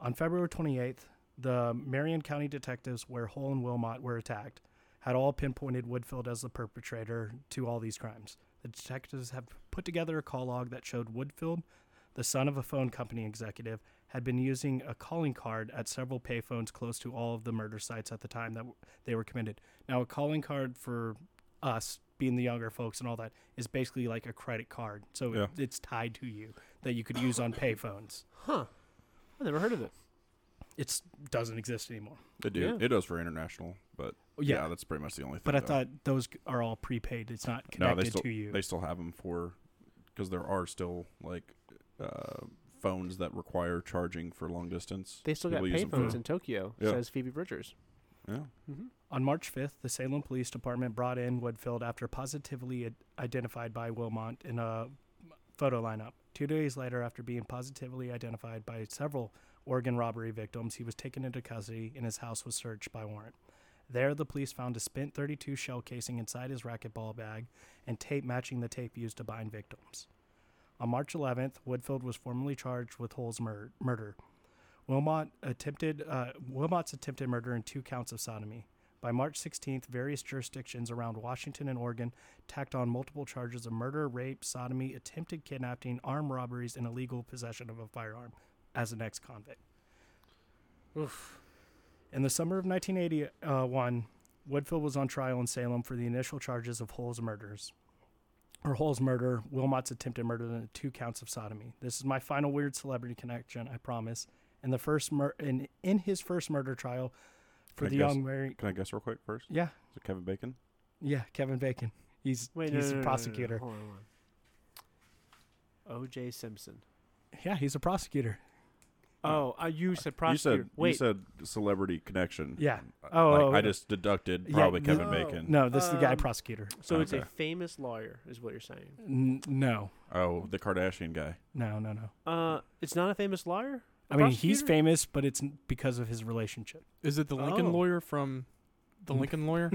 On February 28th, the Marion County detectives, where Hull and Wilmot were attacked, had all pinpointed Woodfield as the perpetrator to all these crimes. The detectives have put together a call log that showed Woodfield the son of a phone company executive, had been using a calling card at several payphones close to all of the murder sites at the time that w- they were committed. Now, a calling card for us, being the younger folks and all that, is basically like a credit card. So it-
Yeah.
it's tied to you that you could use on payphones.
Huh. I never heard of it.
It doesn't exist anymore.
It do
Yeah.
it does for international, but yeah.
Yeah.
that's pretty much the only thing.
But I
though.
thought those are all prepaid. It's not
No,
connected
they still-
to you.
they still have them for because there are still like uh, phones that require charging for long distance.
They still got
People use them
payphones
for-
in Tokyo.
Yeah.
Says Phoebe Bridgers.
Yeah,
Mm-hmm.
On March 5th, the Salem Police Department brought in Woodfield after positively ad- identified by Wilmont in a photo lineup. Two days later, after being positively identified by several Oregon robbery victims, he was taken into custody and his house was searched by warrant. There, the police found a spent 32 shell casing inside his racquetball bag and tape matching the tape used to bind victims. On March 11th, Woodfield was formally charged with Hull's mur- murder. Wilmot attempted uh, Wilmot's attempted murder and two counts of sodomy. By March 16th, various jurisdictions around Washington and Oregon tacked on multiple charges of murder, rape, sodomy, attempted kidnapping, armed robberies, and illegal possession of a firearm as an ex convict. In the summer of 1981, Woodfield was on trial in Salem for the initial charges of Hull's murders. Or Hull's murder, Wilmot's attempted murder, and two counts of sodomy. This is my final weird celebrity connection, I promise. And the first mur- in, in his first murder trial for
I
the
guess-
young Mary.
can I guess real quick first?
Yeah,
Is it Kevin Bacon?
yeah, Kevin Bacon. He's he's a prosecutor.
Hold on, hold on. O.J. Simpson.
Yeah, he's a prosecutor.
Oh, uh, you said prosecutor.
You said
Wait.
you said celebrity connection.
Yeah.
I-
Oh,
Mm. Uh, like,
oh,
I
yeah.
just deducted
Yeah,
probably
no.
Kevin Bacon.
No, this is the guy
Um,
prosecutor.
so it's a
okay.
famous lawyer, is what you're saying.
N- no,
Oh, the Kardashian guy.
no, no, no.
Uh, it's not a famous lawyer.
I mean, he's
famous.
famous, but it's n- because of his relationship.
Is it the Lincoln
Oh.
lawyer from the Lincoln lawyer?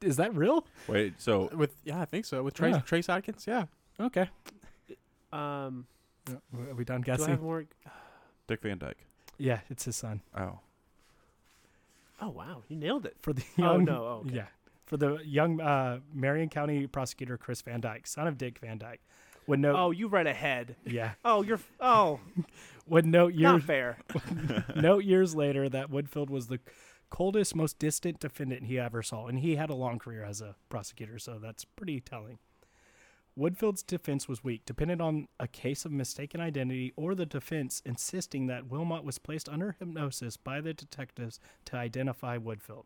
is that real?
Wait, so
Mm. with yeah, I think so. With Trace
Yeah.
Trace Adkins, yeah.
Okay.
Um,
Are we done
do I
guessing?
have more?
Dick Van Dyke.
yeah, it's his son.
Oh,
Oh wow, you nailed it.
For the
Oh,
young,
no, oh, okay.
yeah, for the young uh, Marion County prosecutor Chris Van Dyke, son of Dick Van Dyke. When no,
Oh, you read ahead.
yeah.
Oh, you're f- oh,
When no
not
years,
fair.
no years later, that Woodfield was the coldest, most distant defendant he ever saw, and he had a long career as a prosecutor, so that's pretty telling. Woodfield's defense was weak, dependent on a case of mistaken identity or the defense insisting that Wilmot was placed under hypnosis by the detectives to identify Woodfield.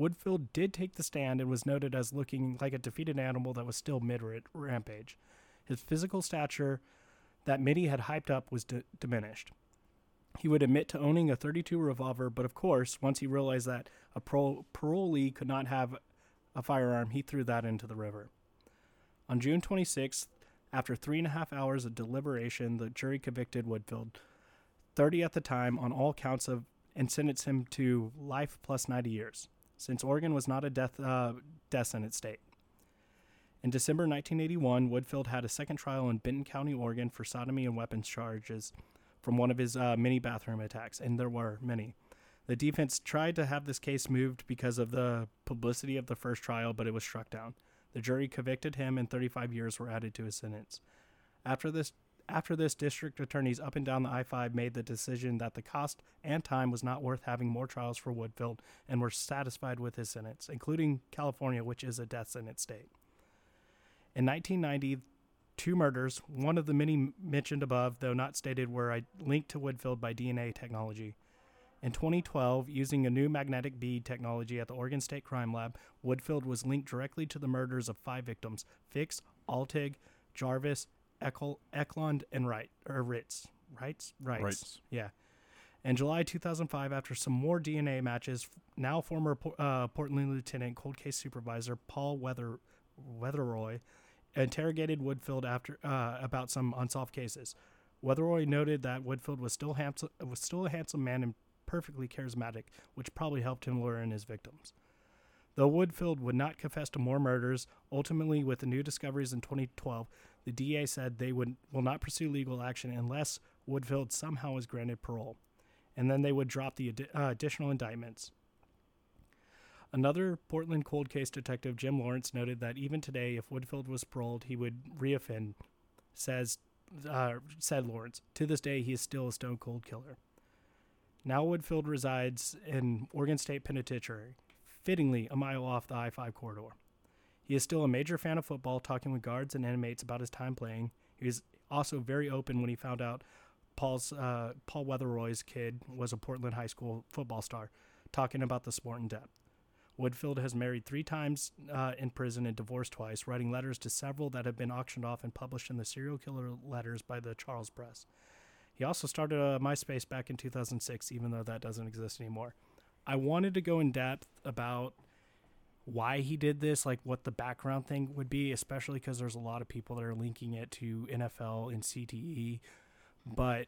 Woodfield did take the stand and was noted as looking like a defeated animal that was still mid rampage. His physical stature that Mitty had hyped up was d- diminished. He would admit to owning a 32 revolver, but of course, once he realized that a pro- parolee could not have a firearm, he threw that into the river. On June 26th, after three and a half hours of deliberation, the jury convicted Woodfield, 30 at the time, on all counts of and sentenced him to life plus 90 years, since Oregon was not a death uh, death sentence state. In December 1981, Woodfield had a second trial in Benton County, Oregon, for sodomy and weapons charges from one of his uh, many bathroom attacks, and there were many. The defense tried to have this case moved because of the publicity of the first trial, but it was struck down. The jury convicted him, and 35 years were added to his sentence. After this, after this, district attorneys up and down the I-5 made the decision that the cost and time was not worth having more trials for Woodfield, and were satisfied with his sentence, including California, which is a death sentence state. In 1990, two murders, one of the many m- mentioned above, though not stated, were I- linked to Woodfield by DNA technology. In 2012, using a new magnetic bead technology at the Oregon State Crime Lab, Woodfield was linked directly to the murders of five victims Fix, Altig, Jarvis, Eckel, Eklund, and Wright, or Ritz. Wrights? Wrights.
Wrights.
Yeah. In July 2005, after some more DNA matches, f- now former Po- uh, Portland Lieutenant Cold Case Supervisor Paul Weather Weatheroy interrogated Woodfield after uh, about some unsolved cases. Weatheroy noted that Woodfield was still handsome, was still a handsome man and perfectly charismatic, which probably helped him lure in his victims. Though Woodfield would not confess to more murders, ultimately with the new discoveries in 2012, the DA said they would will not pursue legal action unless Woodfield somehow is granted parole, and then they would drop the addi- uh, additional indictments. Another Portland cold case detective, Jim Lawrence, noted that even today, if Woodfield was paroled, he would reoffend. Says, uh, said Lawrence. To this day, he is still a stone cold killer. Now Woodfield resides in Oregon State Penitentiary, fittingly a mile off the I-5 corridor. He is still a major fan of football, talking with guards and inmates about his time playing. He was also very open when he found out Paul's uh, Paul Weatheroy's kid was a Portland high school football star, talking about the sport in depth. Woodfield has married three times uh, in prison and divorced twice, writing letters to several that have been auctioned off and published in the serial killer letters by the Charles Press. He also started a MySpace back in 2006, even though that doesn't exist anymore. I wanted to go in depth about why he did this, like what the background thing would be, especially because there's a lot of people that are linking it to NFL and E. CTE, but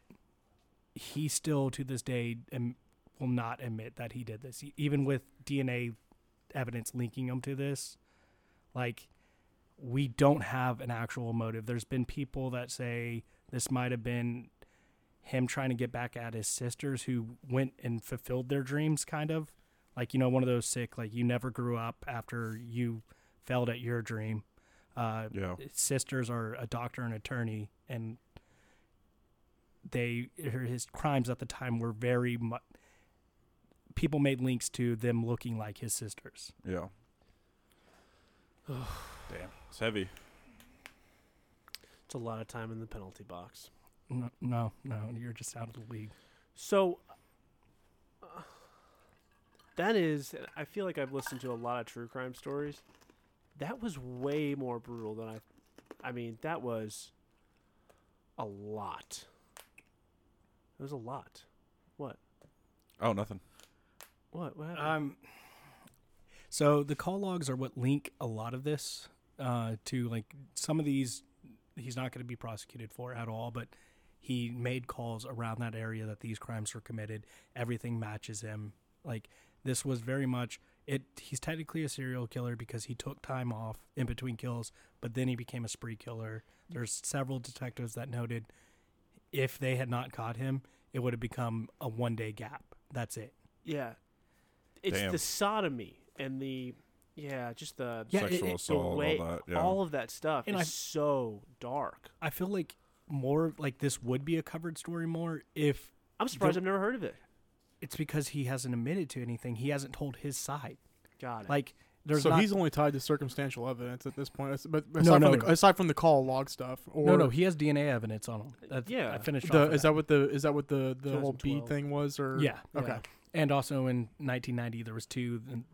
he still to this day am, will not admit that he did this, E- even with DNA evidence linking him to this. Like, we don't have an actual motive. There's been people that say this might have been him trying to get back at his sisters who went and fulfilled their dreams, kind of. Like, you know, one of those sick, like, you never grew up after you failed at your dream. Uh,
Yeah.
sisters are a doctor and attorney, and they her- his crimes at the time were very mu- people made links to them looking like his sisters.
Yeah. Damn. It's heavy.
It's a lot of time in the penalty box.
No, no, no you're just out of the league.
So uh, that is, I feel like I've listened to a lot of true crime stories. That was way more brutal than I. I mean, that was a lot. It was a lot.
Oh, nothing.
What? What happened?
Um, so the call logs are what link a lot of this uh, to like some of these. He's not going to be prosecuted for at all, but he made calls around that area that these crimes were committed. Everything matches him. Like this was very much it. He's technically a serial killer because he took time off in between kills, but then he became a spree killer. There's several detectives that noted if they had not caught him, it would have become a one day gap. That's it.
yeah, it's
Damn.
the sodomy and the yeah, just the
Yeah, it-
sexual
it- the
the
assault,
way-
all that. Yeah.
all of that stuff
And
is
I-
so dark.
I feel like more like this would be a covered story more if
I'm surprised I've never heard of it.
it's because he hasn't admitted to anything. He hasn't told his side.
Got it.
Like there's
so
not,
he's only tied to circumstantial evidence at this point. as- But
No,
aside,
no,
from the,
no.
aside from the call log stuff, or
no no he has DNA evidence on him. That's,
Yeah.
I finished.
the,
off with
is that what the is that what the the whole bead
2012.
thing was? Or
yeah
okay,
yeah. And also in 1990 there was two. And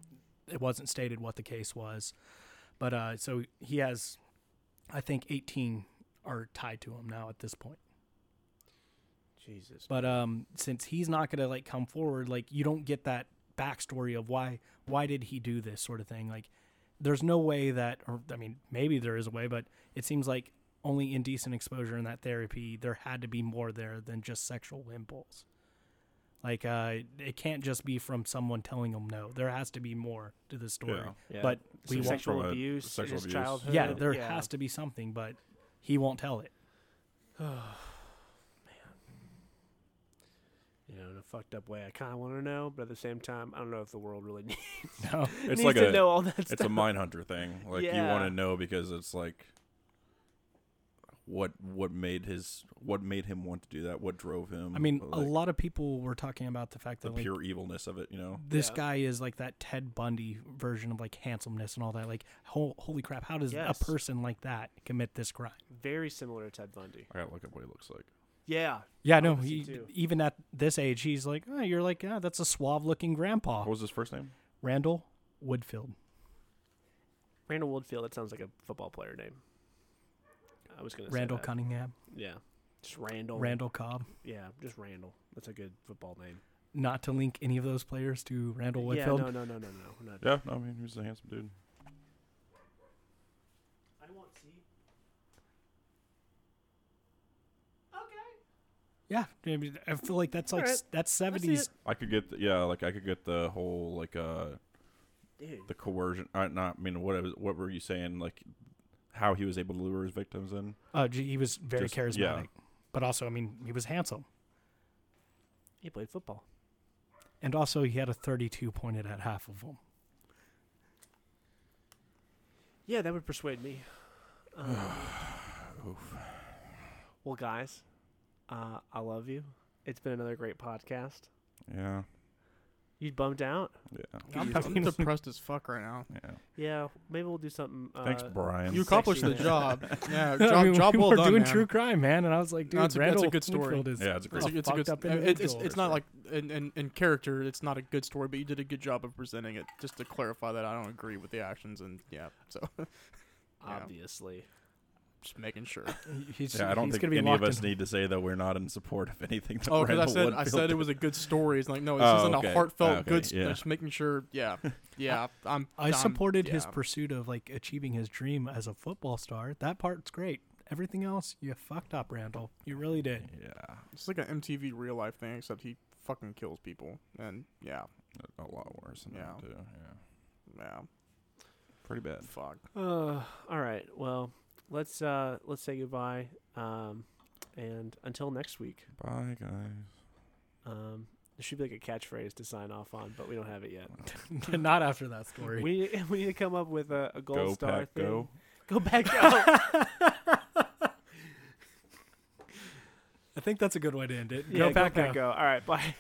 it wasn't stated what the case was, but uh, so he has, I think 18 are tied to him now at this point.
Jesus.
But um, since he's not gonna like come forward, like you don't get that backstory of why why did he do this sort of thing. Like there's no way that, or I mean, maybe there is a way, but it seems like only indecent exposure in that therapy. There had to be more there than just sexual impulse. Like uh, it can't just be from someone telling him no. There has to be more to the story.
Yeah.
Yeah.
But
Some
we won't.
sexual
From a-
abuse,
sexual
his
abuse.
childhood.
yeah, there has to be something, but he won't tell it.
You know, in a fucked up way. I kind of want to know, but at the same time, I don't know if the world really needs,
No.
It's
needs
like
to
a
know all that
it's
stuff.
a mind hunter thing. Like you
Yeah.
want to know because it's like what what made his what made him want to do that? What drove him?
I mean,
like,
a lot of people were talking about the fact
the
that like,
pure evilness of it. You know,
this
Yeah.
guy is like that Ted Bundy version of like handsomeness and all that. Like, ho- holy crap, how does
Yes.
a person like that commit this crime?
Very similar to Ted Bundy.
I gotta look up what he looks like.
Yeah.
Yeah, no,
Honestly,
he,
too.
even at this age, he's like, oh, you're like, yeah, that's a suave looking grandpa.
What was his first name?
Randall Woodfield.
Randall Woodfield. That sounds like a football player name. I was gonna
Randall
say that.
Cunningham.
Yeah. Just Randall.
Randall Cobb.
Yeah, just Randall. That's a good football name.
Not to link any of those players to Randall
yeah.
Woodfield.
No. No. No. No. No. no.
Yeah, no, I mean he was a handsome dude.
I want C.
Yeah, I, mean, I feel like that's like
Alright.
s- that's
it.
seventies.
I could get the, yeah, like I could get the whole like uh
Dude.
the coercion. I not I mean what I was- what were you saying like how he was able to lure his victims in?
Uh, gee, he was very
Just- yeah.
charismatic, but also, I mean, he was handsome,
He played football.
and also he had a thirty-two pointed at half of them.
Yeah, that would persuade me. Um, Well, guys, uh, I love you. It's been another great podcast.
Yeah,
You bummed out?
yeah,
I'm,
Jesus.
I'm depressed as fuck right now.
yeah.
Yeah, maybe we'll do something. Uh,
Thanks, Brian.
You accomplished the
sexiness.
job. Yeah,
I
job,
mean,
job
we
well
were
done,
doing
man.
true crime, man, and I was like, dude,
No, it's a- that's a
Randall
good story.
Whitfield is
yeah, it's a great.
It's a, it's a
fucked
good.
up
st- It's, it's,
individual.
it's not like in, in, in character. It's not a good story, but you did a good job of presenting it. Just to clarify that I don't agree with the actions, and yeah, so Yeah.
Obviously.
just making sure.
he's,
Yeah, I don't
he's
think
gonna be
any of
locked
us
in-
need to say that we're not in support of anything. That
Oh, because I
Randall
said I
Woodfield
said it
did.
was a good story. It's like no, this
Oh,
isn't
okay.
a heartfelt
Okay,
good. s-
yeah.
Just making sure. Yeah, yeah. I'm.
I
I'm-
supported his
yeah.
pursuit of like achieving his dream as a football star. That part's great. Everything else, you fucked up, Randall. You really did.
Yeah,
It's like an MTV real life thing, except he fucking kills people, and yeah,
a lot worse than that
Yeah.
too. Yeah,
yeah.
pretty bad.
Fuck.
Uh, all right. Well, let's uh, let's say goodbye. Um, and until next week,
Bye guys.
um, there should be like a catchphrase to sign off on, but we don't have it yet.
not after that story.
We we need to come up with a, a gold
Go
star
pack,
thing.
go.
Go back go.
I think that's a good way to end it.
yeah,
Go back
go, pack,
up.
go. All right. Bye.